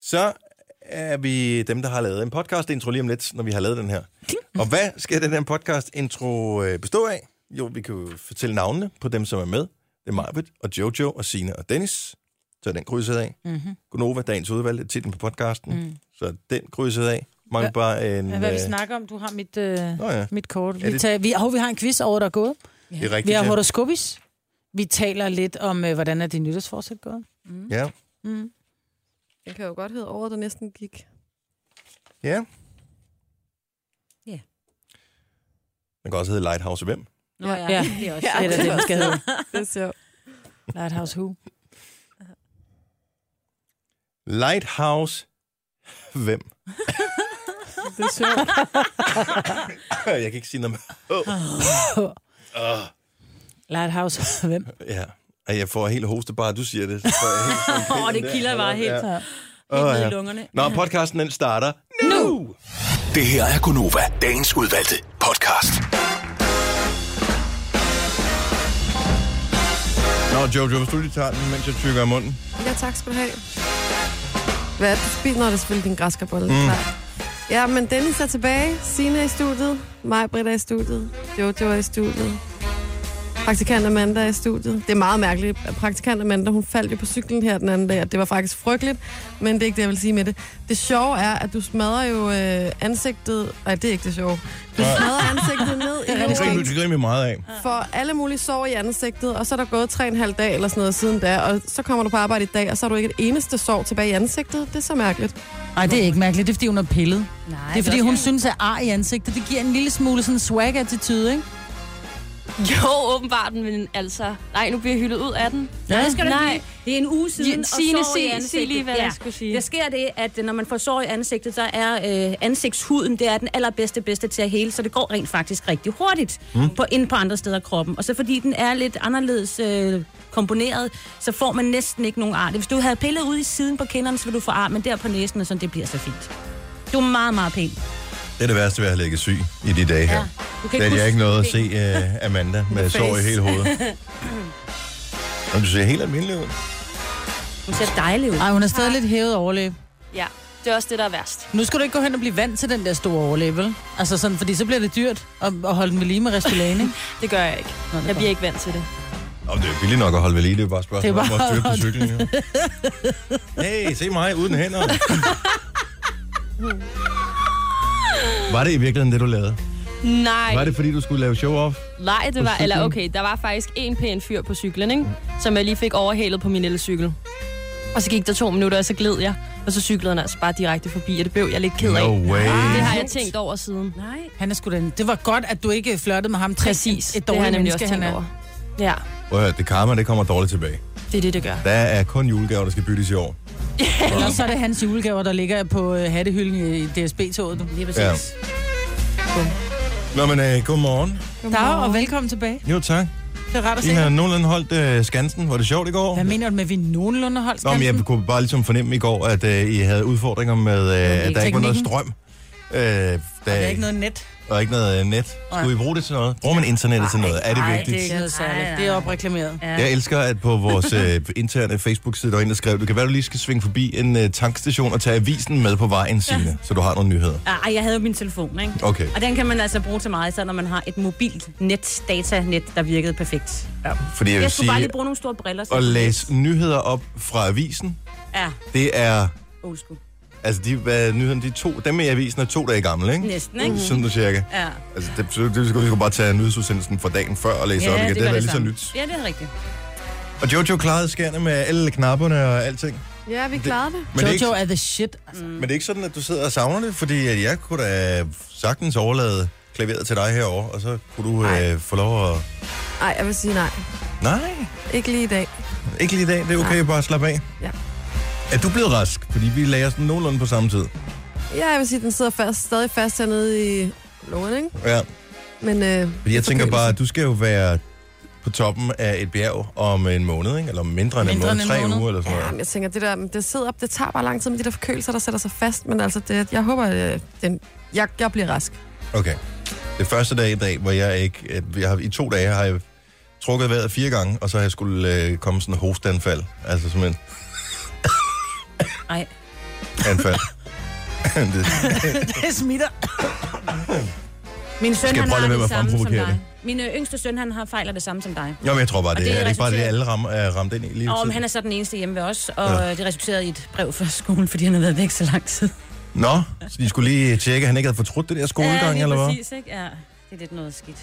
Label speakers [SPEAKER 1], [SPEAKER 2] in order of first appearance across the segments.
[SPEAKER 1] så er vi dem, der har lavet en podcast intro lige om lidt, når vi har lavet den her. Og hvad skal den her podcast intro bestå af? Jo, vi kan jo fortælle navnene på dem, som er med. Det er Marvitt og Jojo og Sine og Dennis. Så er den krydset af.
[SPEAKER 2] Mm-hmm.
[SPEAKER 1] Gunova, dagens udvalgte titlen på podcasten. Mm. Så den krydset af. Mangler bare en...
[SPEAKER 3] Men hvad vi
[SPEAKER 1] øh,
[SPEAKER 3] snakker om, du har mit, øh,
[SPEAKER 1] Nå ja,
[SPEAKER 3] mit kort.
[SPEAKER 1] Er
[SPEAKER 3] Vi,
[SPEAKER 1] det-
[SPEAKER 3] tager, vi, oh, vi har en quiz over, der er gået.
[SPEAKER 1] det er
[SPEAKER 3] Vi
[SPEAKER 1] rigtigt.
[SPEAKER 3] har
[SPEAKER 1] ja.
[SPEAKER 3] horoskopis. Vi taler lidt om, øh, hvordan er det nytårsforsæt gået.
[SPEAKER 2] Mm.
[SPEAKER 1] Ja.
[SPEAKER 3] Mm.
[SPEAKER 2] Det kan jo godt hedde året, der næsten gik.
[SPEAKER 1] Ja.
[SPEAKER 2] Ja.
[SPEAKER 1] Den kan også hedde Lighthouse Hvem.
[SPEAKER 4] Nå
[SPEAKER 2] Ja.
[SPEAKER 4] ja,
[SPEAKER 3] Ja.
[SPEAKER 4] det er også.
[SPEAKER 3] Det
[SPEAKER 2] Ja.
[SPEAKER 3] er da det, den skal hedde.
[SPEAKER 2] Det er sjovt.
[SPEAKER 3] Lighthouse Who.
[SPEAKER 1] Lighthouse Hvem.
[SPEAKER 2] Det er sjovt.
[SPEAKER 1] Jeg kan ikke sige noget med. Oh. Oh.
[SPEAKER 3] Lighthouse Hvem.
[SPEAKER 1] Ja. Ej, Jeg får helt hoste bare, du siger det. Så får jeg helt sådan
[SPEAKER 4] Åh, det
[SPEAKER 1] der.
[SPEAKER 4] kilder bare helt.
[SPEAKER 1] Ja.
[SPEAKER 3] Ja.
[SPEAKER 1] Åh,
[SPEAKER 4] Helt ned i
[SPEAKER 1] ja.
[SPEAKER 4] lungerne.
[SPEAKER 1] Nå, podcasten den starter nu!
[SPEAKER 5] Det her er Gonova, dagens udvalgte podcast.
[SPEAKER 1] Nå, Jojo, hvis du lige tager den, mens jeg tykker i munden.
[SPEAKER 2] Ja, tak skal du have. Hvad er det, du spiser, når du spiller din græskarbolle? Mm. Ja, men Dennis er tilbage. Sina er i studiet. Maj Britt er i studiet. Jojo er i studiet. Praktikant Amanda er i studiet. Det er meget mærkeligt. Praktikant Amanda, hun faldt jo på cyklen her den anden dag, og det var faktisk frygteligt, men det er ikke det, jeg vil sige med det. Det sjove er, at du smadrer jo øh, ansigtet... Nej, det er ikke det sjove. Du smadrer ansigtet ned i
[SPEAKER 1] Det griner,
[SPEAKER 2] jorden
[SPEAKER 1] du griner vi meget af.
[SPEAKER 2] for alle mulige sår i ansigtet, og så er der gået tre og en halv dag eller sådan noget siden da, og så kommer du på arbejde i dag, og så har du ikke et eneste sår tilbage i ansigtet. Det er så mærkeligt.
[SPEAKER 3] Nej, det er ikke mærkeligt. Det er, fordi hun er pillet.
[SPEAKER 4] Nej,
[SPEAKER 3] Det er, fordi hun synes, at ar i ansigtet, det giver en lille smule sådan swag-attitude, ikke?
[SPEAKER 4] Jo, åbenbart, men altså... Nej, nu bliver jeg hyldet ud af den.
[SPEAKER 3] Ja.
[SPEAKER 6] Skal du
[SPEAKER 4] Nej.
[SPEAKER 6] Nej. Det er en uge siden,
[SPEAKER 4] Signe,
[SPEAKER 6] og sår i
[SPEAKER 4] sig-
[SPEAKER 6] ansigtet.
[SPEAKER 4] sig lige, hvad jeg skulle sige.
[SPEAKER 6] Der sker det, at øh, når man får sår i ansigtet, så er øh, ansigtshuden, det er den allerbedste bedste til at hele, så det går rent faktisk rigtig hurtigt
[SPEAKER 1] Hmm.
[SPEAKER 6] mm. på, ind på andre steder af kroppen. Og så fordi den er lidt anderledes øh, komponeret, så får man næsten ikke nogen ar. Hvis du havde pillet ud i siden på kinderne, så ville du få ar, men der på næsen, og sådan, det bliver så fint. Du er meget, meget pæn.
[SPEAKER 1] Det er det værste ved at have ligget syg i de dage her.
[SPEAKER 6] Du
[SPEAKER 1] Det er, at jeg
[SPEAKER 6] huske-
[SPEAKER 1] ikke noget at se uh, Amanda med
[SPEAKER 2] face.
[SPEAKER 1] sår i hele hovedet. Jamen, du ser helt almindelig ud.
[SPEAKER 6] Hun ser dejlig ud.
[SPEAKER 3] Ej, hun er stadig lidt hævet overlæb.
[SPEAKER 4] Ja, det er også det, der er værst.
[SPEAKER 3] Nu skal du ikke gå hen og blive vant til den der store overlæb, vel? Altså sådan, fordi så bliver det dyrt at, at holde den ved lige med Restylane, ikke?
[SPEAKER 4] Det gør jeg ikke.
[SPEAKER 3] Nå, det er
[SPEAKER 4] Jeg bliver ikke vant til det.
[SPEAKER 1] Og det er jo billigt nok at holde ved lige, det er jo bare et spørgsmål
[SPEAKER 3] Det er
[SPEAKER 1] om at
[SPEAKER 3] bare-
[SPEAKER 1] styre på cyklen. Jo. Hey, se mig uden hænder. Var det i virkeligheden det, du lavede?
[SPEAKER 4] Nej,
[SPEAKER 1] Var det, fordi du skulle lave show-off?
[SPEAKER 4] nej, det var...
[SPEAKER 1] på
[SPEAKER 4] Eller
[SPEAKER 1] cyklen?
[SPEAKER 4] okay, der var faktisk en pæn fyr på cyklen, ikke? Som jeg lige fik overhalet på min elcykel. Og så gik der to minutter, og så gled jeg. Og så cyklede han altså bare direkte forbi, og det blev jeg lidt ked af.
[SPEAKER 1] No way.
[SPEAKER 4] Det har jeg tænkt over siden.
[SPEAKER 6] Nej.
[SPEAKER 3] Han er sgu den. Det var godt, at du ikke flirtede med ham. Tænk,
[SPEAKER 4] Præcis.
[SPEAKER 3] Et
[SPEAKER 4] det har
[SPEAKER 3] dårligt
[SPEAKER 4] jeg nemlig
[SPEAKER 3] menneske,
[SPEAKER 4] også
[SPEAKER 3] han
[SPEAKER 4] tænkt over.
[SPEAKER 3] er.
[SPEAKER 4] Ja,
[SPEAKER 1] Prøv at høre, det karma, det kommer dårligt tilbage.
[SPEAKER 4] det er det, det gør.
[SPEAKER 1] Der er kun julegaver, der skal byttes i år.
[SPEAKER 3] Ellers så er det hans julegaver, der ligger på øh, hattehylden i DSB-toget. du.
[SPEAKER 6] Lige præcis.
[SPEAKER 1] Ja. Nå, men øh, godmorgen.
[SPEAKER 3] Dag, og velkommen tilbage.
[SPEAKER 1] Jo, tak.
[SPEAKER 3] Det er rart at
[SPEAKER 1] I
[SPEAKER 3] se
[SPEAKER 1] har
[SPEAKER 3] dig.
[SPEAKER 1] nogenlunde holdt øh, skansen. Var det sjovt i går?
[SPEAKER 3] Hvad mener du med, at vi nogenlunde holdt
[SPEAKER 1] Nå, men jeg
[SPEAKER 3] skansen?
[SPEAKER 1] kunne bare ligesom fornemme i går, at øh, I havde udfordringer med, øh, at der ikke var noget
[SPEAKER 3] teknikken.
[SPEAKER 1] strøm. Øh, der,
[SPEAKER 3] Der er ikke noget net.
[SPEAKER 1] og ikke noget øh, net. Skulle I bruge det til noget? Bruger man internettet til noget? Er det
[SPEAKER 3] Nej, det er
[SPEAKER 1] vigtigt?
[SPEAKER 3] ikke noget særligt. Det er opreklameret.
[SPEAKER 6] Ja.
[SPEAKER 1] Jeg elsker, at på vores øh, interne Facebook-side, der var en, der skrev, du kan være, du lige skal svinge forbi en øh, tankstation og tage avisen med på vejen, Signe, så du har nogle nyheder.
[SPEAKER 6] Ej, jeg havde jo min telefon, ikke?
[SPEAKER 1] Okay.
[SPEAKER 6] Og den kan man altså bruge til meget, så når man har et mobilt net, datanet, der virkede perfekt.
[SPEAKER 1] Fordi jeg vil
[SPEAKER 6] Jeg skulle bare
[SPEAKER 1] sige,
[SPEAKER 6] lige bruge nogle store briller. så-
[SPEAKER 1] at læse nyheder op fra avisen,
[SPEAKER 6] Ja,
[SPEAKER 1] det er...
[SPEAKER 6] old school.
[SPEAKER 1] Altså, de, hvad, nyhederne, de to, dem i avisen er to dage gamle, ikke? Mm-hmm.
[SPEAKER 6] Næsten, ikke?
[SPEAKER 1] Sådan du cirka.
[SPEAKER 6] Ja.
[SPEAKER 1] Altså, det, så- det, det, vi skulle bare tage nyhedsudsendelsen fra dagen før og læse op igen. Det, er da lige så
[SPEAKER 6] samme.
[SPEAKER 1] nyt.
[SPEAKER 6] Ja, det er rigtigt.
[SPEAKER 1] Og Jojo klarede skærne med alle knapperne og alting. Men
[SPEAKER 2] Ja, vi klarede det.
[SPEAKER 1] det, er
[SPEAKER 3] Jojo
[SPEAKER 1] ikke,
[SPEAKER 3] er the shit.
[SPEAKER 1] men det er ikke sådan, at du sidder og savner det, fordi jeg kunne da sagtens overlade klaveret til dig herover, og så kunne du
[SPEAKER 2] Ej.
[SPEAKER 1] øh, få lov at...
[SPEAKER 2] Nej, jeg vil sige nej.
[SPEAKER 1] Nej,
[SPEAKER 2] Ikke lige i dag.
[SPEAKER 1] ikke lige i dag. Det er okay, bare at slappe af.
[SPEAKER 2] Ja.
[SPEAKER 1] Er du blevet rask? Fordi vi lagde sådan nogenlunde på samme tid.
[SPEAKER 2] Ja, jeg vil sige, den sidder fast, stadig fast hernede i låren, ikke?
[SPEAKER 1] Ja.
[SPEAKER 2] Men øh,
[SPEAKER 1] Fordi jeg tænker
[SPEAKER 2] forkølelse.
[SPEAKER 1] bare, at du skal jo være på toppen af et bjerg om en måned, ikke? eller mindre end en
[SPEAKER 3] Mindre
[SPEAKER 1] måned,
[SPEAKER 3] end en
[SPEAKER 1] tre
[SPEAKER 3] måned.
[SPEAKER 1] uger eller sådan
[SPEAKER 2] Ja,
[SPEAKER 1] noget.
[SPEAKER 2] men jeg tænker, det der, det sidder op, det tager bare lang tid med de der forkølelser, der sætter sig fast, men altså, det, jeg håber, øh, den, jeg, jeg bliver rask.
[SPEAKER 1] Okay. Det første dag i dag, hvor jeg ikke... at Jeg har, I to dage har jeg trukket vejret fire gange, og så har jeg skulle øh, komme sådan en hostanfald. Altså simpelthen...
[SPEAKER 6] Ej.
[SPEAKER 1] anfald. det,
[SPEAKER 3] Det smitter.
[SPEAKER 6] Min søn,
[SPEAKER 1] jeg
[SPEAKER 6] han
[SPEAKER 1] prøve
[SPEAKER 6] har
[SPEAKER 1] at lade være med
[SPEAKER 6] det
[SPEAKER 1] at
[SPEAKER 6] samme som
[SPEAKER 1] fremprovokere
[SPEAKER 6] dig. Min ø, yngste søn, han har fejler det samme som dig.
[SPEAKER 1] jo, men jeg tror bare, det,
[SPEAKER 6] det
[SPEAKER 1] er, er det ikke bare det,
[SPEAKER 6] resulterer-
[SPEAKER 1] alle ram, er ramt ind i lige
[SPEAKER 6] Og
[SPEAKER 1] tiden?
[SPEAKER 6] han er så den eneste hjemme ved os, og ja. det resulterede i et brev fra skolen, fordi han har været væk så lang tid.
[SPEAKER 1] Nå, så de skulle lige tjekke, at han ikke havde fortrudt det der
[SPEAKER 6] ja,
[SPEAKER 1] skolegang,
[SPEAKER 6] lige
[SPEAKER 1] eller hvad?
[SPEAKER 6] præcis, ikke? Ja, det er lidt noget skidt.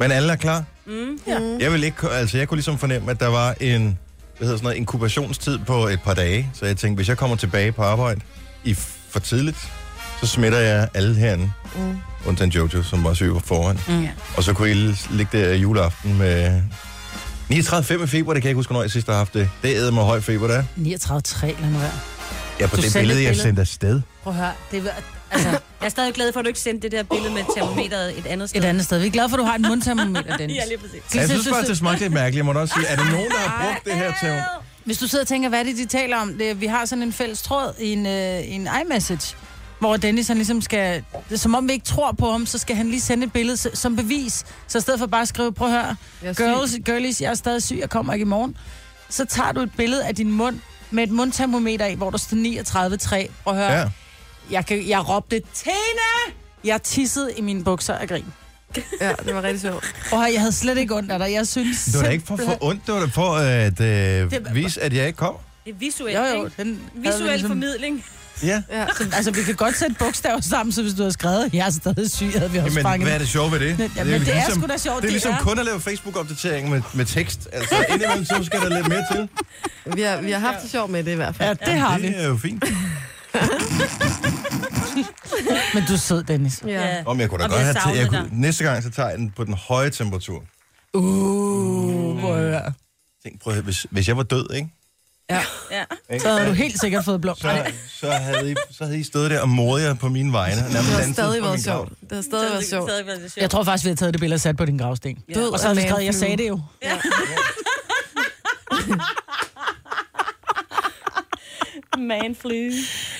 [SPEAKER 1] Men alle er klar? Mm, ja. Jeg, vil ikke, altså, jeg kunne ligesom fornemme, at der var en hvad hedder sådan noget, inkubationstid på et par dage. Så jeg tænkte, hvis jeg kommer tilbage på arbejde i f- for tidligt, så smitter jeg alle herinde. Mm. Undtagen Jojo, som var syg på forhånd. Mm. Og så kunne I l- ligge der juleaften med 39,5 i feber. Det kan jeg ikke huske, når jeg sidst har haft det. Det æder mig høj feber, der. er.
[SPEAKER 3] 39,3 eller noget.
[SPEAKER 1] Ja, på
[SPEAKER 3] Du
[SPEAKER 1] det
[SPEAKER 3] sendte et
[SPEAKER 1] billede, jeg
[SPEAKER 3] billede.
[SPEAKER 1] sendte afsted.
[SPEAKER 3] Prøv at høre. Det er, altså,
[SPEAKER 6] Jeg er stadig glad for, at du ikke sendte det der billede med termometeret et andet sted.
[SPEAKER 3] et andet sted. Vi er glade for, at du har en mundtermometer, Dennis.
[SPEAKER 6] Ja, lige præcis.
[SPEAKER 1] Ja, jeg synes faktisk, det smagte lidt mærkeligt. Jeg må da også sige, er der nogen, der har brugt det her til?
[SPEAKER 3] Hvis du sidder og tænker, hvad er det, de taler om? Det, vi har sådan en fælles tråd i en, øh, i en iMessage, hvor Dennis han ligesom skal... Det er, som om vi ikke tror på ham, så skal han lige sende et billede s- som bevis. Så i stedet for bare at skrive, prøv at høre,
[SPEAKER 2] Jeg er syg."
[SPEAKER 3] girls, girlies, jeg er stadig syg, jeg kommer ikke i morgen. Så tager du et billede af din mund med et mundtermometer i, hvor der står 39,3. Prøv at høre,
[SPEAKER 1] Ja.
[SPEAKER 3] ja. jeg, kan, jeg råbte, Tina! Jeg tissede i mine bukser af grin.
[SPEAKER 2] Ja, det var rigtig sjovt.
[SPEAKER 3] Prøv at høre, jeg havde slet ikke ondt af dig. Jeg synes
[SPEAKER 1] Det var da ikke for at få ondt, det var da for at øh, vise, at jeg ikke kom.
[SPEAKER 6] Det er visuelt,
[SPEAKER 3] Jo, jo,
[SPEAKER 6] ikke?
[SPEAKER 3] den havde ligesom- vi
[SPEAKER 6] Visuel formidling.
[SPEAKER 1] Ja.
[SPEAKER 2] Ja, så
[SPEAKER 3] Altså, vi kan godt sætte bogstaver sammen, så hvis du har skrevet, jeg er stadig syg, havde vi også
[SPEAKER 1] Jamen,
[SPEAKER 3] fanget.
[SPEAKER 1] hvad er det sjove ved det?
[SPEAKER 3] Ja, men det er sgu da sjovt,
[SPEAKER 1] Det er
[SPEAKER 3] det
[SPEAKER 1] ligesom
[SPEAKER 3] er.
[SPEAKER 1] kun at lave Facebook-opdatering med, med tekst. Altså, indimellem så skal der lidt mere til.
[SPEAKER 2] vi, har, vi har haft det sjovt med det i hvert fald.
[SPEAKER 3] Ja, det har vi.
[SPEAKER 1] Det er jo fint.
[SPEAKER 3] Men du er sød, Dennis.
[SPEAKER 2] Ja.
[SPEAKER 1] Om jeg kunne da
[SPEAKER 6] Og
[SPEAKER 1] godt
[SPEAKER 6] vi
[SPEAKER 1] have til. Jeg
[SPEAKER 6] savner
[SPEAKER 1] kunne, næste gang, så tager jeg den på den høje temperatur.
[SPEAKER 3] Uh, prøv at høre.
[SPEAKER 1] Tænk, prøv at, høre, hvis, hvis jeg var død, ikke?
[SPEAKER 3] Ja.
[SPEAKER 6] Ja.
[SPEAKER 1] Ikke?
[SPEAKER 3] Så havde du helt sikkert fået blå.
[SPEAKER 1] så, så, havde I, så havde I stået der og modet jer på mine vegne. Nærmest
[SPEAKER 2] Det har
[SPEAKER 1] danset
[SPEAKER 2] stadig
[SPEAKER 1] på
[SPEAKER 2] været
[SPEAKER 1] min grav.
[SPEAKER 2] sjovt. Det har stadig været sjovt.
[SPEAKER 6] stadig været lidt sjovt.
[SPEAKER 3] Jeg tror faktisk, vi har taget det billede og sat på din gravsten.
[SPEAKER 2] Død
[SPEAKER 3] Og så har
[SPEAKER 2] af
[SPEAKER 3] vi skrevet, jeg
[SPEAKER 2] manflu.
[SPEAKER 3] sagde det jo.
[SPEAKER 6] Man flu.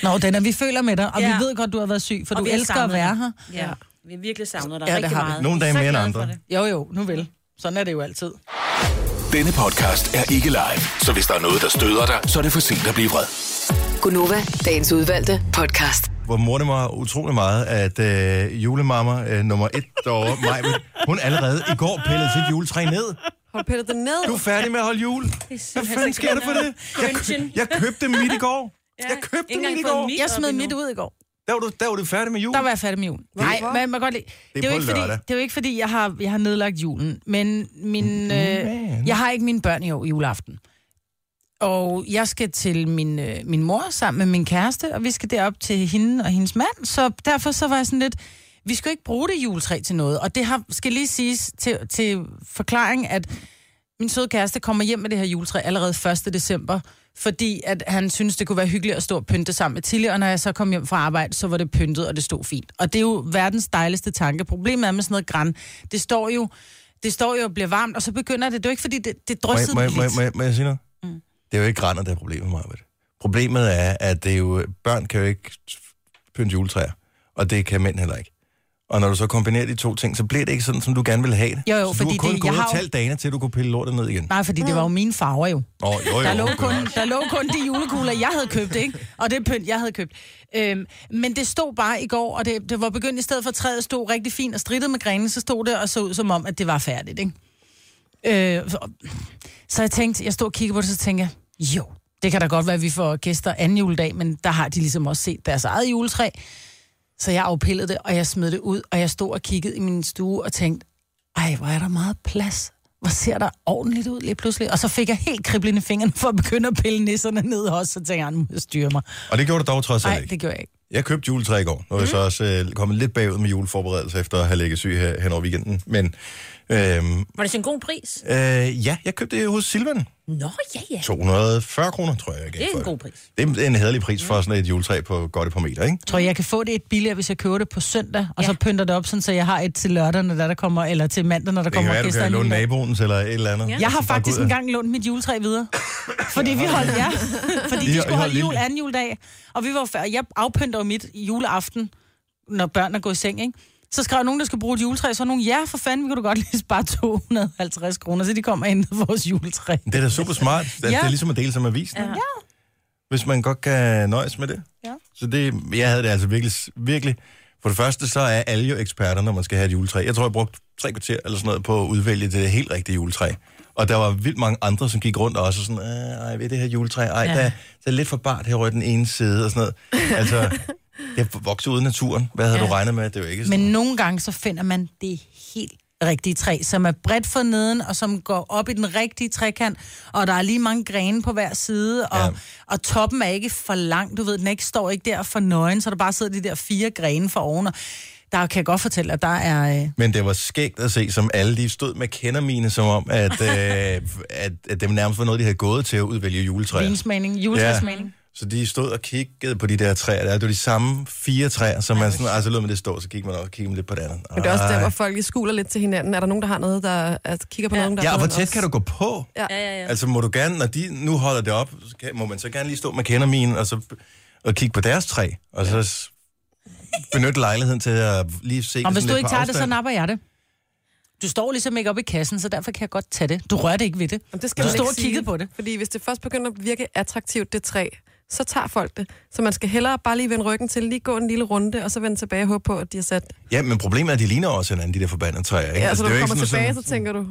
[SPEAKER 3] Nå, Dennis, vi føler med dig, og vi
[SPEAKER 6] Ja.
[SPEAKER 3] ved godt, du har været syg, for
[SPEAKER 6] Og
[SPEAKER 3] du
[SPEAKER 6] vi har
[SPEAKER 3] elsker at
[SPEAKER 6] savnet
[SPEAKER 3] være
[SPEAKER 6] dig.
[SPEAKER 3] her.
[SPEAKER 6] Ja, vi har virkelig savnet dig
[SPEAKER 3] Ja, det
[SPEAKER 6] rigtig
[SPEAKER 3] har vi.
[SPEAKER 6] meget.
[SPEAKER 1] Nogle dage
[SPEAKER 6] Så
[SPEAKER 1] mere end
[SPEAKER 6] glade
[SPEAKER 1] andre.
[SPEAKER 6] for det.
[SPEAKER 3] Jo, jo, nu vel. Sådan er det jo altid.
[SPEAKER 5] Denne podcast er ikke live, så hvis der er noget, der støder dig, så er det for sent at blive vred.
[SPEAKER 7] Gunova, dagens udvalgte podcast.
[SPEAKER 1] hvor mor det mig utrolig meget, at øh, julemamma øh, nummer et derovre, Maj, hun allerede i går pillede sit juletræ ned.
[SPEAKER 2] Har du pillet den ned?
[SPEAKER 1] Du er færdig med at holde jul. Hvad fanden sker der for det? Jeg, kø- jeg købte dem midt i går. Jeg købte dem
[SPEAKER 6] engang
[SPEAKER 1] midt i
[SPEAKER 6] fået
[SPEAKER 1] går.
[SPEAKER 6] mit.
[SPEAKER 3] Jeg smed mit ud i går.
[SPEAKER 1] Der var, du, der var du færdig med jul.
[SPEAKER 3] Der var jeg færdig med julen. Nej,
[SPEAKER 2] Hvorfor?
[SPEAKER 3] man må godt lide. Det er,
[SPEAKER 1] på
[SPEAKER 3] jo ikke fordi,
[SPEAKER 1] lørdag.
[SPEAKER 3] det er jo ikke fordi, jeg har, jeg har nedlagt julen, men
[SPEAKER 1] Mm-hmm.
[SPEAKER 3] min, øh, jeg har ikke mine børn i år juleaften. Og jeg skal til min, øh, min mor sammen med min kæreste, og vi skal derop til hende og hendes mand. Så derfor så var jeg sådan lidt, vi skal jo ikke bruge det juletræ til noget. Og det har, skal lige siges til, til forklaring, at min søde kæreste kommer hjem med det her juletræ allerede 1. december, fordi at han synes, det kunne være hyggeligt at stå og pynte sammen med Tilly, og når jeg så kom hjem fra arbejde, så var det pyntet, og det stod fint. Og det er jo verdens dejligste tanke. Problemet er med sådan noget græn. Det står jo, det står jo og bliver varmt, og så begynder det. Det er jo ikke, fordi det, det
[SPEAKER 1] må, jeg,
[SPEAKER 3] dryssede
[SPEAKER 1] må, jeg,
[SPEAKER 3] lidt.
[SPEAKER 1] må, jeg, må, jeg, må jeg sige noget? Mm. Det er jo ikke grænder, der er problemet med det. Problemet er, at det er jo, børn kan jo ikke pynte juletræer, og det kan mænd heller ikke. Og når du så kombinerer de to ting, så bliver det ikke sådan, som du gerne vil have det.
[SPEAKER 3] Jo, jo,
[SPEAKER 1] så du
[SPEAKER 3] fordi
[SPEAKER 1] har kun
[SPEAKER 3] det-
[SPEAKER 1] gået
[SPEAKER 3] jeg har
[SPEAKER 1] og
[SPEAKER 3] jo-
[SPEAKER 1] talt dagene til, at du kunne pille lortet ned igen.
[SPEAKER 3] Nej, fordi det var jo mine farver jo.
[SPEAKER 1] Åh, oh, jo, jo.
[SPEAKER 3] Der lå,
[SPEAKER 1] det var
[SPEAKER 3] kun, der lå kun de julekugler, jeg havde købt, ikke? Og det pynt, jeg havde købt. Øhm, men det stod bare i går, og det, det var begyndt, i stedet for at træet stod rigtig fint og strittede med grenen, så stod det og så ud som om, at det var færdigt, ikke? Øh, så, så jeg tænkte, jeg stod og kiggede på det, så tænkte jeg, jo, det kan da godt være, at vi får gæster anden juledag, men der har de ligesom også set deres eget juletræ. Så jeg afpillede det, og jeg smed det ud, og jeg stod og kiggede i min stue og tænkte, ej, hvor er der meget plads. Hvor ser der ordentligt ud lige pludselig. Og så fik jeg helt kriblende fingrene for at begynde at pille nisserne ned også, så tænkte jeg, nu må jeg styre mig.
[SPEAKER 1] Og det gjorde du dog trods alt
[SPEAKER 3] Nej, Mm.
[SPEAKER 1] ikke.
[SPEAKER 3] det gjorde jeg ikke.
[SPEAKER 1] Jeg købte juletræ i går. Nu er jeg så også øh, kommet lidt bagud med juleforberedelse efter at have ligget syg her, hen over weekenden. Men øhm,
[SPEAKER 6] Var det til en god pris?
[SPEAKER 1] øh, ja, jeg købte det hos Silvan.
[SPEAKER 6] Nå, ja, ja.
[SPEAKER 1] 240 kroner, tror jeg, jeg gav
[SPEAKER 6] Det er
[SPEAKER 1] for
[SPEAKER 6] en god pris.
[SPEAKER 1] Det er en hederlig pris for sådan et juletræ på godt et par meter, ikke?
[SPEAKER 3] Tror I, jeg kan få det et billigere, hvis jeg køber det på søndag, og så pynter det op, sådan, så jeg har et til lørdag, når der kommer, eller til mandag, når der
[SPEAKER 1] Det kan
[SPEAKER 3] kommer
[SPEAKER 1] være, du
[SPEAKER 3] gæster.
[SPEAKER 1] kan låne
[SPEAKER 3] alligevel.
[SPEAKER 1] naboens eller et eller andet. Ja.
[SPEAKER 3] Jeg har faktisk engang lånt mit juletræ videre. Fordi vi holdt, ja, fordi
[SPEAKER 1] I- I
[SPEAKER 3] de skulle
[SPEAKER 1] holdt
[SPEAKER 3] holde jul
[SPEAKER 1] lille.
[SPEAKER 3] anden juledag. Og vi var før, jeg afpynter jo mit juleaften, når børn er gået i seng, ikke? Så skrev nogen, der skulle bruge et juletræ, så var nogen, ja, for fanden, vi kunne du godt lige spare 250 kroner, så de kommer ind vores juletræ.
[SPEAKER 1] Det er da super smart. Det, ja.
[SPEAKER 3] Ja.
[SPEAKER 1] det er ligesom at dele som avisen. Ja. hvis man godt kan nøjes med det.
[SPEAKER 3] Ja.
[SPEAKER 1] Så det, jeg havde det altså virkelig, virkelig... For det første, så er alle jo eksperter, når man skal have et juletræ. Jeg tror, jeg brugte tre kvarter eller sådan noget på at udvælge det helt rigtige juletræ. Og der var vildt mange andre, som gik rundt og også sådan, "Øh, ej, ved det her juletræ, ej, ja. der, der, er lidt for bart herovre i den ene side og sådan noget. Altså, det vokser ude i naturen. Hvad havde ja. du regnet med? Det er jo ikke sådan.
[SPEAKER 3] Men nogle gange, så finder man det helt rigtige træ, som er bredt for neden, og som går op i den rigtige trekant, og der er lige mange grene på hver side, og,
[SPEAKER 1] Ja.
[SPEAKER 3] ja. og toppen er ikke for lang, du ved, den er ikke, står ikke der for nøgen, så der bare sidder de der fire grene for oven, og der kan jeg godt fortælle, at der er... Øh,
[SPEAKER 1] Men det var skægt at se, som alle de stod med kender mine, som om, at, øh, at, at dem nærmest var noget, de havde gået til at udvælge juletræer.
[SPEAKER 3] vinsmagning, juletræsmagning.
[SPEAKER 1] Så de stod og kiggede på de der træer. Der. Det var de samme fire træer, som man sådan, altså lod med det stå, så gik man op og kiggede lidt på det andet.
[SPEAKER 2] Men det er også der,
[SPEAKER 1] Ej.
[SPEAKER 2] hvor folk lige skuler lidt til hinanden. Er der nogen, der har noget, der at kigger på ja. nogen, der
[SPEAKER 1] Ja,
[SPEAKER 2] har
[SPEAKER 1] og hvor
[SPEAKER 2] noget
[SPEAKER 1] tæt kan du gå på?
[SPEAKER 2] Ja.
[SPEAKER 6] Ja, ja, ja.
[SPEAKER 1] Altså må du gerne, når de nu holder det op, så kan, må man så gerne lige stå med kender mine, og så og kigge på deres træ, og så s- benytte lejligheden til at lige se
[SPEAKER 3] Og
[SPEAKER 1] det
[SPEAKER 3] hvis
[SPEAKER 1] sådan
[SPEAKER 3] du
[SPEAKER 1] lidt
[SPEAKER 3] ikke
[SPEAKER 1] på
[SPEAKER 3] tager det, så
[SPEAKER 1] afstand.
[SPEAKER 3] napper jeg det. Du står ligesom ikke oppe i kassen, så derfor kan jeg godt tage det. Du rørte ikke ved det.
[SPEAKER 2] Jamen, det skal
[SPEAKER 3] Du
[SPEAKER 2] man
[SPEAKER 3] stod
[SPEAKER 2] ikke
[SPEAKER 3] og kiggede
[SPEAKER 2] sige,
[SPEAKER 3] på det.
[SPEAKER 2] Fordi hvis det først begynder at virke attraktivt, det træ, så tager folk det. Så man skal hellere bare lige vende ryggen til, lige gå en lille runde, og så vende tilbage og håbe på, at de har sat...
[SPEAKER 1] Ja, men problemet er, at de ligner også hinanden, de der forbandede træer. Ikke? Altså,
[SPEAKER 2] Ja, så når
[SPEAKER 1] det er
[SPEAKER 2] du
[SPEAKER 1] jo ikke
[SPEAKER 2] kommer
[SPEAKER 1] sådan,
[SPEAKER 2] tilbage, så tænker du...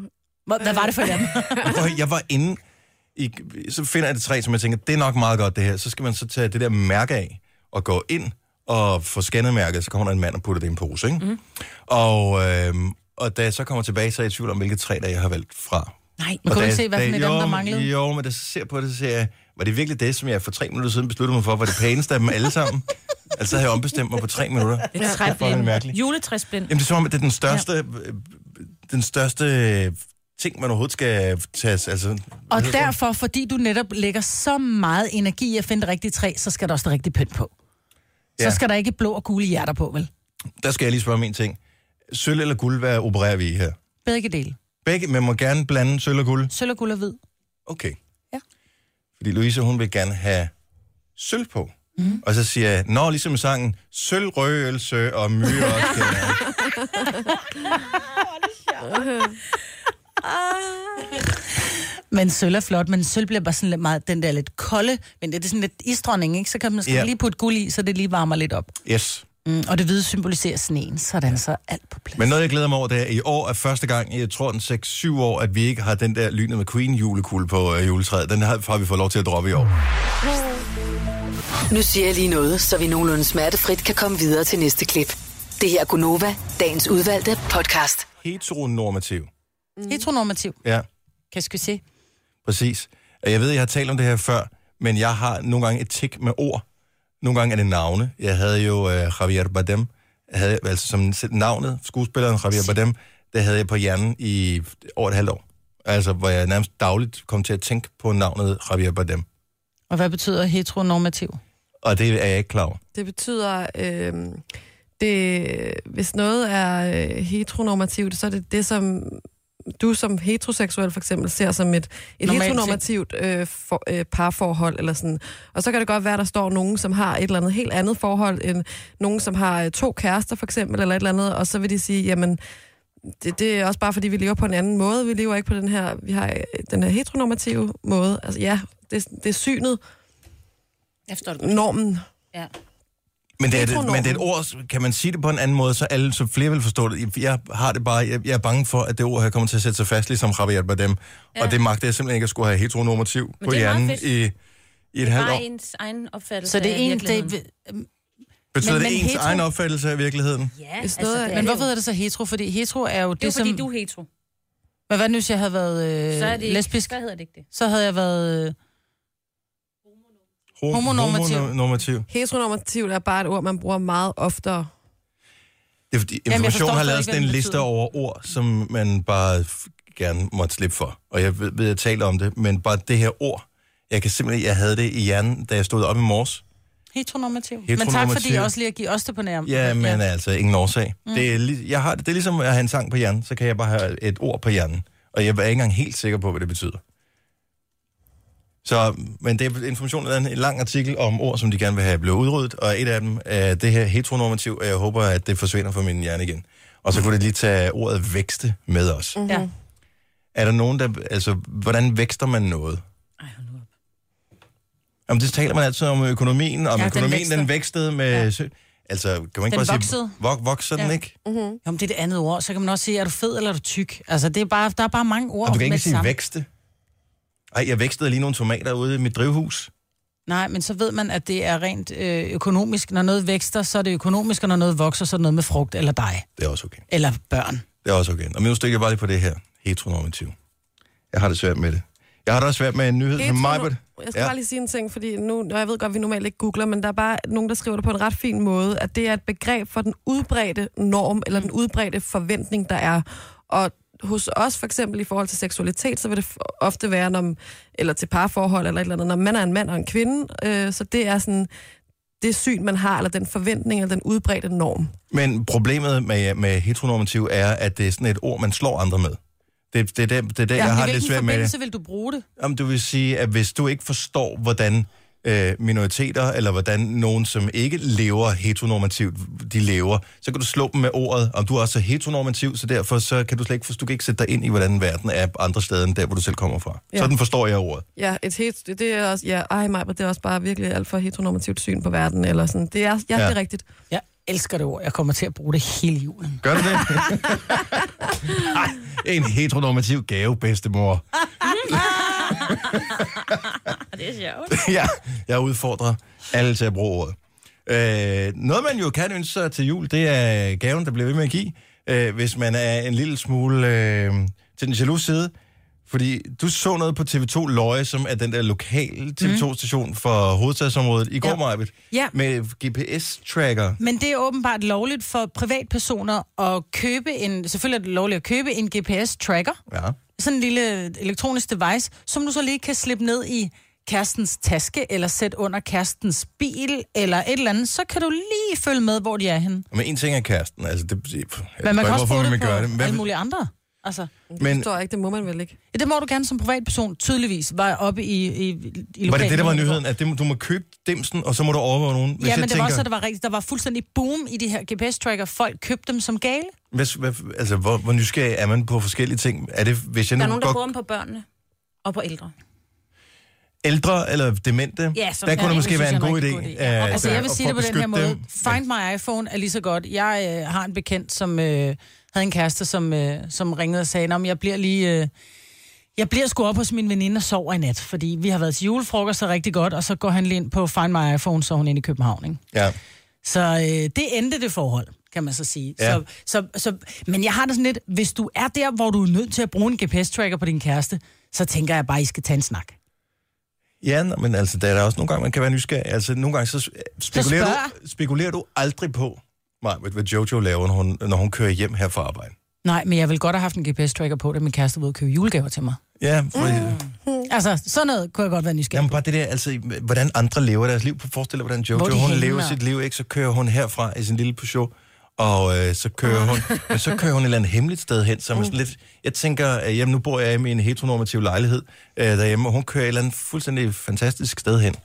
[SPEAKER 3] Hvor- Hvad var det for dem?
[SPEAKER 1] Prøv, at høre, jeg var inde, i, så finder jeg det træ, som jeg tænker, det er nok meget godt det her. Så skal man så tage det der mærke af og gå ind og få scannet mærket, så kommer der en mand og putter det i en pose, ikke?
[SPEAKER 3] Mhm.
[SPEAKER 1] Mm. Og, øhm, og da jeg så kommer tilbage, så er jeg i tvivl om, hvilket træ, der jeg har valgt fra.
[SPEAKER 3] Nej, man
[SPEAKER 1] Og
[SPEAKER 3] kunne
[SPEAKER 1] da
[SPEAKER 3] ikke
[SPEAKER 1] jeg-
[SPEAKER 3] se, hvad for
[SPEAKER 1] da-
[SPEAKER 3] en af dem,
[SPEAKER 1] jo,
[SPEAKER 3] der
[SPEAKER 1] men-
[SPEAKER 3] manglede.
[SPEAKER 1] Jo, men da jeg så ser på det, så ser jeg, var det virkelig det, som jeg for tre minutter siden besluttede mig for, var det pæneste af dem alle sammen? altså havde jeg ombestemt mig på tre minutter. Det
[SPEAKER 6] Ja.
[SPEAKER 1] er fucking mærkeligt.
[SPEAKER 6] Juletræsblind.
[SPEAKER 1] Jamen, det er som om, at det er den største, ja. den største øh, ting, man overhovedet skal tage. Altså,
[SPEAKER 3] Og derfor, fordi du netop lægger så meget energi i at finde det rigtige træ, så skal der også det rigtige pynt på.
[SPEAKER 1] Ja.
[SPEAKER 3] Så skal der ikke blå og gule hjerter på, vel?
[SPEAKER 1] der skal jeg lige spørge om en ting. Sølv eller guld, hvad opererer vi i her?
[SPEAKER 3] Begge dele.
[SPEAKER 1] Begge, man må gerne blande sølv og guld.
[SPEAKER 3] Sølv og guld og hvid.
[SPEAKER 1] Okay.
[SPEAKER 3] Ja.
[SPEAKER 1] Fordi Louise, hun vil gerne have sølv på. Mm. Og så siger jeg, nå, ligesom i sangen, sølv, røgelse og myre. skal jeg."
[SPEAKER 3] Men sølv er flot, men sølv bliver bare sådan lidt meget den der lidt kolde, men det er sådan lidt isdronning, ikke? Så kan man skal
[SPEAKER 1] Ja.
[SPEAKER 3] lige putte guld i, så det lige varmer lidt op.
[SPEAKER 1] yes.
[SPEAKER 3] Mm, og det hvide symboliserer sneen, sådan så er alt på plads.
[SPEAKER 1] Men noget, jeg glæder mig over, det er, at i år er første gang, jeg tror den 6-7 år, at vi ikke har den der Lynet McQueen julekugle på øh, juletræet. Den har, har vi fået lov til at droppe i år.
[SPEAKER 7] Nu siger jeg lige noget, så vi nogenlunde smertefrit kan komme videre til næste klip. Det her er Gunova, dagens udvalgte podcast.
[SPEAKER 1] Heteronormativ.
[SPEAKER 3] Mm. Heteronormativ,
[SPEAKER 1] Ja.
[SPEAKER 3] kan jeg se.
[SPEAKER 1] Præcis. Og Jeg ved, jeg har talt om det her før, men jeg har nogle gange et tik med ord. Nogle gange er det navne. Jeg havde jo øh, Javier Bardem, jeg havde, altså som selv navnet, skuespilleren Javier Bardem, det havde jeg på hjernen i over et halvt år. Altså, hvor jeg nærmest dagligt kom til at tænke på navnet Javier Bardem.
[SPEAKER 3] Og hvad betyder heteronormativ?
[SPEAKER 1] Og det er jeg ikke klar over.
[SPEAKER 2] Det betyder... Øh, det, hvis noget er øh, heteronormativt, så er det det, som du som heteroseksuel for eksempel ser som et, et
[SPEAKER 3] Normalt set.
[SPEAKER 2] heteronormativt øh, for, øh, parforhold eller sådan. Og så kan det godt være, at der står nogen, som har et eller andet helt andet forhold end nogen, som har øh, to kærester for eksempel eller et eller andet, og så vil de sige, jamen det, det er også bare fordi, vi lever på en anden måde. Vi lever ikke på den her, vi har øh, den her heteronormative måde. Altså ja, det, det er synet,
[SPEAKER 3] Jeg forstår det
[SPEAKER 2] normen.
[SPEAKER 1] Men det, er, det,
[SPEAKER 2] Heteronormen.
[SPEAKER 1] men det er et ord, kan man sige det på en anden måde, så, alle, så flere vil forstå det. Jeg har det bare, jeg, jeg er bange for, at det ord her kommer til at sætte sig fast, ligesom Javier Bardem. Ja. Og det magter jeg simpelthen ikke at skulle have heteronormativ på
[SPEAKER 6] det er meget
[SPEAKER 1] hjernen
[SPEAKER 6] fedt.
[SPEAKER 1] i, i et halvt år.
[SPEAKER 6] Bare ens egen opfattelse
[SPEAKER 3] Så det er
[SPEAKER 6] af
[SPEAKER 3] en,
[SPEAKER 6] virkeligheden.
[SPEAKER 3] det,
[SPEAKER 1] Betyder
[SPEAKER 3] Men-
[SPEAKER 1] det
[SPEAKER 3] men
[SPEAKER 1] ens
[SPEAKER 3] hetero-
[SPEAKER 1] egen opfattelse af virkeligheden?
[SPEAKER 6] Ja,
[SPEAKER 2] Hvis
[SPEAKER 6] altså,
[SPEAKER 2] noget
[SPEAKER 6] det
[SPEAKER 2] er-
[SPEAKER 6] er
[SPEAKER 3] men
[SPEAKER 6] det
[SPEAKER 3] hvorfor
[SPEAKER 6] jo.
[SPEAKER 3] hedder det så hetero? Fordi hetero er jo det,
[SPEAKER 6] Det er jo
[SPEAKER 3] som...
[SPEAKER 6] fordi, du er hetero.
[SPEAKER 3] Men hvad nu, hvis jeg havde været øh,
[SPEAKER 6] Så er det ikke,
[SPEAKER 3] lesbisk?
[SPEAKER 6] Hvad hedder det ikke det?
[SPEAKER 3] Så havde jeg været... Øh,
[SPEAKER 1] Ho-
[SPEAKER 3] Homonormativ.
[SPEAKER 1] Homonormativ.
[SPEAKER 2] Heteronormativt er bare et ord, man bruger meget oftere.
[SPEAKER 1] Det er fordi,
[SPEAKER 3] jeg
[SPEAKER 1] information
[SPEAKER 3] forstår
[SPEAKER 1] har
[SPEAKER 3] stadig
[SPEAKER 1] lavet
[SPEAKER 3] ikke,
[SPEAKER 1] sådan en
[SPEAKER 3] hvad det
[SPEAKER 1] liste
[SPEAKER 3] betyder.
[SPEAKER 1] over ord, som man bare f- gerne måtte slippe for. Og jeg ved, ved, jeg taler om det, men bare det her ord, jeg kan simpelthen, jeg havde det i hjernen, da jeg stod op i morges.
[SPEAKER 3] Heteronormativ. Men tak,
[SPEAKER 1] Heteronormativ.
[SPEAKER 3] fordi jeg også lige at give os det på nærmest.
[SPEAKER 1] Ja, men altså, ingen årsag. Mm. Det, er, li- jeg har, det det er ligesom at have en sang på hjernen, så kan jeg bare have et ord på hjernen. Og jeg er ikke engang helt sikker på, hvad det betyder. Så, men det er information, der er en en lang artikel om ord, som de gerne vil have blevet udryddet, og et af dem er det her heteronormativ, og jeg håber, at det forsvinder fra min hjerne igen. Og så kunne det lige tage ordet vækste med os. Mm.
[SPEAKER 3] Ja.
[SPEAKER 1] Er der nogen, der... Altså, hvordan vækster man noget? Jamen, det taler man altid om økonomien, og ja,
[SPEAKER 3] Ja, den
[SPEAKER 1] økonomien den,
[SPEAKER 3] vækster.
[SPEAKER 1] vækstede med... Ja. Sø- altså, kan man ikke
[SPEAKER 3] Den
[SPEAKER 1] bare
[SPEAKER 3] voksede.
[SPEAKER 1] sige... Vok, vokser ja. den
[SPEAKER 3] Ja.
[SPEAKER 1] ikke?
[SPEAKER 3] Jo, men det er det andet ord. Så kan man også sige, er du fed eller er du tyk? Altså, det er bare, der er bare mange ord.
[SPEAKER 1] Og du kan
[SPEAKER 3] med
[SPEAKER 1] ikke
[SPEAKER 3] det
[SPEAKER 1] sige
[SPEAKER 3] samme.
[SPEAKER 1] vækste. Ej, jeg vækstede lige nogle tomater ude i mit drivhus.
[SPEAKER 3] Nej, men så ved man, at det er rent øh, økonomisk. Når noget vækster, så er det økonomisk, og når noget vokser, så er det noget med frugt eller dig.
[SPEAKER 1] Det er også okay.
[SPEAKER 3] Eller børn.
[SPEAKER 1] Det er også okay. Og nu stikker jeg bare lige på det her. Heteronormativ. Jeg har det svært med det. Jeg har det også svært med en nyhed som
[SPEAKER 2] Hetero-
[SPEAKER 1] mig.
[SPEAKER 2] Jeg skal
[SPEAKER 1] Ja.
[SPEAKER 2] bare lige sige en ting, fordi nu, og jeg ved godt, at vi normalt ikke googler, men der er bare nogen, der skriver det på en ret fin måde, at det er et begreb for den udbredte norm, eller den udbredte forventning, der er. Og hos os for eksempel i forhold til seksualitet, så vil det f- ofte være, når, eller til parforhold eller et eller andet, når man er en mand og en kvinde, øh, så det er sådan det syn, man har, eller den forventning, eller den udbredte norm.
[SPEAKER 1] Men problemet med, med heteronormativ er, at det er sådan et ord, man slår andre med. Det, det, er der, det er der, ja, jeg har
[SPEAKER 3] I
[SPEAKER 1] det lidt
[SPEAKER 3] hvilken
[SPEAKER 1] svært med det.
[SPEAKER 3] forbindelse vil du bruge det?
[SPEAKER 1] Om du vil sige, at hvis du ikke forstår, hvordan øh, minoriteter, eller hvordan nogen, som ikke lever heteronormativt, de lever, så kan du slå dem med ordet, om du er så heteronormativ, så derfor så kan du slet ikke, forstå, du kan ikke sætte dig ind i, hvordan verden er andre steder, end der, hvor du selv kommer fra. Ja.
[SPEAKER 2] Ja.
[SPEAKER 1] Sådan forstår jeg ordet.
[SPEAKER 2] Ja, et het, det, det er også, ja, ej mig, det er også bare virkelig alt for heteronormativt syn på verden, eller sådan. Det er, ja, ja. det er rigtigt.
[SPEAKER 3] Jeg elsker det ord. Jeg kommer til at bruge det hele julen.
[SPEAKER 1] Gør du det? Ej, en heteronormativ gave, bedstemor.
[SPEAKER 4] Det er sjovt.
[SPEAKER 1] ja, jeg udfordrer alle til at bruge ordet. Øh, noget, man jo kan ønske sig til jul, det er gaven, der bliver ved med at give, øh, hvis man er en lille smule øh, til den jaloux side. Fordi du så noget på TV2 Løje, som er den der
[SPEAKER 4] Mhm.
[SPEAKER 1] lokale TV2-station for hovedstadsområdet i går, ja. Majbet,
[SPEAKER 3] Ja.
[SPEAKER 1] med GPS-tracker.
[SPEAKER 3] Men det er åbenbart lovligt for privatpersoner at købe en... Selvfølgelig er det lovligt at købe en GPS-tracker.
[SPEAKER 1] Ja.
[SPEAKER 3] Sådan en lille elektronisk device, som du så lige kan slippe ned i kærestens taske, eller sætte under kærestens bil, eller et eller andet. Så kan du lige følge med, hvor de er henne.
[SPEAKER 1] Men en ting er kæresten, altså det... Jeg,
[SPEAKER 3] Men man kan også bruge
[SPEAKER 1] hvorfor man
[SPEAKER 3] det på
[SPEAKER 1] gør det.
[SPEAKER 3] alle
[SPEAKER 1] Hvad,
[SPEAKER 3] mulige andre. Altså,
[SPEAKER 2] Men...
[SPEAKER 1] men
[SPEAKER 2] Forstår jeg ikke, det må man vel ikke.
[SPEAKER 3] ja, det må du gerne som privatperson tydeligvis være oppe i, i, i
[SPEAKER 1] var det det, der var
[SPEAKER 3] lokalen.
[SPEAKER 1] nyheden, at det, må- du må købe dimsen, og så må du overvåge nogen? Hvis
[SPEAKER 3] Ja, men
[SPEAKER 1] jeg
[SPEAKER 3] det var også, at der var, rigtig, der var fuldstændig boom i de her GPS-tracker. Folk købte dem som gale.
[SPEAKER 1] Hvad, hvad, altså, hvor, hvor nysgerrig er man på forskellige ting? Er det, hvis jeg
[SPEAKER 6] Der
[SPEAKER 1] nu
[SPEAKER 6] er nogen, der
[SPEAKER 1] går
[SPEAKER 6] bruger dem på børnene og på ældre.
[SPEAKER 1] ældre eller demente,
[SPEAKER 6] Ja, som-
[SPEAKER 1] der
[SPEAKER 6] ja,
[SPEAKER 1] kunne det
[SPEAKER 6] det
[SPEAKER 1] måske
[SPEAKER 6] synes
[SPEAKER 1] være
[SPEAKER 6] jeg
[SPEAKER 1] en
[SPEAKER 6] er en
[SPEAKER 1] god idé.
[SPEAKER 6] rigtig god idé, ja.
[SPEAKER 1] øh,
[SPEAKER 3] Altså,
[SPEAKER 1] der-
[SPEAKER 3] jeg vil
[SPEAKER 1] og
[SPEAKER 3] sige
[SPEAKER 1] for
[SPEAKER 3] det på
[SPEAKER 1] at
[SPEAKER 3] den her
[SPEAKER 1] beskytte
[SPEAKER 3] måde.
[SPEAKER 1] dem.
[SPEAKER 3] Find My iPhone er lige så godt. Jeg øh, har en bekendt, som øh, havde en kæreste, som, øh, som ringede og sagde, om jeg bliver lige... Øh, jeg bliver sgu op hos min veninde og sover i nat, fordi vi har været til julefrokost så rigtig godt, og så går han lige ind på Find My iPhone, så er hun inde i København, ikke?
[SPEAKER 1] Ja.
[SPEAKER 3] Så øh, det endte det forhold, kan man så sige.
[SPEAKER 1] Ja.
[SPEAKER 3] Ja. Så, så, så, men jeg har det sådan lidt, hvis du er der, hvor du er nødt til at bruge en GPS-tracker på din kæreste, så tænker jeg bare, I skal tage en snak.
[SPEAKER 1] Ja, nå, men altså, der er der også nogle gange, man kan være nysgerrig. Altså, nogle gange, så spekulerer, du,
[SPEAKER 3] spørg.
[SPEAKER 1] spekulerer du aldrig på, nej, hvad Jojo laver, når hun, når hun kører hjem her fra arbejde.
[SPEAKER 3] Nej, men jeg ville godt have haft en GPS-tracker på, da min kæreste var ude og købe julegaver til mig.
[SPEAKER 1] Ja, for,
[SPEAKER 3] Altså, sådan noget kunne jeg godt være nysgerrig.
[SPEAKER 1] jamen bare det der, altså, hvordan andre lever deres liv. Forestil dig, hvordan
[SPEAKER 3] Hvor
[SPEAKER 1] Jojo, hun
[SPEAKER 3] de hænger.
[SPEAKER 1] lever sit liv, ikke? Så kører hun herfra i sin lille Peugeot, og øh, så kører hun, men så kører hun et eller andet hemmeligt sted hen, som er sådan lidt, jeg tænker, øh, jamen nu bor jeg i min heteronormative lejlighed øh, derhjemme, og hun kører et eller andet fuldstændig fantastisk sted hen,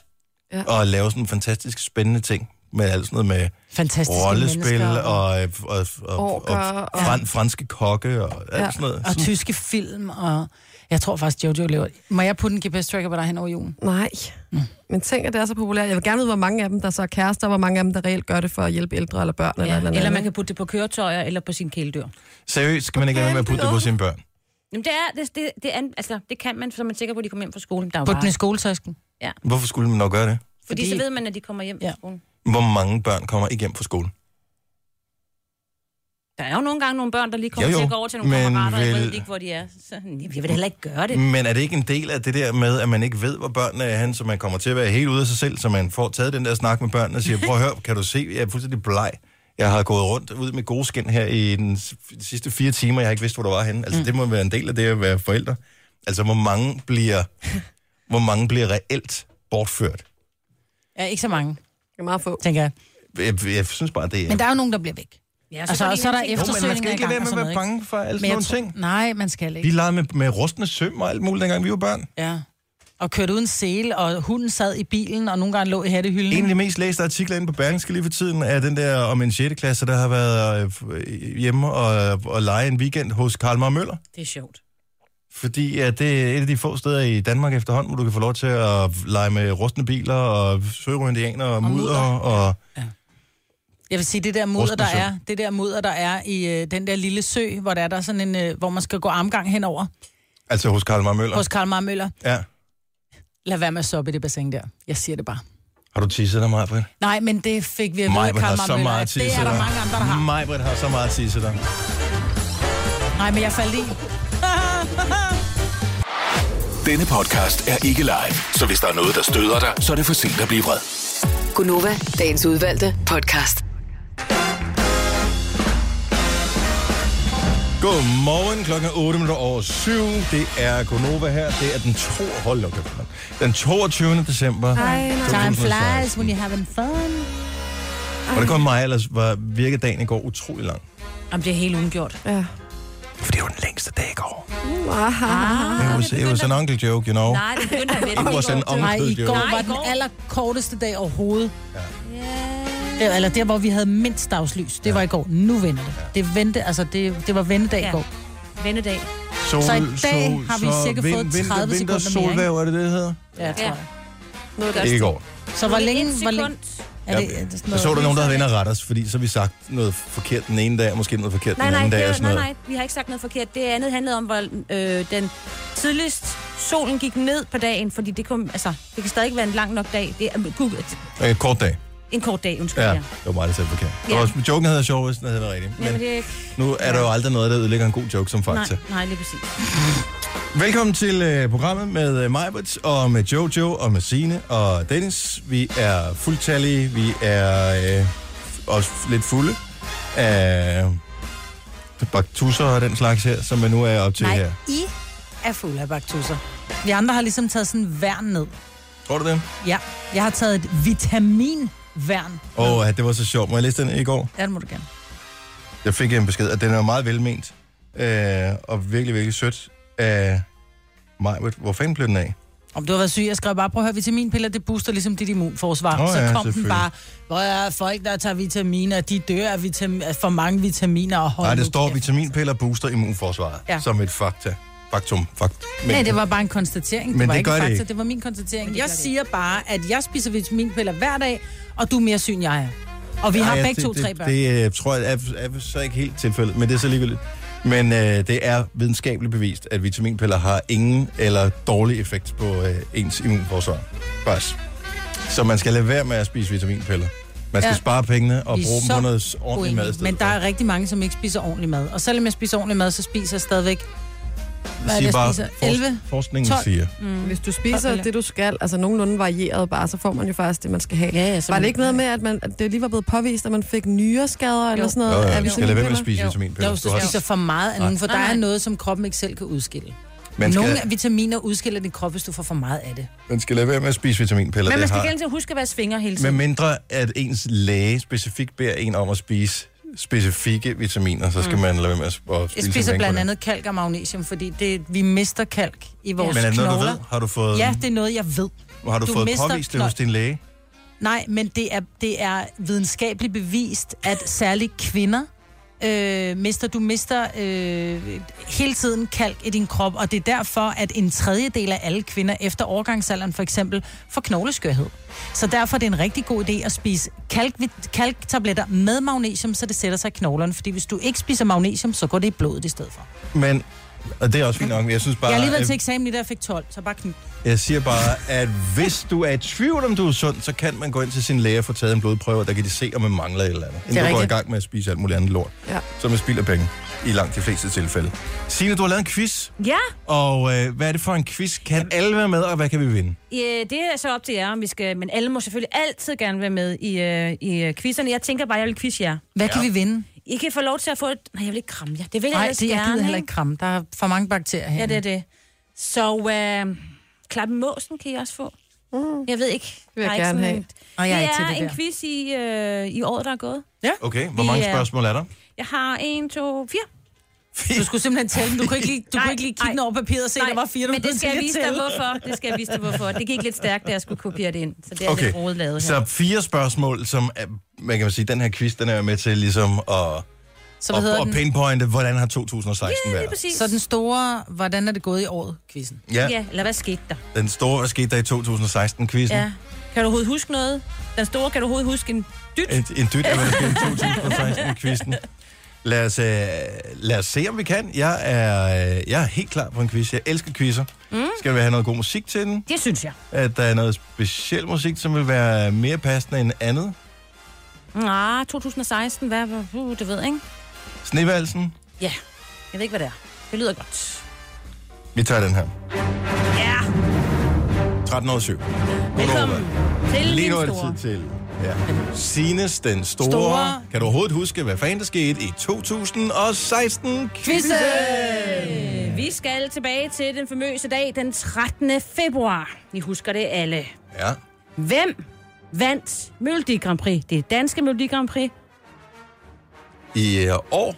[SPEAKER 1] ja.
[SPEAKER 2] Ja.
[SPEAKER 1] og laver sådan fantastisk spændende ting med alt sådan noget med
[SPEAKER 3] Fantastiske
[SPEAKER 1] rollespil
[SPEAKER 3] mennesker.
[SPEAKER 1] og, øh, og, og, og,
[SPEAKER 2] Orker
[SPEAKER 1] og
[SPEAKER 2] og-
[SPEAKER 1] fran, franske kokke og alt ja.
[SPEAKER 2] Ja.
[SPEAKER 1] sådan noget.
[SPEAKER 3] Og
[SPEAKER 1] Sådan-
[SPEAKER 3] tyske film, og jeg tror faktisk, Jojo lever... Må jeg putte en GPS-tracker på dig hen over julen?
[SPEAKER 2] Nej.
[SPEAKER 1] Mm.
[SPEAKER 2] Men tænk, at det er så populært. Jeg vil gerne vide, hvor mange af dem, der så er kærester, og hvor mange af dem, der reelt gør det for at hjælpe ældre eller børn.
[SPEAKER 6] Ja,
[SPEAKER 2] Eller, eller,
[SPEAKER 6] eller man kan putte det på køretøjer eller på sin kæledyr.
[SPEAKER 1] Seriøst, skal man ikke have med at putte det på sine børn?
[SPEAKER 6] Jamen, det, er, det, det, det, an, altså, det kan man, så man er sikker på, at de kommer hjem fra skolen. Der er jo
[SPEAKER 3] Putte den i
[SPEAKER 6] bare,
[SPEAKER 3] skoletasken?
[SPEAKER 1] Hvorfor skulle man nok gøre det?
[SPEAKER 6] fordi,
[SPEAKER 3] fordi-
[SPEAKER 6] så ved man, at de kommer hjem ja.
[SPEAKER 3] Ja.
[SPEAKER 6] fra skolen.
[SPEAKER 1] Hvor mange børn kommer ikke hjem fra skole?
[SPEAKER 6] Der er jo nogle gange nogle børn, der lige kommer
[SPEAKER 1] Jo,
[SPEAKER 6] jo,
[SPEAKER 1] jo,
[SPEAKER 6] jo. til at gå over til nogle
[SPEAKER 1] men
[SPEAKER 6] kammerater, og jeg
[SPEAKER 1] vel-
[SPEAKER 6] ved ikke, hvor de er. Så, jamen, jeg vil da heller ikke gøre
[SPEAKER 3] Mm.
[SPEAKER 6] det.
[SPEAKER 1] Men er det ikke en del af det der med, at man ikke ved, hvor børnene er hen, så man kommer til at være helt ude af sig selv, så man får taget den der snak med børnene og siger, prøv at høre, kan du se, jeg er fuldstændig bleg. Jeg har gået rundt ud med gode skin her i den s- de sidste fire timer, jeg har ikke vidst, hvor du var henne. Altså, mm. det må være en del af det at være forældre. Altså, hvor mange bliver, hvor mange bliver reelt bortført?
[SPEAKER 3] Ja, ikke så mange,
[SPEAKER 2] Det er meget få.
[SPEAKER 3] tænker jeg.
[SPEAKER 1] Jeg, jeg synes bare, det er...
[SPEAKER 3] Men der er jo nogen, der bliver væk.
[SPEAKER 6] Ja,
[SPEAKER 3] Altså,
[SPEAKER 6] går de
[SPEAKER 3] og så er
[SPEAKER 6] hen
[SPEAKER 3] der
[SPEAKER 6] til-
[SPEAKER 1] Jo,
[SPEAKER 3] efter-
[SPEAKER 1] men man skal
[SPEAKER 3] eftersøgninger
[SPEAKER 1] ikke
[SPEAKER 3] i
[SPEAKER 1] lade være
[SPEAKER 3] gang
[SPEAKER 1] med
[SPEAKER 3] og
[SPEAKER 1] at være
[SPEAKER 3] sådan noget,
[SPEAKER 1] bange for alle
[SPEAKER 3] Men
[SPEAKER 1] sådan
[SPEAKER 3] jeg
[SPEAKER 1] nogle
[SPEAKER 3] tror-
[SPEAKER 1] ting.
[SPEAKER 3] Nej, man skal
[SPEAKER 1] Vi
[SPEAKER 3] ikke.
[SPEAKER 1] legede med, med rustne søm og alt muligt, dengang vi var børn.
[SPEAKER 3] Ja. Og kørte uden sele, og hunden sad i bilen, og nogle gange lå i hattehylden.
[SPEAKER 1] En af de mest læste artikler inde på Berlingske lige for tiden er den der om en 6. klasse, der har været øh, f- øh, hjemme og, og lege en weekend hos Karl Mar Møller.
[SPEAKER 6] Det er sjovt.
[SPEAKER 1] Fordi at det er et af de få steder i Danmark efterhånden, hvor du kan få lov til at lege med rustne biler og sørøve indianer og, og mudder. Og,
[SPEAKER 3] Jeg vil sige, det der mudder, der
[SPEAKER 1] Rustensø.
[SPEAKER 3] er, det der mudder, der er i øh, den der lille sø, hvor der er der er sådan en, øh, hvor man skal gå armgang henover
[SPEAKER 1] altså hos Karl Mark Møller.
[SPEAKER 3] hos Karl Marr Møller.
[SPEAKER 1] Ja.
[SPEAKER 3] Lad være med at soppe i det bassin der. Jeg siger det bare.
[SPEAKER 1] Har du tisset dig, Maja
[SPEAKER 3] Nej, men det fik vi at vide,
[SPEAKER 1] Majbrit
[SPEAKER 3] Karl
[SPEAKER 1] har
[SPEAKER 3] Marr
[SPEAKER 1] så
[SPEAKER 3] Møller.
[SPEAKER 1] meget
[SPEAKER 3] at
[SPEAKER 1] tisset
[SPEAKER 3] Det er der mange andre, der har.
[SPEAKER 1] Majbrit har så meget tisset dig.
[SPEAKER 3] Nej, men jeg faldt i.
[SPEAKER 5] Denne podcast er ikke live, så hvis der er noget, der støder dig, så er det for sent at blive vred.
[SPEAKER 7] Gunova, dagens udvalgte podcast.
[SPEAKER 1] Godmorgen, klokken er 8 minutter over 7. Det er Gonova her. Det er den, to... Hold da op, kæft, mand. den 22. december.
[SPEAKER 2] Ej, nej.
[SPEAKER 3] Time
[SPEAKER 1] 2016.
[SPEAKER 3] flies when you're having fun.
[SPEAKER 1] Var det kun mig, ellers var virkedagen i går utrolig lang.
[SPEAKER 6] Jamen, det er helt uundgjort.
[SPEAKER 2] Ja.
[SPEAKER 1] For det var den længste dag i går.
[SPEAKER 2] Wow.
[SPEAKER 1] It was, it was an uncle joke, you know.
[SPEAKER 6] Nej, det begyndte at vende.
[SPEAKER 1] It was an
[SPEAKER 3] Nej,
[SPEAKER 1] uncle
[SPEAKER 3] i
[SPEAKER 1] joke.
[SPEAKER 3] går
[SPEAKER 6] Nej,
[SPEAKER 3] var
[SPEAKER 6] i
[SPEAKER 3] den
[SPEAKER 6] går.
[SPEAKER 3] allerkorteste dag overhovedet. Ja. Eller der, hvor vi havde mindst dagslys. Det var i går. Nu vender det. Det, vendte, altså det, det var vendedag ja. i
[SPEAKER 6] Ja.
[SPEAKER 3] går.
[SPEAKER 6] Vendedag.
[SPEAKER 1] Sol,
[SPEAKER 3] Så i dag har vi cirka fået 30
[SPEAKER 1] vinter,
[SPEAKER 3] sekunder mere,
[SPEAKER 1] solvæv, er det det, det hedder?
[SPEAKER 3] Ja, tror
[SPEAKER 6] Ja.
[SPEAKER 3] jeg.
[SPEAKER 2] Noget
[SPEAKER 1] Ikke i
[SPEAKER 2] der
[SPEAKER 1] går.
[SPEAKER 3] Så hvor længe...
[SPEAKER 6] Et
[SPEAKER 3] Hvor længe
[SPEAKER 6] sekund.
[SPEAKER 3] er det, er det sådan
[SPEAKER 1] Jeg så der
[SPEAKER 3] noget-
[SPEAKER 1] nogen, der havde vendt og rettet os, fordi så har vi sagt noget forkert den ene dag, og måske noget forkert
[SPEAKER 6] Nej,
[SPEAKER 1] den
[SPEAKER 6] nej,
[SPEAKER 1] anden dag. og
[SPEAKER 6] det,
[SPEAKER 1] sådan
[SPEAKER 6] nej,
[SPEAKER 1] noget.
[SPEAKER 6] nej, vi har ikke sagt noget forkert. Det andet handlede om, hvor øh, den tidligst solen gik ned på dagen, fordi det, kom, altså, det kan stadig ikke være en lang nok dag. Det er Google,
[SPEAKER 1] nej. Øh, kort dag.
[SPEAKER 6] en kort dag, undskyld.
[SPEAKER 1] Ja,
[SPEAKER 6] Ja.
[SPEAKER 1] det var mig, der sagde forkert.
[SPEAKER 6] Ja.
[SPEAKER 1] Ja. Også, joken havde jeg sjov, hvis den havde været rigtig.
[SPEAKER 6] Men,
[SPEAKER 1] Men
[SPEAKER 6] det er ikke...
[SPEAKER 1] nu er der jo aldrig noget, der ødelægger en god joke som
[SPEAKER 6] Nej,
[SPEAKER 1] fakta.
[SPEAKER 6] nej, lige præcis.
[SPEAKER 1] Velkommen til øh, programmet med øh, Majbert og med Jojo og med Sine og Dennis. Vi er fuldtallige, vi er øh, også lidt fulde af baktusser og den slags her, som vi nu er op til
[SPEAKER 3] Nej,
[SPEAKER 1] her.
[SPEAKER 3] I er fuld af baktusser. Vi andre har ligesom taget sådan en værn ned.
[SPEAKER 1] Tror du det?
[SPEAKER 3] Ja, jeg har taget et vitaminværn.
[SPEAKER 1] Åh, oh, det var så sjovt. Må jeg læse den i går?
[SPEAKER 3] Ja, det må du gerne.
[SPEAKER 1] Jeg fik en besked, og den er jo meget velment. Øh, og virkelig, virkelig sødt af Majbert. Hvor fanden blev den af?
[SPEAKER 3] Om du har været syg, jeg skrev bare, prøv at høre, vitaminpiller, det booster ligesom dit immunforsvar.
[SPEAKER 1] Nå
[SPEAKER 3] Oh, så
[SPEAKER 1] ja,
[SPEAKER 3] kom den
[SPEAKER 1] selvfølgelig.
[SPEAKER 3] bare, hvor er folk, der tager vitaminer, de dør af, vitamin, af for mange vitaminer og hold
[SPEAKER 1] Nej, det
[SPEAKER 3] nu
[SPEAKER 1] står
[SPEAKER 3] kæft.
[SPEAKER 1] vitaminpiller booster immunforsvaret.
[SPEAKER 3] Ja.
[SPEAKER 1] Ja. Som et fakta. Faktum. Fakt.
[SPEAKER 3] Nej, det var bare en konstatering. Det
[SPEAKER 1] Men
[SPEAKER 3] var
[SPEAKER 1] det
[SPEAKER 3] ikke
[SPEAKER 1] gør
[SPEAKER 3] en
[SPEAKER 1] det
[SPEAKER 3] fakta,
[SPEAKER 1] ikke.
[SPEAKER 3] det var min konstatering.
[SPEAKER 6] det
[SPEAKER 3] Jeg
[SPEAKER 6] gør det
[SPEAKER 3] siger bare, at jeg spiser vitaminpiller hver dag, og du er mere syg, end jeg er. Og vi har
[SPEAKER 1] Ej,
[SPEAKER 3] begge
[SPEAKER 1] det,
[SPEAKER 3] to
[SPEAKER 1] det,
[SPEAKER 3] tre børn.
[SPEAKER 1] Det, øh, tror jeg er, er så ikke helt tilfældet, men det er så ligegyldigt. Men øh, det er videnskabeligt bevist, at vitaminpiller har ingen eller dårlig effekt på øh, ens immunforsvar. Faktisk. Så man skal lade være med at spise vitaminpiller. Man skal
[SPEAKER 3] Ja.
[SPEAKER 1] ja. spare pengene og
[SPEAKER 3] Vi er
[SPEAKER 1] bruge dem
[SPEAKER 3] så
[SPEAKER 1] på noget ordentligt mad. i
[SPEAKER 3] Uenig.
[SPEAKER 1] stedet
[SPEAKER 3] Men der
[SPEAKER 1] for.
[SPEAKER 3] er rigtig mange, som ikke spiser ordentlig mad. Og selvom jeg spiser ordentlig mad, så spiser jeg stadigvæk... Hvad er det,
[SPEAKER 1] siger
[SPEAKER 3] jeg
[SPEAKER 1] bare,
[SPEAKER 3] spiser?
[SPEAKER 1] forsk-
[SPEAKER 3] 11?
[SPEAKER 1] forskningen
[SPEAKER 3] 12.
[SPEAKER 1] siger.
[SPEAKER 2] Hvis du spiser det, du skal, altså nogenlunde varieret bare, så får man jo faktisk det, man skal have.
[SPEAKER 3] Ja, ja, så
[SPEAKER 2] var det
[SPEAKER 3] man-
[SPEAKER 2] ikke noget med, at, man, at det lige var blevet påvist, at man fik nyreskader eller sådan
[SPEAKER 1] Nå,
[SPEAKER 2] noget?
[SPEAKER 1] ja,
[SPEAKER 2] af
[SPEAKER 1] vi skal lade være med at
[SPEAKER 2] vitaminpiller?
[SPEAKER 1] spise
[SPEAKER 6] Jo.
[SPEAKER 1] vitaminpiller.
[SPEAKER 3] Når
[SPEAKER 1] Du
[SPEAKER 3] du
[SPEAKER 1] har-
[SPEAKER 3] spiser for meget af nogen, for der
[SPEAKER 6] Nej,
[SPEAKER 3] er
[SPEAKER 6] nej.
[SPEAKER 3] noget, som kroppen ikke selv kan udskille.
[SPEAKER 1] Man skal-
[SPEAKER 3] Nogle vitaminer udskiller din krop, hvis du får for meget af det.
[SPEAKER 1] Man skal lade være med at spise vitaminpiller.
[SPEAKER 6] Men man
[SPEAKER 1] det
[SPEAKER 6] skal
[SPEAKER 1] har-
[SPEAKER 6] gerne til at huske at være svinger hele
[SPEAKER 1] Med
[SPEAKER 6] tiden.
[SPEAKER 1] mindre at ens læge specifikt beder en om at spise specifikke vitaminer, så skal mm. man lade være med at sp- at
[SPEAKER 3] Jeg
[SPEAKER 1] spise
[SPEAKER 3] spiser
[SPEAKER 1] penge på
[SPEAKER 3] blandt
[SPEAKER 1] det.
[SPEAKER 3] andet kalk og magnesium, fordi det, vi mister kalk i vores
[SPEAKER 1] Men er det noget, du
[SPEAKER 3] knogler.
[SPEAKER 1] ved? Har du fået,
[SPEAKER 3] Ja, det er noget, jeg ved.
[SPEAKER 1] har du
[SPEAKER 3] du
[SPEAKER 1] fået
[SPEAKER 3] mister-
[SPEAKER 1] påvist det hos
[SPEAKER 3] Nå.
[SPEAKER 1] din læge?
[SPEAKER 3] Nej, men det er, det er videnskabeligt bevist, at særligt kvinder øh, mister, du mister øh, hele tiden kalk i din krop, og det er derfor, at en tredjedel af alle kvinder efter overgangsalderen for eksempel får knogleskørhed. Så derfor er det en rigtig god idé at spise kalk, kalktabletter med magnesium, så det sætter sig i knoglerne, fordi hvis du ikke spiser magnesium, så går det i blodet i stedet for.
[SPEAKER 1] Men, og det er også fint nok, men jeg synes bare,
[SPEAKER 3] Jeg er alligevel
[SPEAKER 1] at-
[SPEAKER 3] til eksamen i dag, jeg fik 12, så bare knyt.
[SPEAKER 1] jeg siger bare, at hvis du er i tvivl, om du er sund, så kan man gå ind til sin læge og få taget en blodprøve, og der kan de se, om man mangler et eller andet. Inden du går i
[SPEAKER 3] rigtigt.
[SPEAKER 1] gang med at spise alt muligt andet lort,
[SPEAKER 2] Ja.
[SPEAKER 1] som er spild af penge, i langt de fleste tilfælde. Signe, du har lavet en quiz,
[SPEAKER 6] Ja,
[SPEAKER 1] og øh, hvad er det for en quiz? Kan alle være med, og hvad kan vi vinde?
[SPEAKER 6] øh, det er så op til jer, om vi skal... Men alle må selvfølgelig altid gerne være med i, øh, i øh, quizzerne. Jeg tænker bare, jeg vil quizze jer.
[SPEAKER 3] Hvad kan vi vinde?
[SPEAKER 6] I kan få lov til at få et... Nej, jeg vil ikke kramme jer. Det vil jeg
[SPEAKER 3] Nej,
[SPEAKER 6] ellers
[SPEAKER 3] det jeg
[SPEAKER 6] gerne,
[SPEAKER 3] gider heller
[SPEAKER 6] ikke?
[SPEAKER 3] ikke kramme. Der er for mange bakterier her.
[SPEAKER 6] Ja, det er det. Så øh, klap i måsen kan I også få. Mm. Jeg ved ikke.
[SPEAKER 2] vil jeg
[SPEAKER 6] Der er ikke
[SPEAKER 2] gerne
[SPEAKER 6] sådan
[SPEAKER 2] have.
[SPEAKER 6] en-
[SPEAKER 3] Og jeg er
[SPEAKER 6] det
[SPEAKER 3] ikke til
[SPEAKER 6] er
[SPEAKER 3] det
[SPEAKER 6] en
[SPEAKER 3] der.
[SPEAKER 6] quiz i, øh, i året, der er gået.
[SPEAKER 1] Okay, hvor
[SPEAKER 6] Vi
[SPEAKER 1] mange
[SPEAKER 6] er-
[SPEAKER 1] spørgsmål er der?
[SPEAKER 6] Jeg har en, to, fire.
[SPEAKER 3] Du skulle simpelthen tælle dem. Du kunne ikke lige, du
[SPEAKER 6] Nej,
[SPEAKER 3] kunne ikke lige kigge
[SPEAKER 6] nej.
[SPEAKER 3] den over papiret og se, der var fire, du
[SPEAKER 6] men
[SPEAKER 3] blev
[SPEAKER 6] det skal jeg
[SPEAKER 3] nødt til
[SPEAKER 6] vise
[SPEAKER 3] at
[SPEAKER 6] dig,
[SPEAKER 3] tælle.
[SPEAKER 6] hvorfor. Det skal jeg vise dig, hvorfor. Det gik lidt stærkt, da jeg skulle kopiere det ind. Så det er okay.
[SPEAKER 1] Okay,
[SPEAKER 6] lidt rodet lavet her.
[SPEAKER 1] øh, så fire spørgsmål, som er, man kan man sige, den her quiz, den er jo med til ligesom at
[SPEAKER 3] Så hvad
[SPEAKER 1] Og,
[SPEAKER 3] hedder
[SPEAKER 1] og
[SPEAKER 3] den?
[SPEAKER 1] pinpointe, hvordan har 2016
[SPEAKER 6] Lige
[SPEAKER 1] været?
[SPEAKER 6] præcis.
[SPEAKER 3] Så den store, hvordan er det gået i året, quizzen?
[SPEAKER 1] Ja,
[SPEAKER 6] Ja, eller hvad skete der?
[SPEAKER 1] den store, hvad skete der i 2016-quizzen?
[SPEAKER 6] Ja. Kan du overhovedet huske noget? Den store, kan du overhovedet huske en dyt?
[SPEAKER 1] En, en dyt af, hvad der skete i 2016-quizzen. Lad os, øh, lad os se, om vi kan. Jeg er, øh, jeg er helt klar på en quiz. Jeg elsker quizzer. Mm. Skal vi have noget god musik til den?
[SPEAKER 6] Det synes jeg.
[SPEAKER 1] At der er noget speciel musik, som vil være mere passende end andet?
[SPEAKER 6] Ah, 2016, hvad var uh, det ved jeg, ikke?
[SPEAKER 1] Snevalsen?
[SPEAKER 6] Ja, jeg ved ikke, hvad det er. Det lyder godt.
[SPEAKER 1] Vi tager den her.
[SPEAKER 6] Ja,
[SPEAKER 1] 13 år 7.
[SPEAKER 6] velkommen til
[SPEAKER 1] Lige
[SPEAKER 6] din
[SPEAKER 1] nu er det
[SPEAKER 6] store.
[SPEAKER 1] tid til. Ja. Sines den store.
[SPEAKER 3] Store.
[SPEAKER 1] Kan du overhovedet huske, hvad fanden der skete i 2016?
[SPEAKER 3] Quizzen!
[SPEAKER 6] Vi skal tilbage til den famøse dag, den 13. februar. I husker det alle.
[SPEAKER 1] Ja.
[SPEAKER 6] Hvem vandt Melodi Grand Prix? Det danske Melodi Grand Prix.
[SPEAKER 1] I øh, år?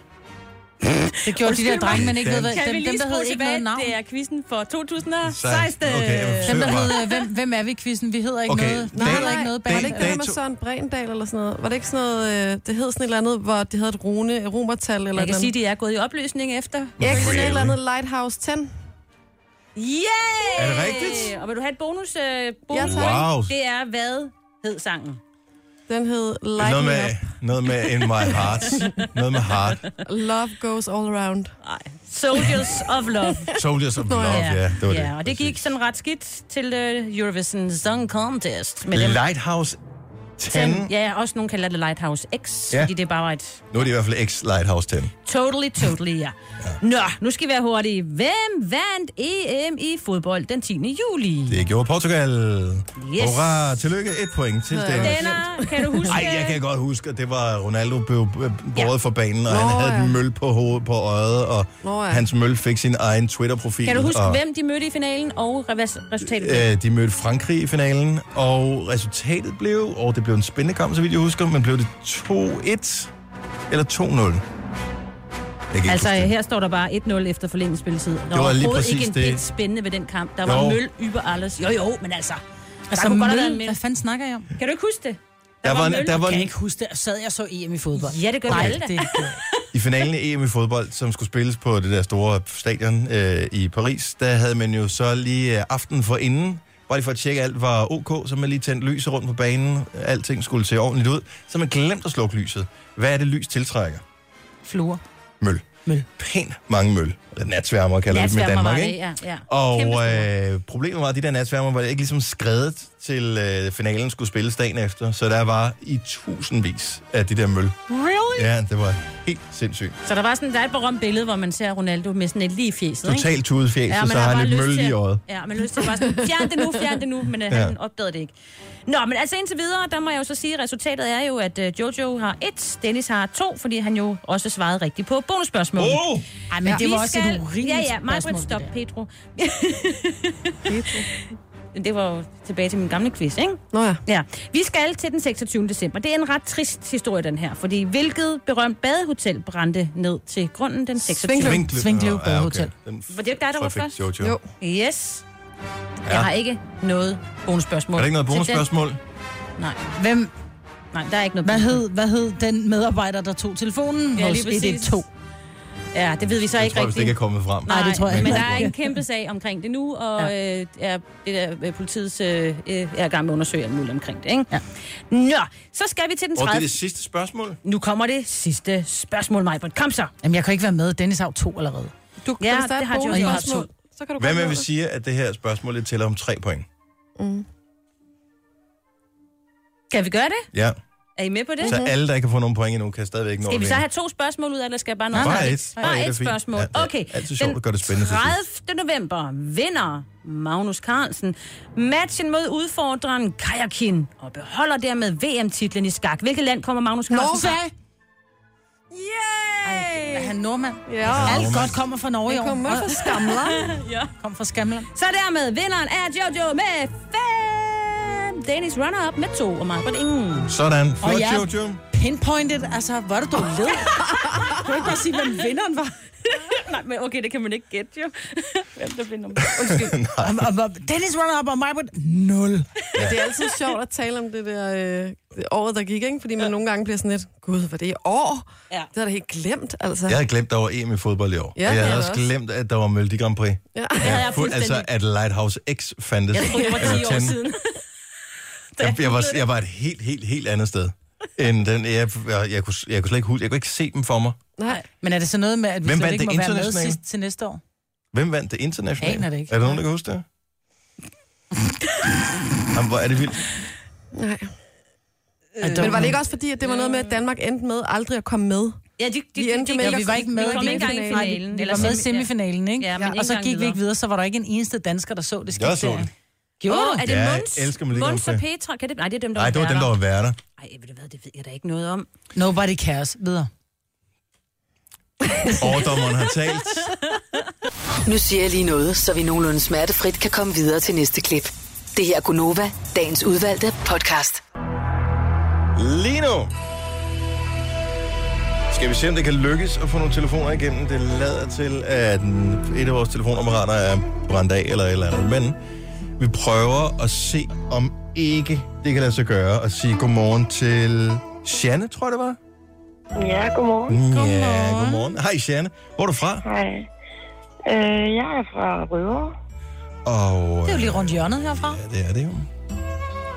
[SPEAKER 3] Det gjorde de der
[SPEAKER 6] Undskyld
[SPEAKER 3] drenge, men ikke ved, hvad,
[SPEAKER 1] Kan
[SPEAKER 3] dem, dem, der hed ikke noget navn.
[SPEAKER 6] Det er quizzen for 2016.
[SPEAKER 1] 16. Okay, jeg
[SPEAKER 3] Dem, der
[SPEAKER 1] forsøger bare.
[SPEAKER 3] hed, øh, hvem, hvem er vi i quizzen? Vi hedder ikke
[SPEAKER 1] Okay,
[SPEAKER 3] noget. Vi
[SPEAKER 1] dag-
[SPEAKER 3] hedder ikke noget
[SPEAKER 1] dag-
[SPEAKER 2] Var
[SPEAKER 3] bag.
[SPEAKER 2] det ikke det her med
[SPEAKER 1] dato-
[SPEAKER 2] Søren Brendal eller sådan noget? Var det ikke sådan noget, øh, det hed sådan et eller andet, hvor det hedder et rune, romertal eller
[SPEAKER 6] Jeg kan
[SPEAKER 2] noget?
[SPEAKER 6] sige, de er gået i opløsning efter.
[SPEAKER 2] X
[SPEAKER 1] Really?
[SPEAKER 2] et eller andet Lighthouse 10.
[SPEAKER 6] Yeah!
[SPEAKER 1] Er det rigtigt?
[SPEAKER 6] Og vil du have et bonus? Øh,
[SPEAKER 2] Ja,
[SPEAKER 6] bonus
[SPEAKER 2] tak.
[SPEAKER 1] Wow.
[SPEAKER 6] Det er, hvad hed sangen?
[SPEAKER 2] Den hed
[SPEAKER 1] Noget
[SPEAKER 2] Light Me
[SPEAKER 1] med, noget med In My Heart. Noget med heart.
[SPEAKER 2] Up. Love Goes All Around.
[SPEAKER 6] Soldiers of Love.
[SPEAKER 1] Soldiers of Love, ja. Det var det.
[SPEAKER 6] ja, og det gik sådan ret skidt til øh, Eurovision Song Contest. Med dem.
[SPEAKER 1] Lighthouse 10.
[SPEAKER 6] Ten. Ja, også nogen kalder det Lighthouse X,
[SPEAKER 1] Ja.
[SPEAKER 6] ja. fordi det bare var et
[SPEAKER 1] Nu er det i hvert fald X Lighthouse 10.
[SPEAKER 6] totally, totally ja. Nå, nu skal vi være hurtige. Hvem vandt EM i fodbold den 10. juli?
[SPEAKER 1] Det gjorde Portugal.
[SPEAKER 6] Yes.
[SPEAKER 1] Hurra, tillykke. Et point til Dennis.
[SPEAKER 6] Denner, kan du huske?
[SPEAKER 1] Ej, jeg kan godt huske, at det var Ronaldo blev øh, båret ja. for banen, og
[SPEAKER 2] Nå,
[SPEAKER 1] han havde
[SPEAKER 2] ja.
[SPEAKER 1] et møl på hovedet på øjet, og
[SPEAKER 2] Nå, ja.
[SPEAKER 1] hans møl fik sin egen Twitter-profil.
[SPEAKER 6] Kan du huske,
[SPEAKER 1] og,
[SPEAKER 6] hvem de mødte i finalen og revers- resultatet? blev?
[SPEAKER 1] Øh, de mødte Frankrig i finalen, og resultatet blev, og det blev en spændende kamp, så vidt jeg husker, men blev det 2-1 eller 2-0? Jeg kan
[SPEAKER 6] Altså,
[SPEAKER 1] ikke huske det.
[SPEAKER 6] her står der bare 1-0 efter forlænget spilletid. Der
[SPEAKER 1] var lige
[SPEAKER 6] overhovedet
[SPEAKER 1] præcis
[SPEAKER 6] ikke en
[SPEAKER 1] det.
[SPEAKER 6] bit spændende ved den kamp. Der
[SPEAKER 1] Jo.
[SPEAKER 6] var møl über alles. Jo, jo, men altså...
[SPEAKER 3] Altså,
[SPEAKER 6] der kunne godt have været
[SPEAKER 3] møl,
[SPEAKER 6] med.
[SPEAKER 3] hvad fanden snakker jeg om? Jeg
[SPEAKER 6] Kan du ikke huske det?
[SPEAKER 1] Der var, en- der var
[SPEAKER 3] kan
[SPEAKER 1] en,
[SPEAKER 3] ikke huske det. Sad jeg så EM i fodbold?
[SPEAKER 6] Ja, det gør vi
[SPEAKER 3] Nej,
[SPEAKER 6] alle da.
[SPEAKER 3] det, det.
[SPEAKER 1] I finalen af EM i fodbold, som skulle spilles på det der store stadion øh, i Paris, der havde man jo så lige øh, aftenen for inden, bare lige for at tjekke, alt var ok, så havde man lige tændt lyset rundt på banen, alting skulle se ordentligt ud, så havde man glemt at slukke lyset. Hvad er det, lys tiltrækker?
[SPEAKER 3] Fluer.
[SPEAKER 1] Møl.
[SPEAKER 3] Møl.
[SPEAKER 1] Pænt mange møl. Eller natsværmer kalder vi dem i
[SPEAKER 6] Natsværmer var
[SPEAKER 1] Danmark,
[SPEAKER 6] det,
[SPEAKER 1] ikke?
[SPEAKER 6] ja. ja.
[SPEAKER 1] Og
[SPEAKER 6] Kæmpestore.
[SPEAKER 1] øh, problemet var, at de der natsværmer var ikke ligesom skrevet til øh, finalen skulle spilles dagen efter, så der var i tusindvis af de der møl.
[SPEAKER 6] Really?
[SPEAKER 1] Ja, det var helt sindssygt.
[SPEAKER 6] Så der var sådan, der er et berømt billede, hvor man ser Ronaldo med sådan et lige i fjeset, ikke?
[SPEAKER 1] Totalt tudet fjæs, ja,
[SPEAKER 6] man
[SPEAKER 1] så har
[SPEAKER 6] bare
[SPEAKER 1] han lidt
[SPEAKER 6] lyst
[SPEAKER 1] møl
[SPEAKER 6] til-
[SPEAKER 1] i øjet.
[SPEAKER 6] Ja, man har lyst til bare sådan, fjern det nu, fjern det nu, men ja.
[SPEAKER 1] Ja.
[SPEAKER 6] han opdagede det ikke. Nå, men altså indtil videre, der må jeg jo så sige, at resultatet er jo, at øh, Jojo har et, Dennis har to, fordi han jo også svarede rigtigt på bonusspørgsmålet.
[SPEAKER 1] Oh!
[SPEAKER 3] Ej, men ja, det
[SPEAKER 6] Vi
[SPEAKER 3] var også et urimeligt
[SPEAKER 6] Ja, ja, mig
[SPEAKER 3] spørgsmål,
[SPEAKER 6] stop,
[SPEAKER 3] det der.
[SPEAKER 6] Pedro. Pedro. det var jo tilbage til min gamle quiz, ikke?
[SPEAKER 2] Nå ja.
[SPEAKER 6] Ja, vi skal til den 26. december. Det er en ret trist historie, den her. Fordi hvilket berømt badehotel brændte ned til grunden den 26.
[SPEAKER 2] Svinkløv.
[SPEAKER 3] Svinglev
[SPEAKER 1] Nå,
[SPEAKER 3] Badehotel.
[SPEAKER 1] Den f-
[SPEAKER 6] Var det ikke dig, der
[SPEAKER 1] tror
[SPEAKER 6] var
[SPEAKER 1] jeg fik
[SPEAKER 6] først?
[SPEAKER 1] Jojo.
[SPEAKER 2] Jo.
[SPEAKER 6] Yes.
[SPEAKER 1] Ja.
[SPEAKER 6] Jeg har ikke noget bonusspørgsmål.
[SPEAKER 1] Er der ikke noget
[SPEAKER 6] til
[SPEAKER 1] bonusspørgsmål?
[SPEAKER 6] den. Nej,
[SPEAKER 3] Hvem,
[SPEAKER 6] nej, der er ikke noget
[SPEAKER 3] hvad,
[SPEAKER 6] bonus-
[SPEAKER 3] hed, hvad hed den medarbejder, der tog telefonen
[SPEAKER 6] Ja,
[SPEAKER 3] hos E
[SPEAKER 6] lige præcis.
[SPEAKER 3] 112?
[SPEAKER 6] Ja, det ved vi så
[SPEAKER 1] Jeg
[SPEAKER 6] ikke
[SPEAKER 1] tror, hvis det ikke
[SPEAKER 6] rigtigt.
[SPEAKER 1] er kommet frem.
[SPEAKER 3] Nej, det tror jeg
[SPEAKER 6] men
[SPEAKER 3] ikke.
[SPEAKER 6] der er en kæmpe sag omkring det nu, og ja. øh, er det der øh, politiets øh, øh, er i gang med at undersøge alt muligt omkring det, ikke?
[SPEAKER 3] Ja.
[SPEAKER 6] Nå, så skal vi til den
[SPEAKER 1] Og det er
[SPEAKER 6] 30.
[SPEAKER 1] det sidste spørgsmål.
[SPEAKER 6] Nu kommer det sidste spørgsmål, Majbert. Kom så.
[SPEAKER 3] Jamen, jeg kan ikke være med. Dennis har to allerede.
[SPEAKER 2] Du kan
[SPEAKER 6] Ja,
[SPEAKER 2] hvis der er
[SPEAKER 6] det
[SPEAKER 2] et
[SPEAKER 6] har Jojo
[SPEAKER 2] bonusspørgsmål,
[SPEAKER 6] også
[SPEAKER 2] Så kan du
[SPEAKER 1] Hvad
[SPEAKER 2] godt
[SPEAKER 1] med,
[SPEAKER 2] nå
[SPEAKER 1] vi
[SPEAKER 2] det.
[SPEAKER 1] siger, at det her spørgsmål det tæller om tre point?
[SPEAKER 6] Kan vi gøre det?
[SPEAKER 1] Ja.
[SPEAKER 6] Er I med på det?
[SPEAKER 1] Så alle, der ikke har fået nogen point endnu, kan stadigvæk nå
[SPEAKER 6] Skal vi
[SPEAKER 1] at vinde.
[SPEAKER 6] så have to spørgsmål ud, eller skal jeg bare nå?
[SPEAKER 1] Bare
[SPEAKER 6] Nej,
[SPEAKER 1] et. Bare et
[SPEAKER 6] Bare
[SPEAKER 1] er
[SPEAKER 6] et
[SPEAKER 1] fint.
[SPEAKER 6] spørgsmål.
[SPEAKER 1] Ja, det er
[SPEAKER 6] Okay.
[SPEAKER 1] altid sjovt at gøre det spændende til sidst.
[SPEAKER 6] 30. november vinder Magnus Carlsen matchen mod udfordreren Kajakin og beholder dermed VM-titlen i skak. Hvilket land kommer Magnus Carlsen fra?
[SPEAKER 3] Norge! Er han nordmand?
[SPEAKER 2] Ja,
[SPEAKER 3] Alt godt kommer fra Norge i
[SPEAKER 2] jeg
[SPEAKER 3] år.
[SPEAKER 2] kommer for
[SPEAKER 3] Og-
[SPEAKER 2] skamler.
[SPEAKER 3] Kom fra Skamler.
[SPEAKER 6] Så dermed vinderen er Jojo med fem. Dennis runner-up med to, og Michael ingen.
[SPEAKER 1] Sådan. Flot,
[SPEAKER 3] jeg-
[SPEAKER 1] Jojo.
[SPEAKER 3] Pinpointed, altså, hvor er det, du led? Du kan ikke bare sige, hvem vinderen var.
[SPEAKER 6] Nej, men okay, det kan man ikke gætte, jo. Hvem der vinder? Undskyld.
[SPEAKER 3] Om- om- om- Dennis runner-up og mig på 0.
[SPEAKER 2] Ja. Det er altid sjovt at tale om det der øh, det året, der gik, ikke? Fordi man ja. nogle gange bliver sådan lidt, gud, var det i år?
[SPEAKER 6] Ja.
[SPEAKER 2] Det har da helt glemt, altså.
[SPEAKER 1] Jeg havde glemt, der var EM i fodbold i år.
[SPEAKER 2] Ja,
[SPEAKER 1] og
[SPEAKER 2] det
[SPEAKER 1] jeg havde
[SPEAKER 2] havde
[SPEAKER 1] også
[SPEAKER 2] jeg også.
[SPEAKER 1] glemt, at der var Melodi Grand Prix.
[SPEAKER 2] Ja.
[SPEAKER 1] Ja,
[SPEAKER 6] havde jeg
[SPEAKER 1] fuld- altså, at Lighthouse X fandtes.
[SPEAKER 6] Jeg troede, det var 10
[SPEAKER 1] Eller
[SPEAKER 6] år
[SPEAKER 1] 10.
[SPEAKER 6] siden.
[SPEAKER 1] Jeg, jeg, var, jeg var et helt, helt, helt andet sted. End den, jeg, jeg, jeg, kunne, jeg kunne slet ikke huske, jeg kunne ikke se dem for mig.
[SPEAKER 2] Nej.
[SPEAKER 3] Men er det så noget med, at vi
[SPEAKER 1] Hvem
[SPEAKER 3] slet
[SPEAKER 1] vandt
[SPEAKER 3] ikke må
[SPEAKER 1] det
[SPEAKER 3] være med
[SPEAKER 1] internationale?
[SPEAKER 3] sidst til næste år?
[SPEAKER 1] Hvem vandt det internationalt?
[SPEAKER 3] Aner det ikke.
[SPEAKER 1] Er der nogen, der kan huske det? Jamen, hvor er det vildt.
[SPEAKER 2] Nej.
[SPEAKER 3] Øh,
[SPEAKER 2] Men var det ikke også fordi, at det var noget med, at Danmark endte med aldrig at komme med?
[SPEAKER 6] Ja, de,
[SPEAKER 2] Vi endte med-
[SPEAKER 3] Ja, vi var ikke med
[SPEAKER 6] Vi kom
[SPEAKER 3] i
[SPEAKER 6] ikke engang i
[SPEAKER 2] finalen.
[SPEAKER 6] finalen.
[SPEAKER 3] Vi
[SPEAKER 6] eller
[SPEAKER 3] var med i
[SPEAKER 6] semi- ja.
[SPEAKER 3] semifinalen, ikke?
[SPEAKER 6] Ja, men ikke
[SPEAKER 3] og så
[SPEAKER 6] engang
[SPEAKER 3] gik vi
[SPEAKER 6] videre.
[SPEAKER 3] ikke videre, så var der ikke en eneste dansker, der så det skete.
[SPEAKER 1] Jeg så det.
[SPEAKER 3] Gjorde
[SPEAKER 6] Åh,
[SPEAKER 3] du?
[SPEAKER 6] er det
[SPEAKER 1] Ja,
[SPEAKER 6] Mons?
[SPEAKER 1] jeg elsker Melodi Grand
[SPEAKER 6] Mons og
[SPEAKER 1] Prix.
[SPEAKER 6] Petra? Kan det, nej, det er dem, der
[SPEAKER 1] Nej, det var dem, der var værter.
[SPEAKER 6] Nej, ved du hvad, det ved jeg da ikke noget om.
[SPEAKER 3] Nobody cares. Videre.
[SPEAKER 1] Overdommeren har talt.
[SPEAKER 7] Nu siger jeg lige noget, så vi nogenlunde smertefrit kan komme videre til næste klip. Det her er Gunova, dagens udvalgte podcast.
[SPEAKER 1] Lige nu. Skal vi se, om det kan lykkes at få nogle telefoner igennem? Det lader til, at et af vores telefonapparater er brændt af eller et eller andet. Men vi prøver at se, om ikke det kan lade sig gøre at sige godmorgen til Janne, tror jeg det var.
[SPEAKER 8] Ja, godmorgen.
[SPEAKER 1] Ja, godmorgen. Hej Janne. Hvor er du fra?
[SPEAKER 8] Hej. Øh, jeg er fra Røver.
[SPEAKER 1] Og
[SPEAKER 3] Det er jo
[SPEAKER 1] øh,
[SPEAKER 3] lige rundt hjørnet herfra.
[SPEAKER 1] ja, det er det jo.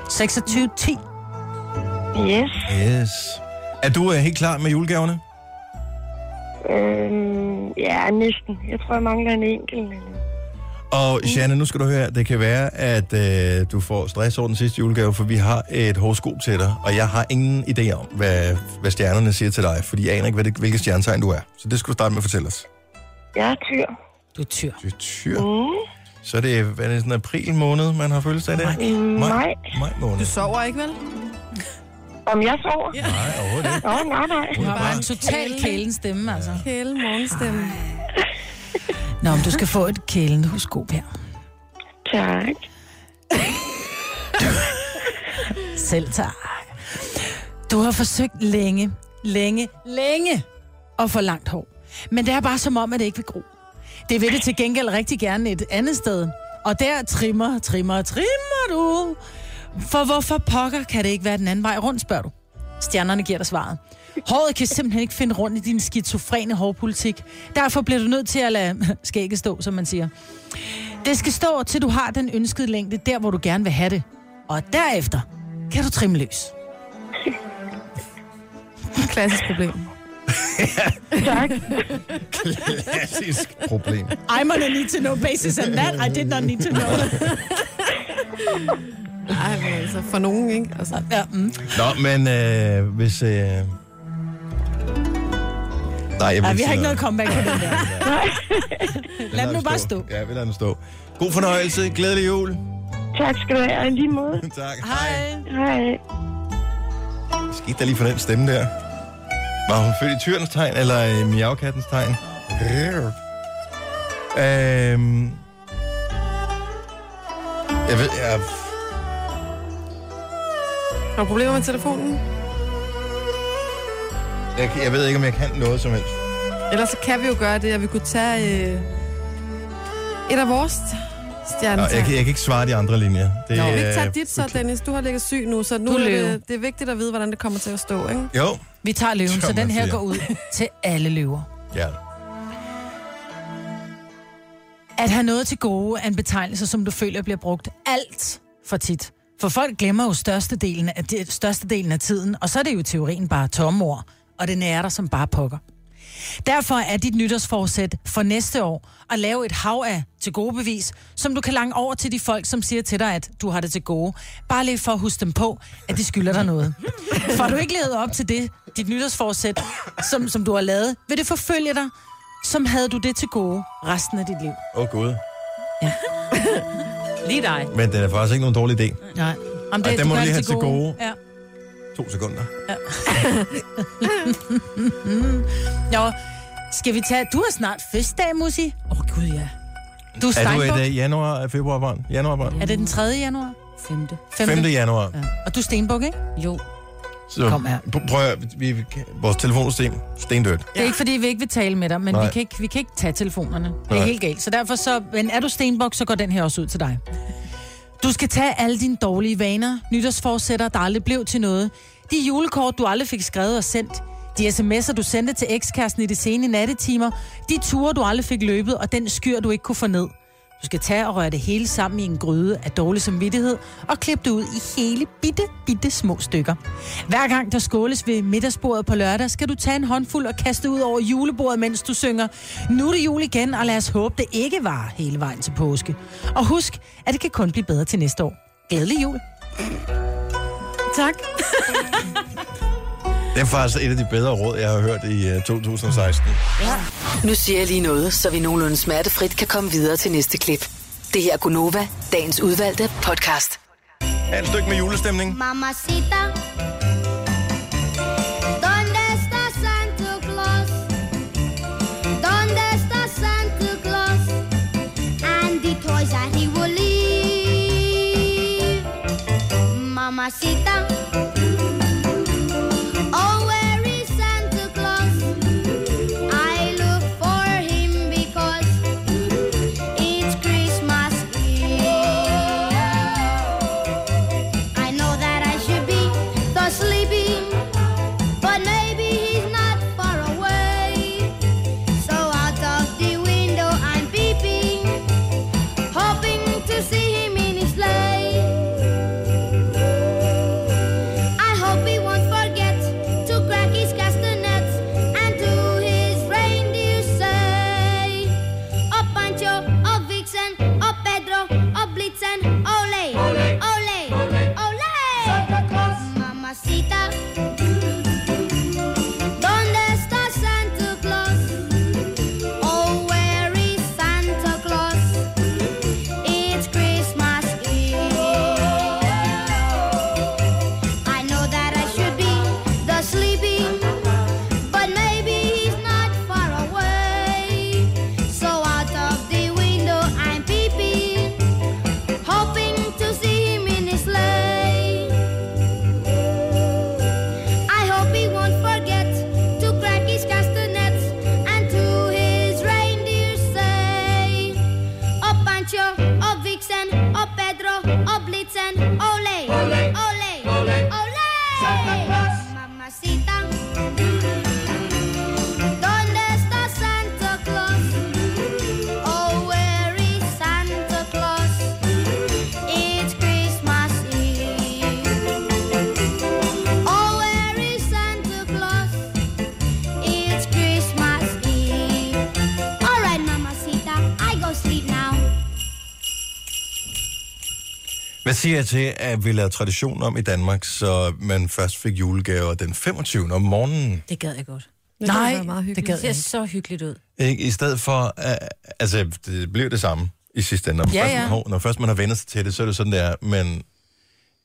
[SPEAKER 3] 26.10.
[SPEAKER 8] Yes.
[SPEAKER 1] Yes. Er du øh, helt klar med julegaverne?
[SPEAKER 8] Øh, ja, næsten. Jeg tror, jeg mangler en enkelt. øh, eller-
[SPEAKER 1] Og Janne, nu skal du høre, det kan være, at øh, du får stress over den sidste julegave, for vi har et horoskop til dig, og jeg har ingen idé om, hvad, hvad stjernerne siger til dig, fordi jeg aner ikke, hvad det, hvilket stjernetegn du er. Så det skal du starte med at fortælle os.
[SPEAKER 8] Jeg er tyr.
[SPEAKER 3] Du er tyr.
[SPEAKER 1] Du er tyr.
[SPEAKER 8] Mm,
[SPEAKER 1] Så er det, hvad er det sådan april måned, man har følelse af det? Nej.
[SPEAKER 8] nej.
[SPEAKER 1] Maj måned.
[SPEAKER 2] Du sover ikke, vel?
[SPEAKER 8] Om jeg sover? Ja.
[SPEAKER 1] Nej, overhovedet ikke.
[SPEAKER 8] Nå, nej, nej.
[SPEAKER 1] Hun er
[SPEAKER 3] Bare en
[SPEAKER 1] bare...
[SPEAKER 3] total kælen stemme, altså.
[SPEAKER 2] Kæle morgenstemme.
[SPEAKER 3] Nå, men du skal få et kælende horoskop her.
[SPEAKER 8] Tak.
[SPEAKER 3] Selv tak. Du har forsøgt længe, længe, længe at få langt hår. Men det er bare som om, at det ikke vil gro. Det vil det til gengæld rigtig gerne et andet sted. Og der trimmer, trimmer, trimmer du. For hvorfor pokker kan det ikke være den anden vej rundt, spørger du? Stjernerne giver dig svaret. Håret kan simpelthen ikke finde rundt i din skizofrene hårpolitik. Derfor bliver du nødt til at lade skægget stå, som man siger. Det skal stå, til du har den ønskede længde, der hvor du gerne vil have det. Og derefter kan du trimme løs.
[SPEAKER 2] Klassisk problem.
[SPEAKER 1] Klassisk problem.
[SPEAKER 3] I'm on a need to know basis and that I did not need to know.
[SPEAKER 2] Ej, men altså, for nogen, ikke? Altså,
[SPEAKER 3] ja, mm.
[SPEAKER 1] Nå, men øh, hvis... Øh... Nej, jeg vil
[SPEAKER 3] ja,
[SPEAKER 1] sige
[SPEAKER 3] vi har
[SPEAKER 1] noget.
[SPEAKER 3] ikke noget comeback på den der. Lad den nu bare stå.
[SPEAKER 1] Ja, vi lader den stå. God fornøjelse. Glædelig jul.
[SPEAKER 8] Tak skal du have. og i lige måde.
[SPEAKER 1] tak.
[SPEAKER 8] Hej.
[SPEAKER 1] Skete der lige for den stemme der? Var hun født i tyrens tegn, eller øh, miaukattens tegn? Rrr. Øhm, jeg ved, jeg...
[SPEAKER 2] har du problemer med telefonen?
[SPEAKER 1] Jeg, jeg ved ikke, om jeg kan noget som helst.
[SPEAKER 2] Ellers så kan vi jo gøre det, at vi kunne tage øh, et af vores
[SPEAKER 1] Nå, jeg,
[SPEAKER 2] stjernetegn.
[SPEAKER 1] kan, jeg kan ikke svare de andre linjer. Det,
[SPEAKER 2] Nå, vi ikke tager
[SPEAKER 1] øh,
[SPEAKER 2] dit så, Dennis. Du har ligget syg nu, så nu
[SPEAKER 3] Du
[SPEAKER 2] er
[SPEAKER 3] lever.
[SPEAKER 2] det, det er vigtigt at vide, hvordan det kommer til at stå, ikke?
[SPEAKER 1] Jo,
[SPEAKER 3] Vi tager løven, så
[SPEAKER 1] Som
[SPEAKER 3] den
[SPEAKER 1] man
[SPEAKER 3] her
[SPEAKER 1] siger.
[SPEAKER 3] går ud til alle løver.
[SPEAKER 1] ja.
[SPEAKER 3] At have noget til gode er en betegnelse, som du føler bliver brugt alt for tit. For folk glemmer jo størstedelen af, det, størstedelen af tiden, og så er det jo i teorien bare tomme ord, og det nærer dig som bare pokker. Derfor er dit nytårsforsæt for næste år at lave et hav af til gode bevis, som du kan lange over til de folk, som siger til dig, at du har det til gode. Bare lige for at huske dem på, at de skylder dig noget. For du ikke levet op til det, dit nytårsforsæt, som, som du har lavet, vil det forfølge dig, som havde du det til gode resten af dit liv.
[SPEAKER 1] Åh, oh, gud.
[SPEAKER 6] Lige dig.
[SPEAKER 1] Men det er faktisk ikke nogen dårlig idé.
[SPEAKER 3] Nej. Om
[SPEAKER 1] Ej, den må
[SPEAKER 3] gør
[SPEAKER 1] du lige have
[SPEAKER 3] det
[SPEAKER 1] til gode.
[SPEAKER 3] Ja.
[SPEAKER 1] To sekunder.
[SPEAKER 3] Nå, skal vi tage... Du har snart fødselsdag, Musi. Åh, oh, gud ja. Du er,
[SPEAKER 1] Er du
[SPEAKER 3] Steinbuk.
[SPEAKER 1] et øh, januar, februar barn? Januar barn?
[SPEAKER 3] Er det den 3. januar?
[SPEAKER 6] Femte.
[SPEAKER 1] 5. januar.
[SPEAKER 3] Ja. Og du er Stenbuk, ikke?
[SPEAKER 6] Jo.
[SPEAKER 1] Så
[SPEAKER 3] Kom her.
[SPEAKER 1] pr- prøv at, høre, vi, vi, vores telefonsystem, stendødt.
[SPEAKER 3] Det er ikke, fordi vi ikke vil tale med dig, men
[SPEAKER 1] Nej.
[SPEAKER 3] vi kan, ikke, vi kan ikke tage telefonerne. Det er
[SPEAKER 1] Nej.
[SPEAKER 3] helt galt. Så derfor så, men er du stenbok, så går den her også ud til dig. Du skal tage alle dine dårlige vaner, nytårsforsætter, der aldrig blev til noget. De julekort, du aldrig fik skrevet og sendt. De sms'er, du sendte til ekskæresten i de sene nattetimer. De ture, du aldrig fik løbet, og den skyr, du ikke kunne få ned. Du skal tage og røre det hele sammen i en gryde af dårlig samvittighed og klippe det ud i hele bitte, bitte små stykker. Hver gang der skåles ved middagsbordet på lørdag, skal du tage en håndfuld og kaste det ud over julebordet, mens du synger Nu er det jul igen, og lad os håbe, det ikke var hele vejen til påske. Og husk, at det kan kun blive bedre til næste år. Glædelig jul.
[SPEAKER 2] Tak.
[SPEAKER 1] Det er faktisk et af de bedre råd, jeg har hørt i øh, 2016.
[SPEAKER 7] Nu siger jeg lige noget, så vi nogenlunde smertefrit kan komme videre til næste klip. Det her er Gunova, dagens udvalgte podcast.
[SPEAKER 1] Er et stykke med julestemning?
[SPEAKER 9] Mamacita, ¿dónde está Santa Claus? ¿Dónde está Santa Claus? And the toys that he will leave. Mamacita, oh where is Santa Claus? I look for him because it's Christmas Eve. I know that I should be the sleepy, but maybe he's not far away. So out of the window I'm peeping, hoping to see him in his sleigh. I hope he won't forget to crack his castanets and to his reindeer say, Oh Pancho, oh Vixen, oh Pedro, oh Blitzen, ole, ole, ole, ole. Santa Claus, Mamacita. ¿Dónde está Santa Claus? Oh, where is Santa Claus? It's Christmas Eve. I know that I should be the sleepy, but maybe he's not far away. So out of the window I'm peeping, hoping to see him in his sleigh. I hope he won't forget to crack his castanets and to his reindeer say, Oh Pancho, oh Vixen, oh Pedro, oh Blitzen, ole, ole, ole, ole, Mamacita. ¿Dónde está Santa Claus? Oh, where is Santa Claus? It's Christmas Eve. Oh, where is Santa Claus? It's Christmas Eve. All right, Mamacita, I go sleep now.
[SPEAKER 1] Hvad siger jeg til, at vi lavede tradition om i Danmark, så man først fik julegaver den 25. om morgenen?
[SPEAKER 6] Det gad jeg godt.
[SPEAKER 3] Nej,
[SPEAKER 2] være meget
[SPEAKER 3] det
[SPEAKER 2] hyggeligt.
[SPEAKER 3] gad
[SPEAKER 6] Det
[SPEAKER 3] jeg
[SPEAKER 6] ser
[SPEAKER 3] ikke.
[SPEAKER 6] så hyggeligt Mm. ud.
[SPEAKER 1] Ikke? I stedet for, uh, altså det blev det samme i sidste ende. Når, man
[SPEAKER 3] Ja,
[SPEAKER 1] først,
[SPEAKER 3] ja.
[SPEAKER 1] Hov, når først man har vendt sig til det, så er det sådan der. Men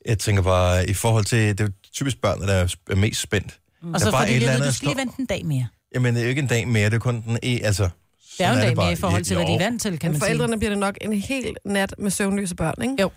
[SPEAKER 1] jeg tænker bare, i forhold til, det er jo typisk børn, der er sp- er mest spændt.
[SPEAKER 3] Mm. Og
[SPEAKER 1] Der
[SPEAKER 3] så
[SPEAKER 1] er bare
[SPEAKER 3] får
[SPEAKER 1] et
[SPEAKER 3] de lige
[SPEAKER 1] eller
[SPEAKER 3] at vide,
[SPEAKER 1] andet,
[SPEAKER 3] du
[SPEAKER 1] der
[SPEAKER 3] skal lige
[SPEAKER 1] står-
[SPEAKER 3] vente en dag mere.
[SPEAKER 1] Jamen, det er jo ikke en dag mere, det er kun den e, altså...
[SPEAKER 3] Det er jo
[SPEAKER 1] sådan
[SPEAKER 3] en dag
[SPEAKER 1] bare.
[SPEAKER 3] mere i forhold til, hvad de
[SPEAKER 1] Jo.
[SPEAKER 3] er vant til, kan
[SPEAKER 2] Men
[SPEAKER 3] man sige.
[SPEAKER 2] forældrene bliver det nok en hel nat med søvnløse børn, ikke?
[SPEAKER 3] Jo.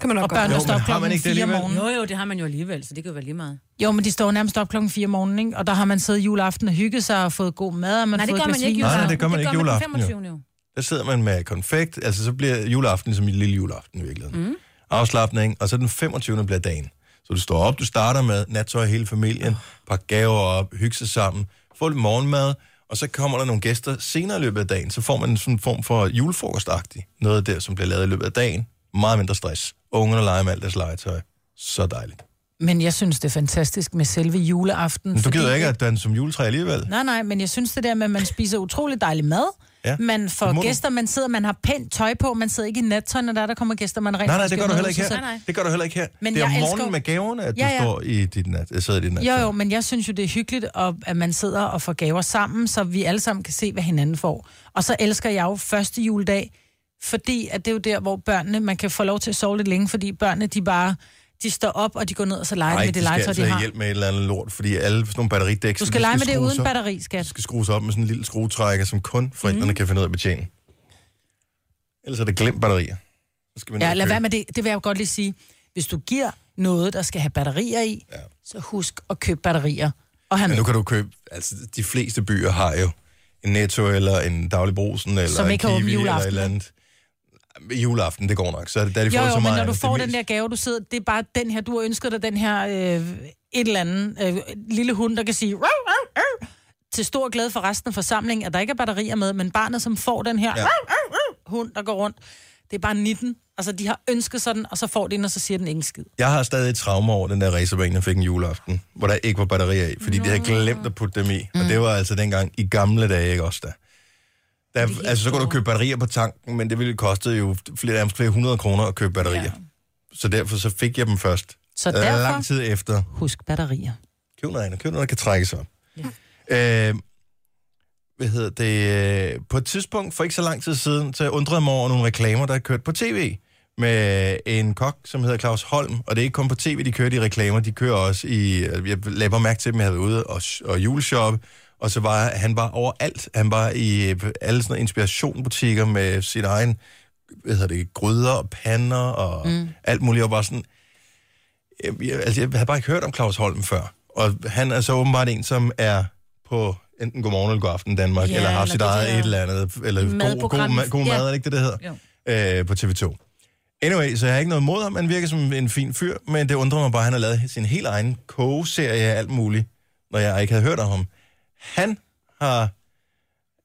[SPEAKER 2] Kan man nok
[SPEAKER 3] Og
[SPEAKER 2] godt.
[SPEAKER 3] børnene
[SPEAKER 1] Jo,
[SPEAKER 3] står
[SPEAKER 1] men
[SPEAKER 3] op
[SPEAKER 1] har man
[SPEAKER 3] klokken
[SPEAKER 1] ikke det
[SPEAKER 3] 4 om
[SPEAKER 1] alligevel?
[SPEAKER 3] morgenen.
[SPEAKER 6] Jo, jo, det har man jo alligevel, så det kan jo være lige meget.
[SPEAKER 3] Jo, men de står jo nærmest op klokken 4 om morgenen, ikke? og der har man siddet juleaften og hygget sig og fået god mad, og man
[SPEAKER 6] Nej,
[SPEAKER 3] har
[SPEAKER 6] det
[SPEAKER 3] fået
[SPEAKER 6] gør
[SPEAKER 3] et
[SPEAKER 6] man
[SPEAKER 3] glas
[SPEAKER 6] ikke
[SPEAKER 3] vin.
[SPEAKER 1] Nej,
[SPEAKER 6] juleaften.
[SPEAKER 1] nej, det gør man ikke
[SPEAKER 6] den
[SPEAKER 1] juleaften, jo.
[SPEAKER 6] 25. jo.
[SPEAKER 1] Der sidder man med konfekt, altså så bliver juleaften som en lille juleaften i virkeligheden. Mm. Afslappning, og så den 25. bliver dagen. Så du står op, du starter med nattøj hele familien, pakke gaver op, hygge sig sammen, få lidt morgenmad, og så kommer der nogle gæster senere i løbet af dagen, så får man sådan en form for julefrokostagtig. Noget der, som bliver lavet i løbet af dagen. Meget mindre stress. Ungerne leger med alt deres legetøj. Så dejligt.
[SPEAKER 3] Men jeg synes, det er fantastisk med selve juleaften.
[SPEAKER 1] Men du
[SPEAKER 3] fordi-
[SPEAKER 1] gider ikke at danse som juletræ alligevel?
[SPEAKER 3] Nej, nej, men jeg synes det der med, at man spiser utrolig dejlig mad.
[SPEAKER 1] Ja,
[SPEAKER 3] Ja, man
[SPEAKER 1] det må
[SPEAKER 3] får
[SPEAKER 1] du.
[SPEAKER 3] gæster, man sidder, man har pænt tøj på, man sidder ikke i nattøj, når der, er, der kommer gæster, man
[SPEAKER 1] Nej,
[SPEAKER 3] rent
[SPEAKER 1] nej,
[SPEAKER 3] faktisk
[SPEAKER 1] det gør du
[SPEAKER 3] noget
[SPEAKER 1] heller
[SPEAKER 3] ud
[SPEAKER 1] ikke
[SPEAKER 3] til sig
[SPEAKER 1] her. Det gør du heller ikke her.
[SPEAKER 3] Men
[SPEAKER 1] det er om
[SPEAKER 3] jeg elsker
[SPEAKER 1] morgenen
[SPEAKER 3] jo-
[SPEAKER 1] med gaverne, at du
[SPEAKER 3] Ja, ja.
[SPEAKER 1] står i dit nat, øh, sidder i dit nat.
[SPEAKER 3] selv. Jo, jo, men jeg synes jo, det er hyggeligt, og, at man sidder og får gaver sammen, så vi alle sammen kan se, hvad hinanden får. Og så elsker jeg jo første juledag, fordi at det er jo der, hvor børnene, man kan få lov til at sove lidt længe, fordi børnene, de bare, de står op, og de går ned og så leger
[SPEAKER 1] Nej,
[SPEAKER 3] med det
[SPEAKER 1] de skal
[SPEAKER 3] legetøj,
[SPEAKER 1] altså
[SPEAKER 3] de har.
[SPEAKER 1] hjælp med et eller andet lort, fordi alle sådan nogle batteridæk...
[SPEAKER 3] Du
[SPEAKER 1] så de
[SPEAKER 3] skal lege med det
[SPEAKER 1] skrues
[SPEAKER 3] uden
[SPEAKER 1] op-
[SPEAKER 3] batteri, Mhm.
[SPEAKER 1] de
[SPEAKER 3] skat.
[SPEAKER 1] skal skrues op med sådan en lille skruetrækker, som kun forældrene mm. kan finde ud af at betjene. Ellers er det glemt batterier. Så skal man ned
[SPEAKER 3] Ja,
[SPEAKER 1] og
[SPEAKER 3] lad
[SPEAKER 1] købe.
[SPEAKER 3] være med det. Det vil jeg jo godt lige sige. Hvis du giver noget, der skal have batterier i, ja. så husk at købe batterier. Og have
[SPEAKER 1] Men nu
[SPEAKER 3] med,
[SPEAKER 1] kan du købe, altså de fleste byer har jo en Netto eller en Daglig Brugsen eller
[SPEAKER 3] Som
[SPEAKER 1] en
[SPEAKER 3] ikke har åbent
[SPEAKER 1] Kiwi eller et
[SPEAKER 3] juleaften.
[SPEAKER 1] eller andet. Juleaften, det går nok, så er det der, de
[SPEAKER 3] jo,
[SPEAKER 1] får
[SPEAKER 3] jo,
[SPEAKER 1] så
[SPEAKER 3] men
[SPEAKER 1] meget.
[SPEAKER 3] når du
[SPEAKER 1] Det
[SPEAKER 3] får
[SPEAKER 1] mest-
[SPEAKER 3] den der gave, du sidder, det er bare den her, du har ønsket dig den her øh, et eller andet øh, lille hund, der kan sige "Rav, rav, rav," til stor glæde for resten af forsamlingen, at der ikke er batterier med, men barnet, som får den her
[SPEAKER 1] Ja.
[SPEAKER 3] "Rav, rav, rav," hund, der går rundt, det er bare 19. Altså, de har ønsket sig den, og så får de den, og så siger den ikke en skid.
[SPEAKER 1] Jeg har stadig et traume over den der racerbane, jeg fik en juleaften, hvor der ikke var batterier i, fordi de havde glemt at putte dem i. Mm. Og det var altså dengang i gamle dage, ikke også da. Der, altså, så kunne du købe batterier på tanken, men det ville koste jo flere, nærmest flere hundrede kroner at købe batterier. Ja. Så derfor så fik jeg dem først.
[SPEAKER 3] Så
[SPEAKER 1] Øh,
[SPEAKER 3] derfor-
[SPEAKER 1] Lang tid efter.
[SPEAKER 3] Husk batterier.
[SPEAKER 1] Køb noget andet. Køb noget, der kan trækkes op. Ja. Øh, hvad hedder det? øh, På et tidspunkt, for ikke så lang tid siden, så jeg undrede jeg mig over nogle reklamer, der er kørt på tv med en kok, som hedder Claus Holm. Og det er ikke kun på tv, de kører de reklamer. De kører også i... øh, Jeg lagde bare mærke til dem, jeg havde været ude og, og juleshoppe. Og så var han var overalt. Han var i øh, alle sådan nogle inspirationbutikker med sit egen hvad hedder det, gryder og pander og mm. alt muligt. Og bare sådan, jeg, jeg- altså, jeg havde bare ikke hørt om Claus Holm før. Og han er så åbenbart en, som er på enten Godmorgen eller Godaften Danmark,
[SPEAKER 3] Ja,
[SPEAKER 1] ja, eller har haft sit
[SPEAKER 3] eller det
[SPEAKER 1] eget
[SPEAKER 3] der
[SPEAKER 1] et eller andet, eller god, god,
[SPEAKER 3] madprogram.
[SPEAKER 1] ma- god mad,
[SPEAKER 3] Ja.
[SPEAKER 1] er det ikke det, det hedder? Øh, på TV2. Anyway, så jeg har ikke noget mod ham. Han virker som en fin fyr, men det undrer mig bare, at han har lavet sin helt egen kogeserie af alt muligt, når jeg ikke havde hørt om ham. Han har,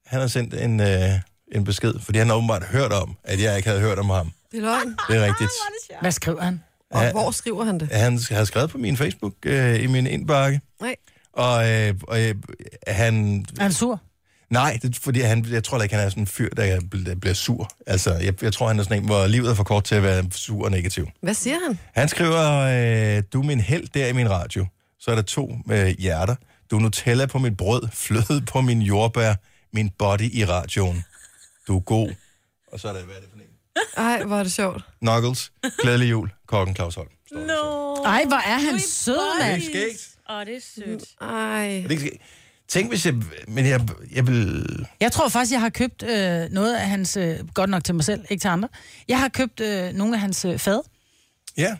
[SPEAKER 1] han har sendt en, øh, en besked, fordi han har åbenbart hørt om, at jeg ikke havde hørt om ham.
[SPEAKER 2] Det er løgn.
[SPEAKER 1] Det Ah, er rigtigt.
[SPEAKER 3] Hvad skriver han?
[SPEAKER 2] Og
[SPEAKER 1] Ja.
[SPEAKER 2] hvor skriver han det?
[SPEAKER 1] Han har skrevet på min Facebook, øh, i min indbakke,
[SPEAKER 2] Nej.
[SPEAKER 1] og, øh, og øh, han...
[SPEAKER 3] Er han sur?
[SPEAKER 1] Nej, det, er fordi han, jeg tror da ikke, han er sådan en fyr, der, bl- der bliver sur. Altså, jeg, jeg tror, han er sådan en, hvor livet er for kort til at være sur og negativ.
[SPEAKER 2] Hvad siger han?
[SPEAKER 1] Han skriver, øh, du er min held der i min radio. Så er der to øh, hjerter. Du er Nutella på mit brød, fløde på min jordbær, min body i radioen. Du er god. Og så er der, hvad er det for en?
[SPEAKER 2] Ej, hvor er det sjovt.
[SPEAKER 1] Knuckles, glædelig jul, kokken Claus Holm. Står der så.
[SPEAKER 3] Ej, hvor er han sød,
[SPEAKER 1] Det er
[SPEAKER 3] mand.
[SPEAKER 1] skægt.
[SPEAKER 6] Åh, det er sødt.
[SPEAKER 2] Ej.
[SPEAKER 1] Det er skægt. Tænk, hvis jeg... Men jeg, jeg vil...
[SPEAKER 3] Jeg tror faktisk, jeg har købt øh, noget af hans, øh, godt nok til mig selv, ikke til andre. Jeg har købt øh, nogle af hans øh, fad.
[SPEAKER 1] Ja.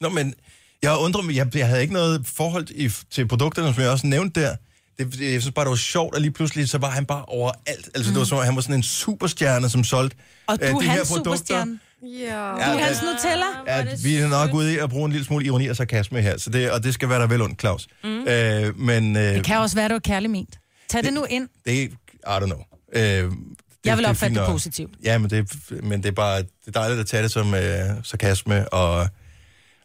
[SPEAKER 1] Nå, men jeg undrer mig, jeg, jeg havde ikke noget forhold i, til produkterne, som jeg også nævnte der. Det, jeg synes bare, det var sjovt, at lige pludselig, så var han bare overalt. Altså, mm. det var som, om, han var sådan en superstjerne, som solgte
[SPEAKER 3] Og du
[SPEAKER 1] øh,
[SPEAKER 3] er hans superstjerne.
[SPEAKER 2] Ja.
[SPEAKER 1] Ja,
[SPEAKER 3] Du er
[SPEAKER 1] det-
[SPEAKER 3] hans Nutella.
[SPEAKER 1] at vi er nok ude i at bruge en lille smule ironi og sarkasme her, så det, og det skal være der vel ondt, Claus. Mm. Øh, men øh,
[SPEAKER 3] Det
[SPEAKER 1] det,
[SPEAKER 3] kan også være, du er kærlig ment. Tag det nu ind.
[SPEAKER 1] det, I don't know. Øh, det,
[SPEAKER 3] Jeg vil
[SPEAKER 1] er
[SPEAKER 3] opfatte
[SPEAKER 1] fint
[SPEAKER 3] det
[SPEAKER 1] nok.
[SPEAKER 3] positivt.
[SPEAKER 1] Ja, men det, men det er bare det er dejligt at tage det som øh, sarkasme og,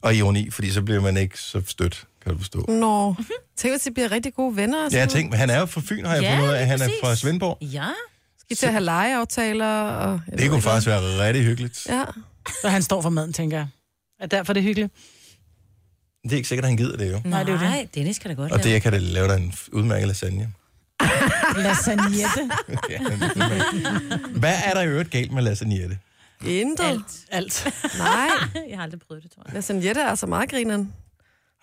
[SPEAKER 1] og ironi, fordi så bliver man ikke så stødt, kan du forstå.
[SPEAKER 2] Nå. Tænk, hvis de bliver rigtig gode venner. og
[SPEAKER 1] Ja,
[SPEAKER 2] sådan
[SPEAKER 1] jeg
[SPEAKER 2] noget.
[SPEAKER 1] tænkte, han er jo fra Fyn, har jeg
[SPEAKER 6] Ja,
[SPEAKER 1] fundet ud af.
[SPEAKER 6] lige
[SPEAKER 1] Han er
[SPEAKER 6] præcis.
[SPEAKER 1] fra Svendborg.
[SPEAKER 6] Ja.
[SPEAKER 2] Skal til at have legeaftaler. Og, jeg ved
[SPEAKER 1] Det kunne
[SPEAKER 2] ikke
[SPEAKER 1] faktisk være rigtig hyggeligt.
[SPEAKER 2] hvad. Ja.
[SPEAKER 3] Så han står for maden, tænker jeg. Er derfor det er hyggeligt?
[SPEAKER 1] Det er ikke sikkert, at han gider det jo.
[SPEAKER 6] Nej,
[SPEAKER 3] det er jo det.
[SPEAKER 6] Nej, Dennis kan da godt
[SPEAKER 1] Og det,
[SPEAKER 6] lave.
[SPEAKER 1] jeg kan da lave dig en f- udmærket lasagne.
[SPEAKER 3] Lasagnette.
[SPEAKER 1] Ja, en udmærket. Hvad er der i øvrigt galt med lasagnette?
[SPEAKER 2] Intet.
[SPEAKER 6] alt.
[SPEAKER 3] Alt.
[SPEAKER 2] Nej.
[SPEAKER 6] Jeg har aldrig prøvet det, tror jeg.
[SPEAKER 2] Men sådan Jette er altså meget grineren.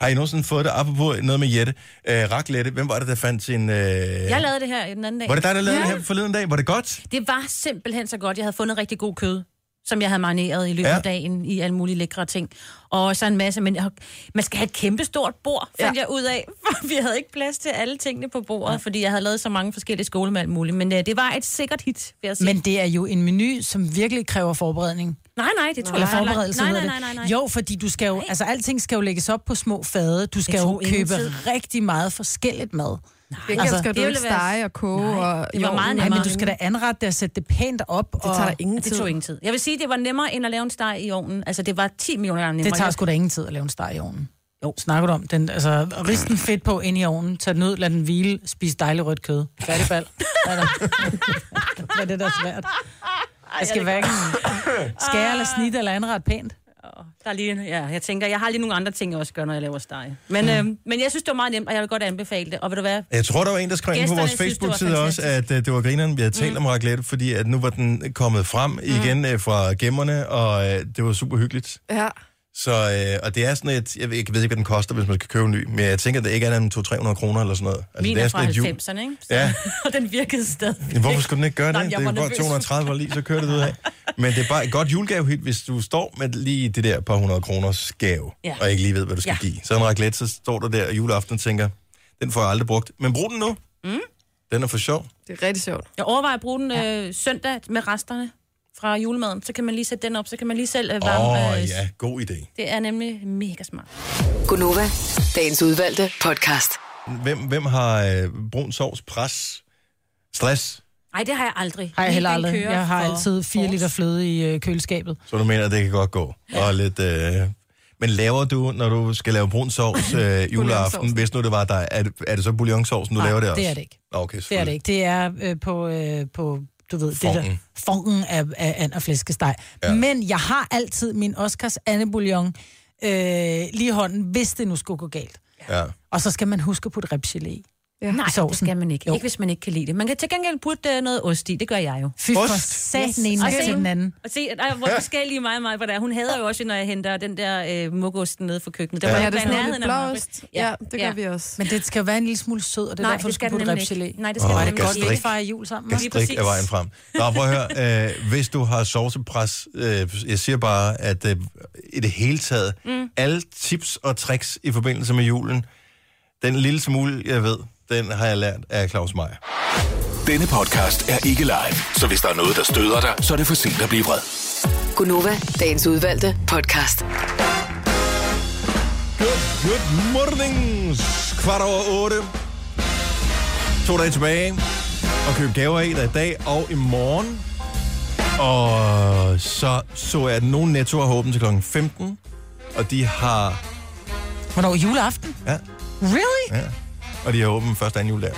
[SPEAKER 1] Har I nogensinde fået det? Apropos noget med Jette. Øh, raclette. Hvem var det, der fandt sin... Øh...
[SPEAKER 6] Jeg lavede det her den anden dag.
[SPEAKER 1] Var det dig, der lavede det her forleden dag? Var det godt?
[SPEAKER 6] Det var simpelthen så godt. Jeg havde fundet rigtig god kød, som jeg havde marineret i løbet
[SPEAKER 1] Ja.
[SPEAKER 6] af dagen i alle mulige lækre ting. Og så en masse, men jeg har- man skal have et kæmpe stort bord, fandt
[SPEAKER 2] Ja.
[SPEAKER 6] ja. jeg ud af. For vi havde ikke plads til alle tingene på bordet, fordi jeg havde lavet så mange forskellige skole med alt muligt. Men øh, det var et sikkert hit, vil jeg sige.
[SPEAKER 3] Men det er jo en menu, som virkelig kræver forberedning.
[SPEAKER 6] nej, nej, det tror
[SPEAKER 3] Eller
[SPEAKER 6] jeg langt-
[SPEAKER 3] forberedelse,
[SPEAKER 6] nej,
[SPEAKER 3] hedder
[SPEAKER 6] nej,
[SPEAKER 3] det.
[SPEAKER 6] nej, nej, nej.
[SPEAKER 3] Jo, fordi du skal jo, altså alting skal jo lægges op på små fade. Du skal
[SPEAKER 6] Det
[SPEAKER 3] jo
[SPEAKER 6] tog ingen
[SPEAKER 3] købe
[SPEAKER 6] tid.
[SPEAKER 3] rigtig meget forskelligt mad.
[SPEAKER 2] Gengæld
[SPEAKER 3] Altså,
[SPEAKER 2] altså, skal
[SPEAKER 6] det
[SPEAKER 2] du
[SPEAKER 6] ville
[SPEAKER 2] ikke
[SPEAKER 6] være-
[SPEAKER 2] stege og koge. Nej, og,
[SPEAKER 6] det var meget
[SPEAKER 3] Nej,
[SPEAKER 2] nej,
[SPEAKER 6] nemmere.
[SPEAKER 3] men du skal da anrette det og sætte det pænt op.
[SPEAKER 2] Det tager da ingen tid.
[SPEAKER 6] Det tog ingen tid. Jeg vil sige, det var nemmere end at lave en steg i ovnen. Altså, det var 10 millioner gange nemmere.
[SPEAKER 3] Det tager sgu da ingen tid at lave en steg i ovnen. Jo, snakker du om den. Altså, rist den fedt på ind i ovnen, tag den ud, lad den hvile, spis dejligt rødt kød. Færdig bal. Hvad er der? Hvad er det, der er svært? Jeg skal hverken skære eller snitte eller anrette pænt.
[SPEAKER 6] Der er lige, ja, jeg tænker, jeg har lige nogle andre ting, jeg også gør, når jeg laver steg. Men, mm. øhm, men jeg synes, det var meget nemt, og jeg vil godt anbefale det. Og ved du hvad?
[SPEAKER 1] Jeg tror, der var en, der skrev ind på
[SPEAKER 6] Gæsterne
[SPEAKER 1] vores
[SPEAKER 6] synes, det var
[SPEAKER 1] Facebook-side også, at
[SPEAKER 6] fantastisk.
[SPEAKER 1] uh, det var grineren, vi havde talt mm. om raclette, fordi at nu var den kommet
[SPEAKER 6] Mm.
[SPEAKER 1] frem igen uh, fra gemmerne, og uh, det var super hyggeligt.
[SPEAKER 2] Ja.
[SPEAKER 1] Så, øh, og det er sådan et, jeg ved, jeg ved ikke, hvad den koster, hvis man skal købe en ny, men jeg tænker, det er ikke andet end 200-300 kroner eller sådan noget. Altså,
[SPEAKER 6] Min
[SPEAKER 1] det
[SPEAKER 6] er
[SPEAKER 1] sådan
[SPEAKER 6] fra
[SPEAKER 1] et jul.
[SPEAKER 6] 90'erne, ikke? Så-
[SPEAKER 1] Ja.
[SPEAKER 6] Og den virkede stadig.
[SPEAKER 1] Jamen, Hvorfor skulle den ikke gøre det?
[SPEAKER 6] Nå, men jeg
[SPEAKER 1] det er
[SPEAKER 6] var
[SPEAKER 1] bare
[SPEAKER 6] nervøs.
[SPEAKER 1] 230 var lige, så kører det ud af. Men det er bare et godt julegavehit, hvis du står med lige det der par hundrede kroners gave, ja.
[SPEAKER 6] Ja.
[SPEAKER 1] og ikke lige ved, hvad du skal ja.
[SPEAKER 6] Ja.
[SPEAKER 1] give. Så en raclette, så står du der juleaften og tænker, den får jeg aldrig brugt. Men brug den nu. Mm. Den er for sjov.
[SPEAKER 2] Det er rigtig sjovt.
[SPEAKER 6] Jeg overvejer at bruge den øh, søndag med resterne fra julemaden. Så kan man lige sætte den op, så kan man lige selv øh,
[SPEAKER 1] Åh
[SPEAKER 6] varme.
[SPEAKER 1] oh,
[SPEAKER 6] øh,
[SPEAKER 1] ja, god idé.
[SPEAKER 6] Det er nemlig mega smart.
[SPEAKER 7] Gunova, dagens udvalgte podcast.
[SPEAKER 1] Hvem, hvem har øh, brun sovs, pres, stress?
[SPEAKER 6] Nej, det har jeg aldrig.
[SPEAKER 3] Har jeg heller
[SPEAKER 6] Den
[SPEAKER 3] aldrig.
[SPEAKER 6] kører
[SPEAKER 3] Jeg har
[SPEAKER 6] for
[SPEAKER 3] altid 4
[SPEAKER 6] force.
[SPEAKER 3] liter fløde i øh, køleskabet.
[SPEAKER 1] Så du mener, at det kan godt gå. Og lidt... Øh... Men laver du, når du skal lave brun sovs øh, juleaften,
[SPEAKER 2] Bouillionsovsen.
[SPEAKER 1] hvis nu det var dig, er det, er det så bouillonsovsen, du
[SPEAKER 3] Nej,
[SPEAKER 1] laver det
[SPEAKER 3] det
[SPEAKER 1] også?
[SPEAKER 3] er det ikke.
[SPEAKER 1] Nå, Okay,
[SPEAKER 3] Det er det ikke. Det er øh, på, øh, på du ved, det der,
[SPEAKER 1] Fongen.
[SPEAKER 3] fongen af, af and og flæskesteg. Ja. Men jeg har altid min Oscars andebouillon øh, lige i hånden, hvis det nu skulle gå galt.
[SPEAKER 1] Ja.
[SPEAKER 3] Og så skal man huske at putte ribsgelé i.
[SPEAKER 2] Ja.
[SPEAKER 6] Nej, det
[SPEAKER 3] sovsen.
[SPEAKER 6] skal man ikke.
[SPEAKER 3] Jo.
[SPEAKER 6] Jo. Ikke, hvis man ikke kan lide det. Man kan til gengæld putte øh, noget ost i. Det gør jeg jo.
[SPEAKER 3] Fy for
[SPEAKER 1] Ost?
[SPEAKER 3] satan den ene
[SPEAKER 6] Og
[SPEAKER 3] til
[SPEAKER 6] se-
[SPEAKER 3] den anden.
[SPEAKER 6] Og se, at, ej, hvor forskellige mig og mig, hvor der. er. Hun hader jo også, når jeg henter den der øh, mukosten nede fra køkkenet. Der
[SPEAKER 1] Ja.
[SPEAKER 6] var
[SPEAKER 2] Ja,
[SPEAKER 6] jeg
[SPEAKER 2] det er
[SPEAKER 6] blandt
[SPEAKER 2] sådan noget
[SPEAKER 6] andet
[SPEAKER 2] lidt
[SPEAKER 6] af mig.
[SPEAKER 2] blåst. Ja, det gør vi også.
[SPEAKER 3] Men det skal jo være en lille smule sød, og det er
[SPEAKER 6] Nej,
[SPEAKER 3] derfor, du
[SPEAKER 6] det
[SPEAKER 3] skal
[SPEAKER 6] skal
[SPEAKER 3] putte
[SPEAKER 6] den nemlig
[SPEAKER 3] ribsgelé.
[SPEAKER 6] ikke. Nej, det
[SPEAKER 1] Åh,
[SPEAKER 6] skal oh,
[SPEAKER 1] det
[SPEAKER 6] den
[SPEAKER 1] kan
[SPEAKER 3] Godt,
[SPEAKER 1] strik.
[SPEAKER 6] nemlig
[SPEAKER 3] vi ikke
[SPEAKER 6] ikke.
[SPEAKER 3] fejrer jul sammen. hva'?
[SPEAKER 6] Lige
[SPEAKER 1] Gastrik er
[SPEAKER 6] præcis.
[SPEAKER 1] vejen frem. Nå, prøv at høre, øh, hvis du har sovsepres, øh, jeg siger bare, at øh, i det hele taget, mm. alle tips og tricks i forbindelse med julen, den lille smule, jeg ved, den har jeg lært af Claus Meier.
[SPEAKER 5] Denne podcast er ikke live, så hvis der er noget, der støder dig, så er det for sent at blive vred.
[SPEAKER 7] Gunova, dagens udvalgte podcast.
[SPEAKER 1] Good, good mornings! Kvart over otte. To dage tilbage. Og købe gaver i dig i dag og i morgen. Og så så jeg, at nogle netto har åbent til kl. 15. Og de har...
[SPEAKER 3] Hvornår? Juleaften?
[SPEAKER 1] Ja,
[SPEAKER 3] Really?
[SPEAKER 1] ja. Og de har åbent første anden juledag.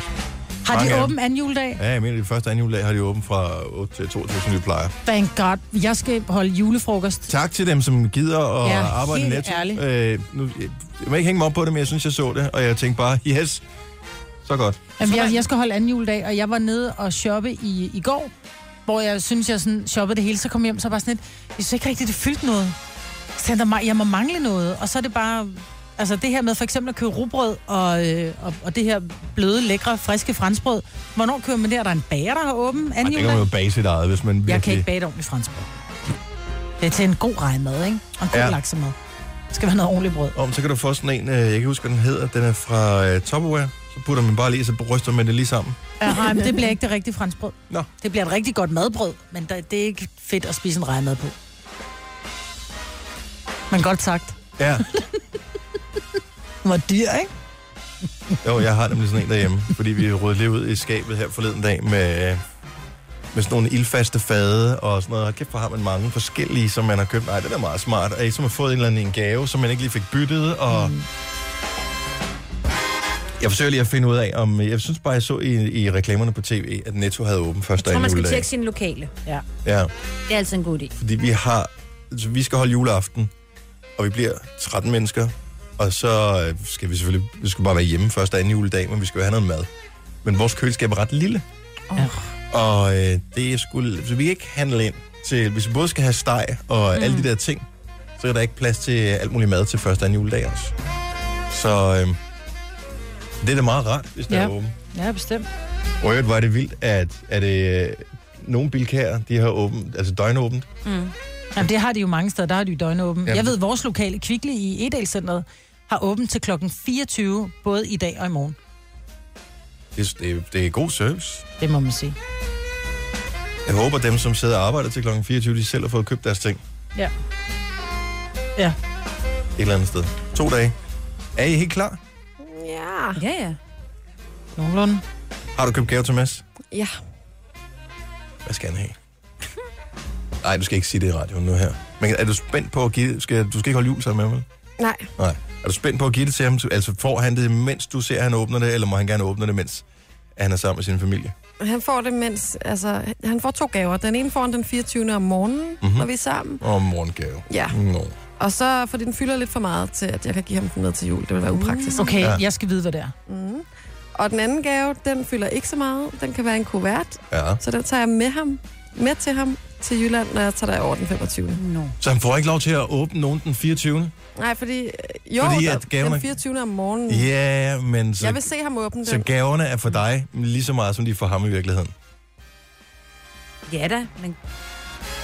[SPEAKER 3] Har
[SPEAKER 1] Mange af
[SPEAKER 3] de
[SPEAKER 1] dem.
[SPEAKER 3] åben anden juledag?
[SPEAKER 1] Ja, jeg mener, de første anden juledag har de åbent fra 8 til 22, som de plejer.
[SPEAKER 3] Thank God. Jeg skal holde julefrokost.
[SPEAKER 1] Tak til dem, som gider at ja,
[SPEAKER 3] Ja,
[SPEAKER 1] arbejde i
[SPEAKER 3] helt
[SPEAKER 1] netto.
[SPEAKER 3] ærligt.
[SPEAKER 1] Øh, nu, jeg, jeg må ikke hænge mig op på det, men jeg synes, jeg så det. Og jeg tænkte bare, yes, så godt.
[SPEAKER 3] Jamen, jeg, jeg skal holde anden juledag, og jeg var nede og shoppe i, i går, hvor jeg synes, jeg sådan, shoppede det hele, så kom jeg hjem, så var jeg sådan lidt, jeg synes ikke rigtigt, det fyldte noget. Så tænkte jeg, mig, jeg må mangle noget, og så er det bare, altså det her med for eksempel at købe rugbrød, og, øh, og, og det her bløde, lækre, friske fransbrød. Hvornår køber man det? Er der en bager, der har åben
[SPEAKER 1] Ej,
[SPEAKER 3] anden
[SPEAKER 1] det kan man jo
[SPEAKER 3] juledag?
[SPEAKER 1] bage sit eget, hvis man virkelig...
[SPEAKER 3] Jeg kan ikke bage et ordentligt franskbrød. Det er til en god regnmad, ikke? Og en god
[SPEAKER 1] Ja.
[SPEAKER 3] ja. laksemad. Det skal være noget ordentligt brød.
[SPEAKER 1] Om, så kan du få sådan en, øh, jeg kan ikke huske, hvad den hedder. Den er fra øh, Tupperware. Så putter man bare lige, så ryster man det lige sammen.
[SPEAKER 3] Ja, nej, men det bliver ikke det rigtige franskbrød.
[SPEAKER 1] Nå.
[SPEAKER 3] Det bliver et rigtig godt madbrød, men der, det er ikke fedt at spise en rejemad på. Men godt sagt.
[SPEAKER 1] Ja,
[SPEAKER 3] Den var dyr, ikke?
[SPEAKER 1] jo, jeg har nemlig sådan en derhjemme, fordi vi rydde lige ud i skabet her forleden dag med, øh, med sådan nogle ildfaste fade og sådan noget. Hold kæft, hvor har man mange forskellige, som man har købt. Nej, det er meget smart. Og som har fået en eller anden en gave, som man ikke lige fik byttet, og... Mm. Jeg forsøger lige at finde ud af, om... Jeg synes bare, jeg så i, i reklamerne på tv, at Netto havde åben første
[SPEAKER 6] Jeg tror, man skal
[SPEAKER 1] juledag.
[SPEAKER 6] tjekke sine lokale.
[SPEAKER 3] Ja.
[SPEAKER 1] Ja.
[SPEAKER 6] Det er altid en god idé.
[SPEAKER 1] fordi vi har, altså, vi skal holde juleaften, og vi bliver 13 mennesker, og så øh, skal vi selvfølgelig, vi skal bare være hjemme første og anden juledag, men vi skal jo have noget mad. Men vores køleskab er ret lille.
[SPEAKER 3] Ja.
[SPEAKER 1] Og øh, det er skulle, så vi kan ikke handle ind til, hvis vi både skal have steg og mm. alle de der ting, så er der ikke plads til alt muligt mad til første og anden juledag også. Så øh, det er da meget rart, hvis det ja.
[SPEAKER 3] Ja.
[SPEAKER 1] er åbent.
[SPEAKER 3] Ja, bestemt.
[SPEAKER 1] Og i øvrigt var det vildt, at, at øh, nogle bilkager, de har åbent, altså døgnåbent,
[SPEAKER 3] Jamen, det har de jo mange steder, der har de jo døgnåben.
[SPEAKER 1] Jamen.
[SPEAKER 3] Jeg ved, vores lokale Kvickly i Edalcenteret har åbent til klokken 24, både i dag og i morgen.
[SPEAKER 1] det, det, det er god service.
[SPEAKER 3] Det må man sige.
[SPEAKER 1] Jeg håber, dem, som sidder og arbejder til kl. 24, de selv har fået købt deres ting
[SPEAKER 3] Ja. Ja.
[SPEAKER 1] et eller andet sted. To dage. Er I helt klar?
[SPEAKER 2] Ja.
[SPEAKER 6] Ja, ja.
[SPEAKER 3] Nogenlunde.
[SPEAKER 1] Har du købt gave til Mads?
[SPEAKER 2] Ja.
[SPEAKER 1] Hvad skal han have? Nej, du skal ikke sige det i radioen nu her. Men er du spændt på at give det? Skal, du skal ikke holde jul sammen med ham, vel?
[SPEAKER 2] Nej.
[SPEAKER 1] Nej. Er du spændt på at give det til ham? Altså, får han det, mens du ser, at han åbner det, eller må han gerne åbne det, mens han er sammen med sin familie?
[SPEAKER 2] Han får det, mens... Altså, han får to gaver. Den ene får han den 24. om morgenen,
[SPEAKER 1] Mhm.
[SPEAKER 2] mm-hmm. når vi er sammen.
[SPEAKER 1] Og oh, morgengave.
[SPEAKER 2] Ja.
[SPEAKER 1] Nå.
[SPEAKER 2] Og så, fordi den fylder lidt for meget til, at jeg kan give ham den med til jul. Det vil være upraktisk.
[SPEAKER 6] Mm.
[SPEAKER 3] Okay,
[SPEAKER 1] Ja.
[SPEAKER 3] ja. jeg skal vide, hvad det er.
[SPEAKER 2] Og den anden gave, den fylder ikke så meget. Den kan være en kuvert.
[SPEAKER 1] Ja.
[SPEAKER 2] Så den tager jeg med ham, med til ham til Jylland, når jeg tager derover den 25.
[SPEAKER 1] Så han får ikke lov til at åbne nogen den 24.
[SPEAKER 2] Nej, fordi... øh, Jo,
[SPEAKER 1] Fordi
[SPEAKER 2] der-
[SPEAKER 1] at gaverne-
[SPEAKER 2] den 24. om morgenen.
[SPEAKER 1] Ja, yeah, men så...
[SPEAKER 2] Jeg vil se ham åbne
[SPEAKER 1] Så
[SPEAKER 2] den.
[SPEAKER 1] gaverne er for dig lige så meget, som de er for ham i virkeligheden.
[SPEAKER 6] Ja da, men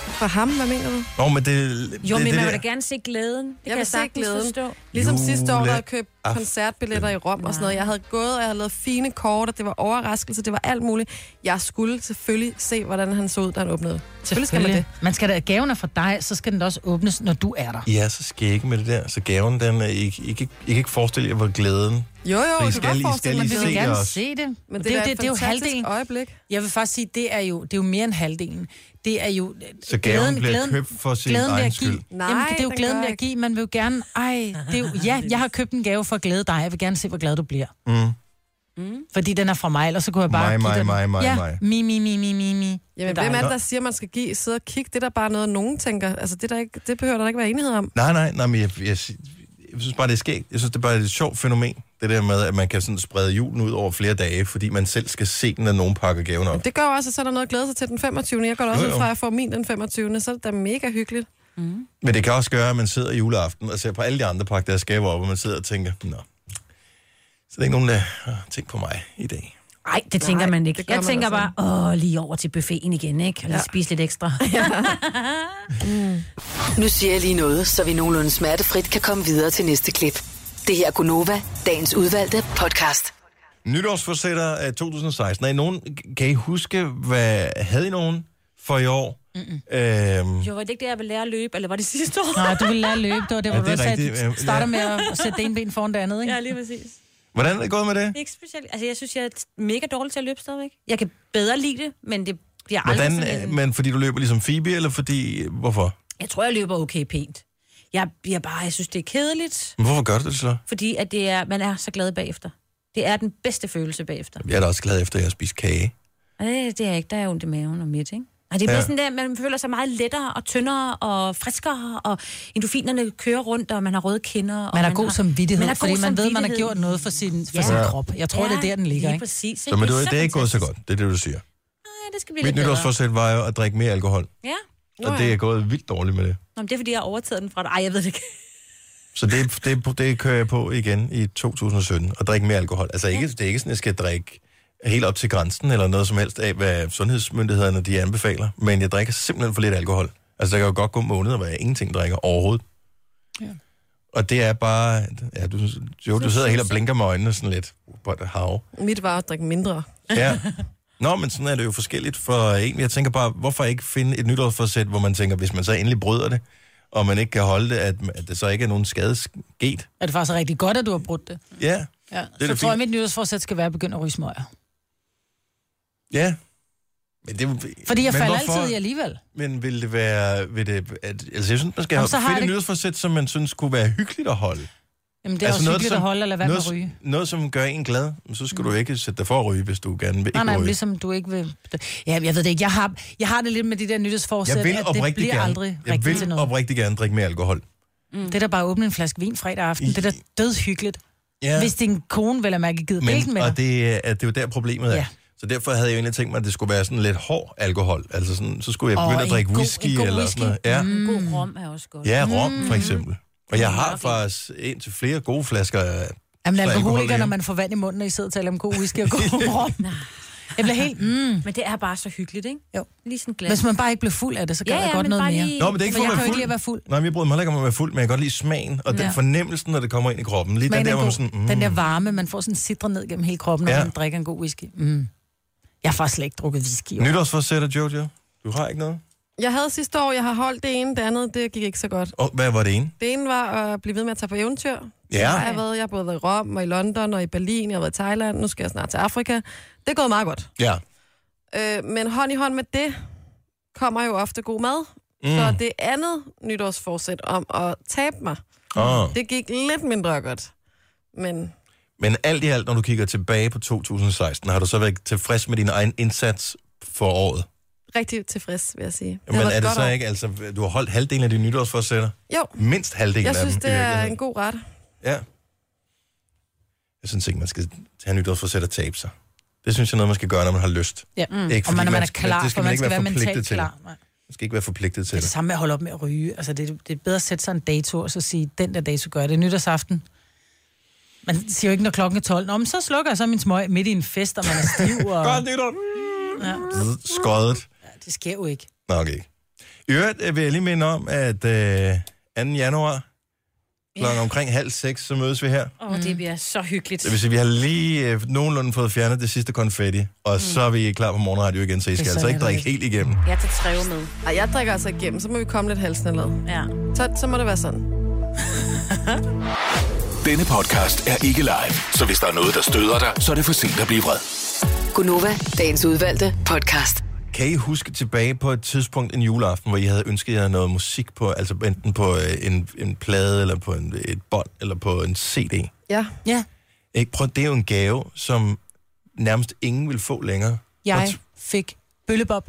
[SPEAKER 2] for ham, hvad mener du?
[SPEAKER 1] Nå, men det,
[SPEAKER 6] Jo,
[SPEAKER 1] det,
[SPEAKER 6] men
[SPEAKER 1] det
[SPEAKER 6] man vil da gerne se glæden. Det jeg kan
[SPEAKER 2] vil
[SPEAKER 6] jeg
[SPEAKER 2] se
[SPEAKER 6] sagtens
[SPEAKER 2] glæden.
[SPEAKER 6] forstå.
[SPEAKER 2] Ligesom Jule. sidste år, der jeg
[SPEAKER 1] Juleaften.
[SPEAKER 2] købte koncertbilletter i Rom og sådan noget. Jeg havde gået, og jeg havde lavet fine kort, og det var overraskelse, det var alt muligt. Jeg skulle selvfølgelig se, hvordan han så ud, da han åbnede. Selvfølgelig skal man det.
[SPEAKER 3] Man skal da, gaven er fra dig, så skal den da også åbnes, når du er der.
[SPEAKER 1] I er så skægge med det der, så gaven, den er, I, I, kan, I kan ikke forestille jer, hvor glæden...
[SPEAKER 2] Jo, jo,
[SPEAKER 1] Så I
[SPEAKER 2] det
[SPEAKER 1] skal
[SPEAKER 2] var
[SPEAKER 1] lige- I skal lige
[SPEAKER 2] forestille mig,
[SPEAKER 3] Vi
[SPEAKER 2] det
[SPEAKER 1] se
[SPEAKER 3] vil
[SPEAKER 2] var-
[SPEAKER 3] gerne
[SPEAKER 1] os.
[SPEAKER 3] se det.
[SPEAKER 2] Men det,
[SPEAKER 3] det,
[SPEAKER 2] er
[SPEAKER 3] er jo
[SPEAKER 2] et
[SPEAKER 3] det, det er jo
[SPEAKER 2] fantastisk
[SPEAKER 3] halvdelen.
[SPEAKER 2] øjeblik.
[SPEAKER 3] Jeg vil faktisk sige, det er jo, det er jo mere end halvdelen. Det er jo...
[SPEAKER 1] Så gaven bliver købt for sin
[SPEAKER 3] glæden ved
[SPEAKER 1] egen
[SPEAKER 3] at give.
[SPEAKER 1] skyld.
[SPEAKER 2] Nej,
[SPEAKER 3] Jamen, det er jo
[SPEAKER 2] den
[SPEAKER 3] glæden
[SPEAKER 2] gør
[SPEAKER 3] ved at
[SPEAKER 2] ikke.
[SPEAKER 3] give. Man vil jo gerne... Ej, det er jo, ja, jeg har købt en gave for at glæde dig. Jeg vil gerne se, hvor glad du bliver.
[SPEAKER 1] Mm.
[SPEAKER 3] Fordi den er fra mig, ellers så kunne jeg
[SPEAKER 1] Mig,
[SPEAKER 3] bare... give
[SPEAKER 1] mig,
[SPEAKER 3] den-
[SPEAKER 1] mig, mig,
[SPEAKER 3] ja,
[SPEAKER 1] mig.
[SPEAKER 3] mi, mi, mi, mi, mi, mi.
[SPEAKER 2] Jamen,
[SPEAKER 3] Det er
[SPEAKER 2] hvem er
[SPEAKER 3] dejligt.
[SPEAKER 2] det, der siger, man skal give, sidde og kigge? Det er der bare noget, nogen tænker. Altså, det, er der ikke, det behøver der ikke være enighed om.
[SPEAKER 1] Nej, nej, nej, men jeg, jeg, jeg synes bare, det er skægt. Jeg synes, det er bare et sjovt fænomen, det der med, at man kan sådan sprede julen ud over flere dage, fordi man selv skal se den, når nogen pakker gaven op.
[SPEAKER 2] Det gør jo også, at så er der noget at glæde sig til den 25. Jeg går da også
[SPEAKER 1] Jo, jo.
[SPEAKER 2] ud fra, at jeg får min den 25. Så er det da mega hyggeligt.
[SPEAKER 1] Men det kan også gøre, at man sidder juleaften og ser på alle de andre pakker, der skaber op, og man sidder og tænker, nå, så der er ikke nogen, der har tænkt på mig i dag.
[SPEAKER 6] Nej, det tænker
[SPEAKER 2] Nej,
[SPEAKER 6] man ikke.
[SPEAKER 2] det gør
[SPEAKER 6] Jeg
[SPEAKER 2] man
[SPEAKER 6] tænker
[SPEAKER 2] altså
[SPEAKER 6] bare, åh, lige over til buffeten igen, ikke? Og lige spise lidt ekstra.
[SPEAKER 7] Nu siger jeg lige noget, så vi nogenlunde smertefrit kan komme videre til næste klip. Det her er Gunova, dagens udvalgte podcast.
[SPEAKER 1] Nytårsforsætter af 2016. Er I nogen, kan I huske, hvad havde I nogen for i år? Øhm,
[SPEAKER 6] Jo, var det ikke det, jeg ville lære at løbe? Eller var det sidste år?
[SPEAKER 3] Nej, du vil lade løbe. Det var det,
[SPEAKER 1] Ja,
[SPEAKER 3] hvor
[SPEAKER 1] det er
[SPEAKER 3] du sagde,
[SPEAKER 1] rigtigt.
[SPEAKER 3] at du starter med at sætte det ene ben foran det andet, ikke?
[SPEAKER 6] lige præcis.
[SPEAKER 1] hvordan er det gået med det?
[SPEAKER 6] Ikke specielt. Altså, jeg synes, jeg er mega dårlig til at løbe stadigvæk. Jeg kan bedre lide det, men det bliver aldrig
[SPEAKER 1] Hvordan,
[SPEAKER 6] sådan en...
[SPEAKER 1] øh, men fordi du løber ligesom Phoebe, eller fordi... Hvorfor?
[SPEAKER 6] Jeg tror, jeg løber okay pænt. Jeg bliver bare, jeg synes, det er kedeligt,
[SPEAKER 1] Men hvorfor gør du det så?
[SPEAKER 6] fordi at det er, man er så glad bagefter. Det er den bedste følelse bagefter.
[SPEAKER 1] Jeg er da også glad efter, at jeg har spist kage.
[SPEAKER 6] Og det, det er ikke, der er ondt i maven og midt, ikke? Nej, det er
[SPEAKER 1] Ja.
[SPEAKER 6] ja. sådan der, at man føler sig meget lettere og tyndere og friskere, og endofinerne kører rundt, og man har røde kinder. Og
[SPEAKER 3] Man har god
[SPEAKER 6] har-
[SPEAKER 3] samvittighed,
[SPEAKER 6] man har god
[SPEAKER 3] fordi man ved, man har
[SPEAKER 6] samvittighed.
[SPEAKER 3] gjort noget for sin, for
[SPEAKER 6] Ja.
[SPEAKER 3] sin
[SPEAKER 1] Ja.
[SPEAKER 3] krop. Jeg tror, det er der, den ligger,
[SPEAKER 6] lige
[SPEAKER 3] ikke?
[SPEAKER 6] Præcis,
[SPEAKER 1] Så, men det, var, det er ikke gået så
[SPEAKER 6] fantastisk.
[SPEAKER 1] godt, det er det, du siger.
[SPEAKER 6] Nej, det skal blive
[SPEAKER 1] Mit
[SPEAKER 6] lidt bedre.
[SPEAKER 1] nytårsforsæt var jo at drikke mere alkohol,
[SPEAKER 6] Ja,
[SPEAKER 1] og det er gået vildt dårligt med det.
[SPEAKER 6] Nå, men det er, fordi jeg har overtaget den fra dig. Ej, jeg ved det ikke.
[SPEAKER 1] Så det, det, det kører jeg på igen i 2017, at drikke mere alkohol. Altså ikke, det er ikke sådan, at jeg skal drikke helt op til grænsen, eller noget som helst af, hvad sundhedsmyndighederne de anbefaler, men jeg drikker simpelthen for lidt alkohol. Altså der kan jo godt gå måneder, hvor jeg ingenting drikker overhovedet. Ja. Og det er bare... Ja, du, jo, du sidder helt og blinker med øjnene sådan lidt. But how?
[SPEAKER 2] Mit var at drikke mindre.
[SPEAKER 1] Ja. Nå, men sådan er det jo forskelligt for en. Jeg tænker bare, hvorfor ikke finde et nytårsforsæt, hvor man tænker, hvis man så endelig bryder det, og man ikke kan holde det, at, at det så ikke er nogen skade sket.
[SPEAKER 3] Er det faktisk rigtig godt, at du har brudt det?
[SPEAKER 1] Ja,
[SPEAKER 3] Ja.
[SPEAKER 1] da
[SPEAKER 3] Det så
[SPEAKER 1] fint.
[SPEAKER 3] tror jeg, mit nytårsforsæt skal være at begynde at ryge smøger.
[SPEAKER 1] ja. Men det,
[SPEAKER 3] Fordi jeg
[SPEAKER 1] men
[SPEAKER 3] falder
[SPEAKER 1] hvorfor-
[SPEAKER 3] altid i alligevel.
[SPEAKER 1] Men vil det være... Vil det, at, altså, jeg synes, man skal
[SPEAKER 3] Jamen,
[SPEAKER 1] Jamen,
[SPEAKER 3] så har
[SPEAKER 1] finde
[SPEAKER 3] jeg
[SPEAKER 1] et
[SPEAKER 3] det-
[SPEAKER 1] nytårsforsæt, som man synes kunne være hyggeligt at holde.
[SPEAKER 3] Jamen, det er altså også hyggeligt at holde og lade være med
[SPEAKER 1] noget,
[SPEAKER 3] at ryge. Mm.
[SPEAKER 1] noget, som gør en glad, men så skal du ikke sætte dig for at ryge, hvis du gerne vil ikke
[SPEAKER 3] Nej, nej,
[SPEAKER 1] ryge.
[SPEAKER 3] men ligesom du ikke vil... Ja, jeg ved det ikke. Jeg har, jeg har det lidt med de der nytårsforsæt,
[SPEAKER 1] jeg vil
[SPEAKER 3] at det
[SPEAKER 1] oprigtig
[SPEAKER 3] bliver
[SPEAKER 1] gerne,
[SPEAKER 3] aldrig
[SPEAKER 1] jeg
[SPEAKER 3] rigtigt til
[SPEAKER 1] vil
[SPEAKER 3] noget.
[SPEAKER 1] oprigtig gerne drikke mere alkohol.
[SPEAKER 3] Det er da bare at åbne en flaske vin fredag aften. Det er da dødhyggeligt.
[SPEAKER 1] Ja.
[SPEAKER 3] Hvis din kone vel er mærke givet
[SPEAKER 1] Men,
[SPEAKER 3] bælten med
[SPEAKER 1] og
[SPEAKER 3] dig.
[SPEAKER 1] det, er- at det er jo der problemet er. Ja.
[SPEAKER 3] Ja.
[SPEAKER 1] Så derfor havde jeg egentlig tænkt mig, at det skulle være sådan lidt hård alkohol. Altså sådan, så skulle jeg
[SPEAKER 3] Og
[SPEAKER 1] begynde at
[SPEAKER 3] en
[SPEAKER 1] drikke
[SPEAKER 3] god-
[SPEAKER 1] whisky
[SPEAKER 3] en god
[SPEAKER 1] eller
[SPEAKER 3] whisky.
[SPEAKER 1] sådan noget. Ja,
[SPEAKER 6] Mm. God rom er også godt.
[SPEAKER 1] ja rom for
[SPEAKER 2] Mm.
[SPEAKER 1] eksempel. Og jeg har faktisk en til flere gode flasker. af-
[SPEAKER 3] Jamen,
[SPEAKER 1] så er alkohol
[SPEAKER 3] alkoholiker,
[SPEAKER 1] igen.
[SPEAKER 3] når man får vand i munden, og I sidder og taler om god whisky og god rom. Jeg bliver helt... Mm.
[SPEAKER 6] Men det er bare så hyggeligt, ikke?
[SPEAKER 3] Jo.
[SPEAKER 6] Lige sådan glas.
[SPEAKER 3] Hvis man bare ikke blev fuld af det, så gør
[SPEAKER 6] Ja,
[SPEAKER 3] ja,
[SPEAKER 6] ja,
[SPEAKER 3] jeg godt
[SPEAKER 6] men
[SPEAKER 3] noget
[SPEAKER 6] bare
[SPEAKER 3] mere.
[SPEAKER 6] lige-
[SPEAKER 1] Nå, men det er ikke
[SPEAKER 3] For
[SPEAKER 1] for,
[SPEAKER 3] jeg
[SPEAKER 1] at
[SPEAKER 3] kan jo
[SPEAKER 1] være
[SPEAKER 3] ikke
[SPEAKER 1] fuld.
[SPEAKER 3] lide at være fuld.
[SPEAKER 1] Nej, men jeg bryder mig heller ikke om at være fuld, men jeg kan godt lide smagen og den
[SPEAKER 3] Ja.
[SPEAKER 1] fornemmelse, når det kommer ind i kroppen. Lige den
[SPEAKER 3] Smagen
[SPEAKER 1] der,
[SPEAKER 3] er
[SPEAKER 1] hvor man
[SPEAKER 3] god.
[SPEAKER 1] sådan... Mm,
[SPEAKER 3] Den der varme, man får sådan sidre ned gennem hele kroppen, når
[SPEAKER 1] Ja.
[SPEAKER 3] ja. man drikker en god whisky. Mm. Jeg har faktisk slet ikke drukket whisky. i år.
[SPEAKER 1] Nytårsforsætter, Jojo? Du har ikke noget?
[SPEAKER 2] Jeg havde sidste år, jeg har holdt det ene, det andet, det gik ikke så godt.
[SPEAKER 1] Og hvad var det ene?
[SPEAKER 2] Det ene var at blive ved med at tage på eventyr.
[SPEAKER 1] Ja.
[SPEAKER 2] Jeg har, været, jeg har både været i Rom og i London og i Berlin, jeg har været i Thailand, nu skal jeg snart til Afrika. Det er gået meget godt.
[SPEAKER 1] Ja.
[SPEAKER 2] Øh, men hånd i hånd med det kommer jo ofte god mad. Mm. Så
[SPEAKER 1] Mm.
[SPEAKER 2] det andet nytårsforsæt om at tabe mig,
[SPEAKER 1] Oh.
[SPEAKER 2] det gik lidt mindre godt. Men
[SPEAKER 1] Men alt i alt, når du kigger tilbage på 2016, har du så været tilfreds med din egen indsats for året?
[SPEAKER 2] rigtig tilfreds, vil jeg sige. har
[SPEAKER 1] Men
[SPEAKER 2] været
[SPEAKER 1] er
[SPEAKER 2] et
[SPEAKER 1] det
[SPEAKER 2] godt
[SPEAKER 1] så
[SPEAKER 2] år.
[SPEAKER 1] ikke, altså, du har holdt halvdelen af dine nytårsforsætter?
[SPEAKER 2] Jo,
[SPEAKER 1] Mindst halvdelen
[SPEAKER 2] jeg
[SPEAKER 1] af
[SPEAKER 2] synes,
[SPEAKER 1] dem. i
[SPEAKER 2] det er
[SPEAKER 1] virkeligheden.
[SPEAKER 2] en god ret.
[SPEAKER 1] Ja. Jeg synes ikke, man skal tage nytårsforsæt og tabe sig. Det synes jeg er noget, man skal gøre, når man har lyst.
[SPEAKER 3] Ja. Mm.
[SPEAKER 1] Ikke
[SPEAKER 3] Og man, når man er
[SPEAKER 1] skal-
[SPEAKER 3] klar,
[SPEAKER 1] det
[SPEAKER 3] for man
[SPEAKER 1] ikke
[SPEAKER 3] skal være
[SPEAKER 1] forpligtet
[SPEAKER 3] mentalt
[SPEAKER 1] til.
[SPEAKER 3] klar. Nej.
[SPEAKER 1] Man skal ikke være forpligtet til
[SPEAKER 3] Det er det
[SPEAKER 1] det.
[SPEAKER 3] samme med at holde op med at ryge. Altså, det, er- det er bedre at sætte sig en dato, og så sige, den der dato gør jeg det nytårsaften. Man siger jo ikke, når klokken er 12. Nå, men så slukker jeg så min smøg midt i en fest, og man er stiv. Og...
[SPEAKER 1] Godt nytår!
[SPEAKER 3] ja,
[SPEAKER 1] Skåret.
[SPEAKER 3] det sker jo ikke.
[SPEAKER 1] Nå, okay. I øvrigt øh, vil jeg lige minde om, at øh, 2. januar, klokken omkring halv seks, så mødes vi her.
[SPEAKER 6] Åh, oh, det bliver så hyggeligt.
[SPEAKER 1] Det vil sige, vi har lige øh, nogenlunde fået fjernet det sidste konfetti, og mm. så er vi klar på morgenradio igen, så I skal
[SPEAKER 3] så
[SPEAKER 1] altså ikke drikke
[SPEAKER 3] heldigt.
[SPEAKER 1] helt igennem.
[SPEAKER 6] Jeg tager træve med.
[SPEAKER 2] Ej, jeg drikker altså igennem, så må vi komme lidt halsen ned.
[SPEAKER 6] Ja.
[SPEAKER 2] Så, så må det være sådan.
[SPEAKER 5] Denne podcast er ikke live, så hvis der er noget, der støder dig, så er det for sent at blive vred.
[SPEAKER 7] Gunova, dagens udvalgte podcast.
[SPEAKER 1] Kan I huske tilbage på et tidspunkt en juleaften, hvor I havde ønsket jer noget musik på, altså enten på øh, en, en plade, eller på en, et bånd, eller på en CD?
[SPEAKER 2] Ja.
[SPEAKER 3] Ja,
[SPEAKER 1] Ikke? Prøv, det er jo en gave, som nærmest ingen vil få længere.
[SPEAKER 3] jeg
[SPEAKER 1] Og,
[SPEAKER 3] fik bøllebop.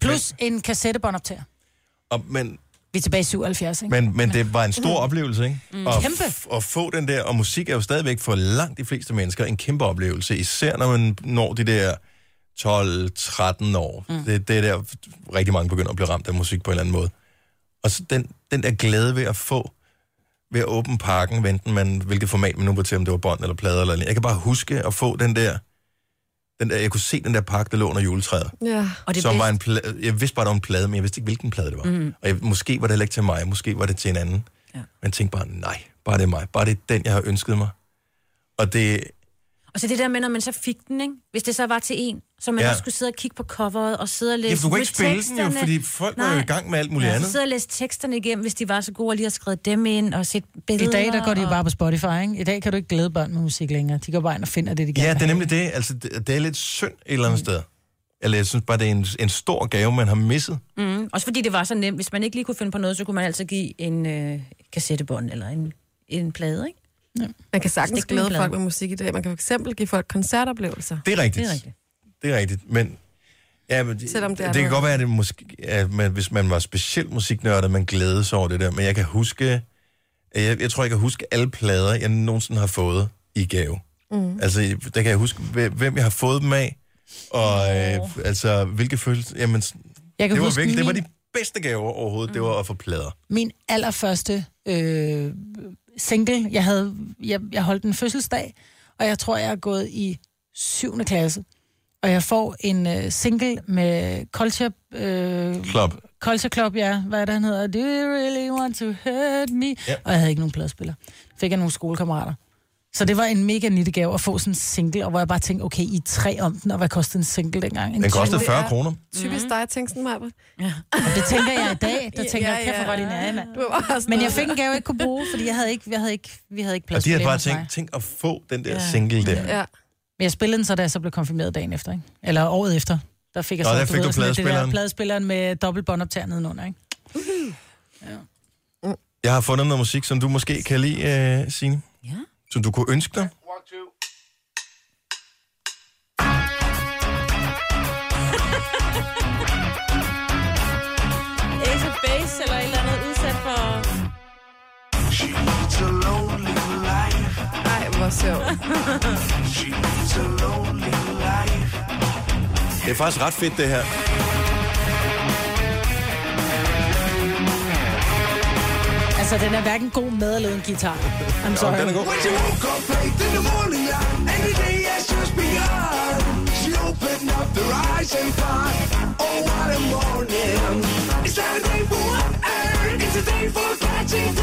[SPEAKER 3] Plus en kassettebåndoptager.
[SPEAKER 1] og, men,
[SPEAKER 3] Vi er tilbage i 77, ikke?
[SPEAKER 1] men, men det var en stor oplevelse, ikke? Mm. Og,
[SPEAKER 3] Kæmpe.
[SPEAKER 1] At få den der, og musik er jo stadigvæk for langt de fleste mennesker en kæmpe oplevelse, især når man når de der 12-13 år. Mm. Det, det er der, rigtig mange begynder at blive ramt af musik på en eller anden måde. Og så den, den der glæde ved at få, ved at åbne pakken, venten man, hvilket format man nu var til, om det var bånd eller plader eller andet. Jeg kan bare huske at få den der, den der, jeg kunne se den der pakke, der lå under juletræet.
[SPEAKER 2] Ja.
[SPEAKER 6] Og det
[SPEAKER 1] som
[SPEAKER 6] Mhm. bedste,
[SPEAKER 1] var en plade. Jeg vidste bare, der var en plade, men jeg vidste ikke, hvilken plade det var. Mm. Og jeg, måske var det heller ikke til mig, måske var det til en anden. Ja. Men jeg tænkte bare, nej, bare det er mig. Bare det er den, jeg har ønsket mig. Og det,
[SPEAKER 6] Og så det der med, når man så fik den, ikke? hvis det så var til en, så man
[SPEAKER 1] Ja.
[SPEAKER 6] ja. også skulle sidde og kigge på coveret og sidde og læse
[SPEAKER 1] ja, for du kunne ikke spille den jo,
[SPEAKER 6] teksterne.
[SPEAKER 1] fordi folk var jo i
[SPEAKER 6] Nej.
[SPEAKER 1] gang med alt muligt ja.
[SPEAKER 6] Ja, så
[SPEAKER 1] andet.
[SPEAKER 6] sidde og læse teksterne igennem, hvis de var så gode og lige har skrevet dem ind og set
[SPEAKER 3] I
[SPEAKER 6] billeder.
[SPEAKER 3] dag, der går det jo
[SPEAKER 6] og-
[SPEAKER 3] bare på Spotify, ikke? I dag kan du ikke glæde børn med musik længere. De går bare ind og finder det, de gerne
[SPEAKER 1] Ja, det er
[SPEAKER 3] vil have.
[SPEAKER 1] nemlig det. Altså, det, det er lidt synd et eller
[SPEAKER 6] Mm.
[SPEAKER 1] andet sted. Eller jeg synes bare, det er en, en stor gave, man har misset.
[SPEAKER 6] Mm, også fordi det var så nemt. Hvis man ikke lige kunne finde på noget, så kunne man altså give en øh, kassettebånd eller en, en plade, ikke?
[SPEAKER 2] Man kan sagtens
[SPEAKER 6] Stik den i
[SPEAKER 2] glæde
[SPEAKER 6] pladen.
[SPEAKER 2] folk med musik i dag. Man kan for eksempel give folk koncertoplevelser.
[SPEAKER 1] Det er rigtigt.
[SPEAKER 6] Det er rigtigt.
[SPEAKER 1] Det er rigtigt, men... Ja, men det,
[SPEAKER 2] Selvom
[SPEAKER 1] det,
[SPEAKER 2] det er
[SPEAKER 1] det kan
[SPEAKER 2] noget-
[SPEAKER 1] godt være, at det måske, at man, hvis man var specielt musiknørdet, man glædede sig over det der, men jeg kan huske... Jeg, jeg tror, jeg kan huske alle plader, jeg nogensinde har fået i gave. Mm. Altså, der kan jeg huske, hvem- hvem jeg har fået dem af, og øh, altså, hvilke følelser... Jamen,
[SPEAKER 3] Jeg kan
[SPEAKER 1] det var,
[SPEAKER 3] huske
[SPEAKER 1] virkelig, det var
[SPEAKER 3] min,
[SPEAKER 1] de bedste gaver overhovedet, mm. det var at få plader.
[SPEAKER 3] min allerførste øh, single. Jeg, havde, jeg, jeg holdt en fødselsdag, og jeg tror, jeg er gået i 7. klasse. Og jeg får en øh, single med Culture... Øh,
[SPEAKER 1] Klop.
[SPEAKER 3] Culture Club, ja. Hvad er det, han hedder? Do you really want to hurt me?
[SPEAKER 1] Ja.
[SPEAKER 3] Ja. Og jeg havde ikke nogen pladespiller. Fik jeg nogle skolekammerater. Så det var en mega nitte gave at få sådan en single, og hvor jeg bare tænkte, okay, I er tre om den, og hvad kostede en single dengang? En
[SPEAKER 1] Den
[SPEAKER 3] tyver.
[SPEAKER 1] kostede
[SPEAKER 2] det
[SPEAKER 1] 40
[SPEAKER 2] er-
[SPEAKER 1] kroner.
[SPEAKER 2] Typisk dig at tænke sådan, Maja.
[SPEAKER 3] Og det tænker jeg i dag. Der tænker jeg, kæft, hvor var det en anden. Men jeg fik en gave, jeg ikke kunne bruge, fordi jeg havde ikke, jeg havde ikke, vi havde ikke
[SPEAKER 1] Og
[SPEAKER 3] plads
[SPEAKER 1] de havde
[SPEAKER 3] til
[SPEAKER 1] bare
[SPEAKER 3] det hos mig.
[SPEAKER 1] tænkt, tænk at få den der single der.
[SPEAKER 2] Ja.
[SPEAKER 3] Men jeg spillede den så, da jeg så blev konfirmeret dagen efter, ikke? Eller året efter. Der fik jeg
[SPEAKER 1] Nå,
[SPEAKER 3] så,
[SPEAKER 1] der fik du
[SPEAKER 3] sådan lidt Det
[SPEAKER 1] pladespilleren.
[SPEAKER 3] der pladespilleren med dobbelt båndoptager nedenunder, ikke?
[SPEAKER 1] Jeg har fundet noget musik, som du måske kan lide, øh, Signe.
[SPEAKER 6] Ja.
[SPEAKER 1] Som du kunne ønske dig.
[SPEAKER 6] Ace of Base eller et eller andet udsat for...
[SPEAKER 2] Ej, hvor sjovt.
[SPEAKER 1] Det er faktisk ret fedt, det her.
[SPEAKER 3] Altså, den er hverken god med eller uden guitar. I'm sorry.
[SPEAKER 1] Den er god.
[SPEAKER 5] oh,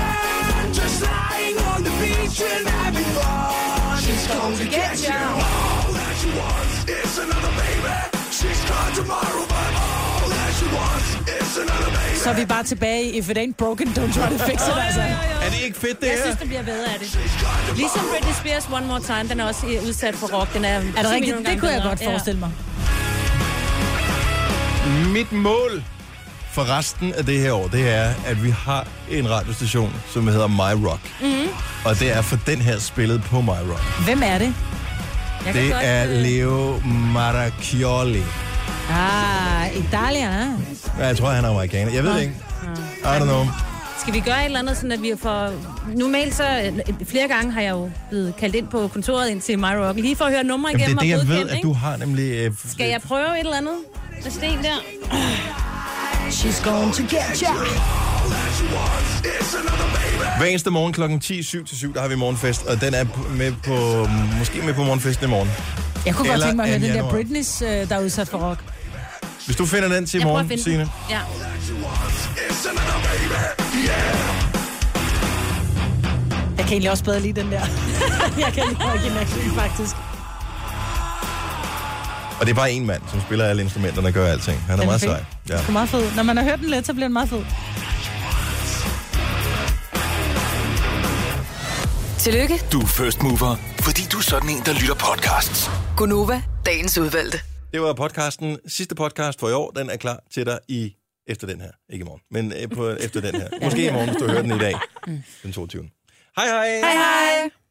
[SPEAKER 3] Så er vi bare tilbage i If It Ain't Broken, Don't Try To Fix It, altså.
[SPEAKER 1] Er det ikke fedt, det
[SPEAKER 6] Jeg
[SPEAKER 1] her?
[SPEAKER 6] synes, det bliver bedre af det. Ligesom Britney Spears One More Time, den er også øh, udsat for rock. Den er,
[SPEAKER 3] Er det rigtigt? Det kunne jeg godt forestille mig.
[SPEAKER 1] Mit mål for resten af det her år, det er, at vi har en radiostation, som hedder My Rock. Mm.
[SPEAKER 6] Mhm.
[SPEAKER 1] Og det er for den her spillet på My Rock.
[SPEAKER 3] Hvem er det?
[SPEAKER 6] Ja. Jeg kan
[SPEAKER 1] Det
[SPEAKER 6] godt,
[SPEAKER 1] er
[SPEAKER 6] øh,
[SPEAKER 1] Leo Maracchioli.
[SPEAKER 3] Ah, Italia.
[SPEAKER 1] Ja, Jeg tror, han er amerikaner. Jeg ved det ikke. I don't know.
[SPEAKER 6] Skal vi gøre et eller andet, sådan at vi får... Normalt så... øh, Flere gange har jeg jo blevet kaldt ind på kontoret ind til My Rock. Lige for at høre numre
[SPEAKER 1] Jamen, det
[SPEAKER 6] igennem
[SPEAKER 1] er det, jeg ved,
[SPEAKER 6] og godkende,
[SPEAKER 1] at
[SPEAKER 6] ikke?
[SPEAKER 1] du har nemlig... Øh, f-
[SPEAKER 6] Skal jeg prøve et eller andet? Med sten der?
[SPEAKER 3] She's going to get ya.
[SPEAKER 1] Hver eneste morgen kl. 10, 7 til 7, der har vi morgenfest, og den er p- med på, måske med på morgenfesten i morgen.
[SPEAKER 3] Jeg kunne godt
[SPEAKER 1] Eller
[SPEAKER 3] tænke mig at høre
[SPEAKER 1] anden
[SPEAKER 3] den der
[SPEAKER 1] januar.
[SPEAKER 3] Britney's, øh, der er udsat for rock.
[SPEAKER 1] Hvis du finder den til i
[SPEAKER 6] Jeg prøver at
[SPEAKER 1] morgen,
[SPEAKER 6] finde
[SPEAKER 1] Signe.
[SPEAKER 6] den. Ja.
[SPEAKER 3] Jeg kan egentlig også bedre lide den der. jeg kan lide originalen, faktisk.
[SPEAKER 1] Og det er bare en mand, som spiller alle instrumenterne og gør alting. Han er,
[SPEAKER 3] Den er
[SPEAKER 1] meget
[SPEAKER 3] fed.
[SPEAKER 1] sej. Ja.
[SPEAKER 3] Den er meget fed. Når man har hørt den lidt, så bliver den meget fed.
[SPEAKER 7] Tillykke,
[SPEAKER 5] Du er first mover, fordi du er sådan en, der lytter podcasts.
[SPEAKER 7] Gunova, dagens udvalgte.
[SPEAKER 1] Det var podcasten. Sidste podcast for i år. Den er klar til dig i efter den her. Ikke i morgen, men øh, på, efter den her. Måske i morgen, hvis du hører den i dag. Den 22. Hej hej!
[SPEAKER 2] Hej hej!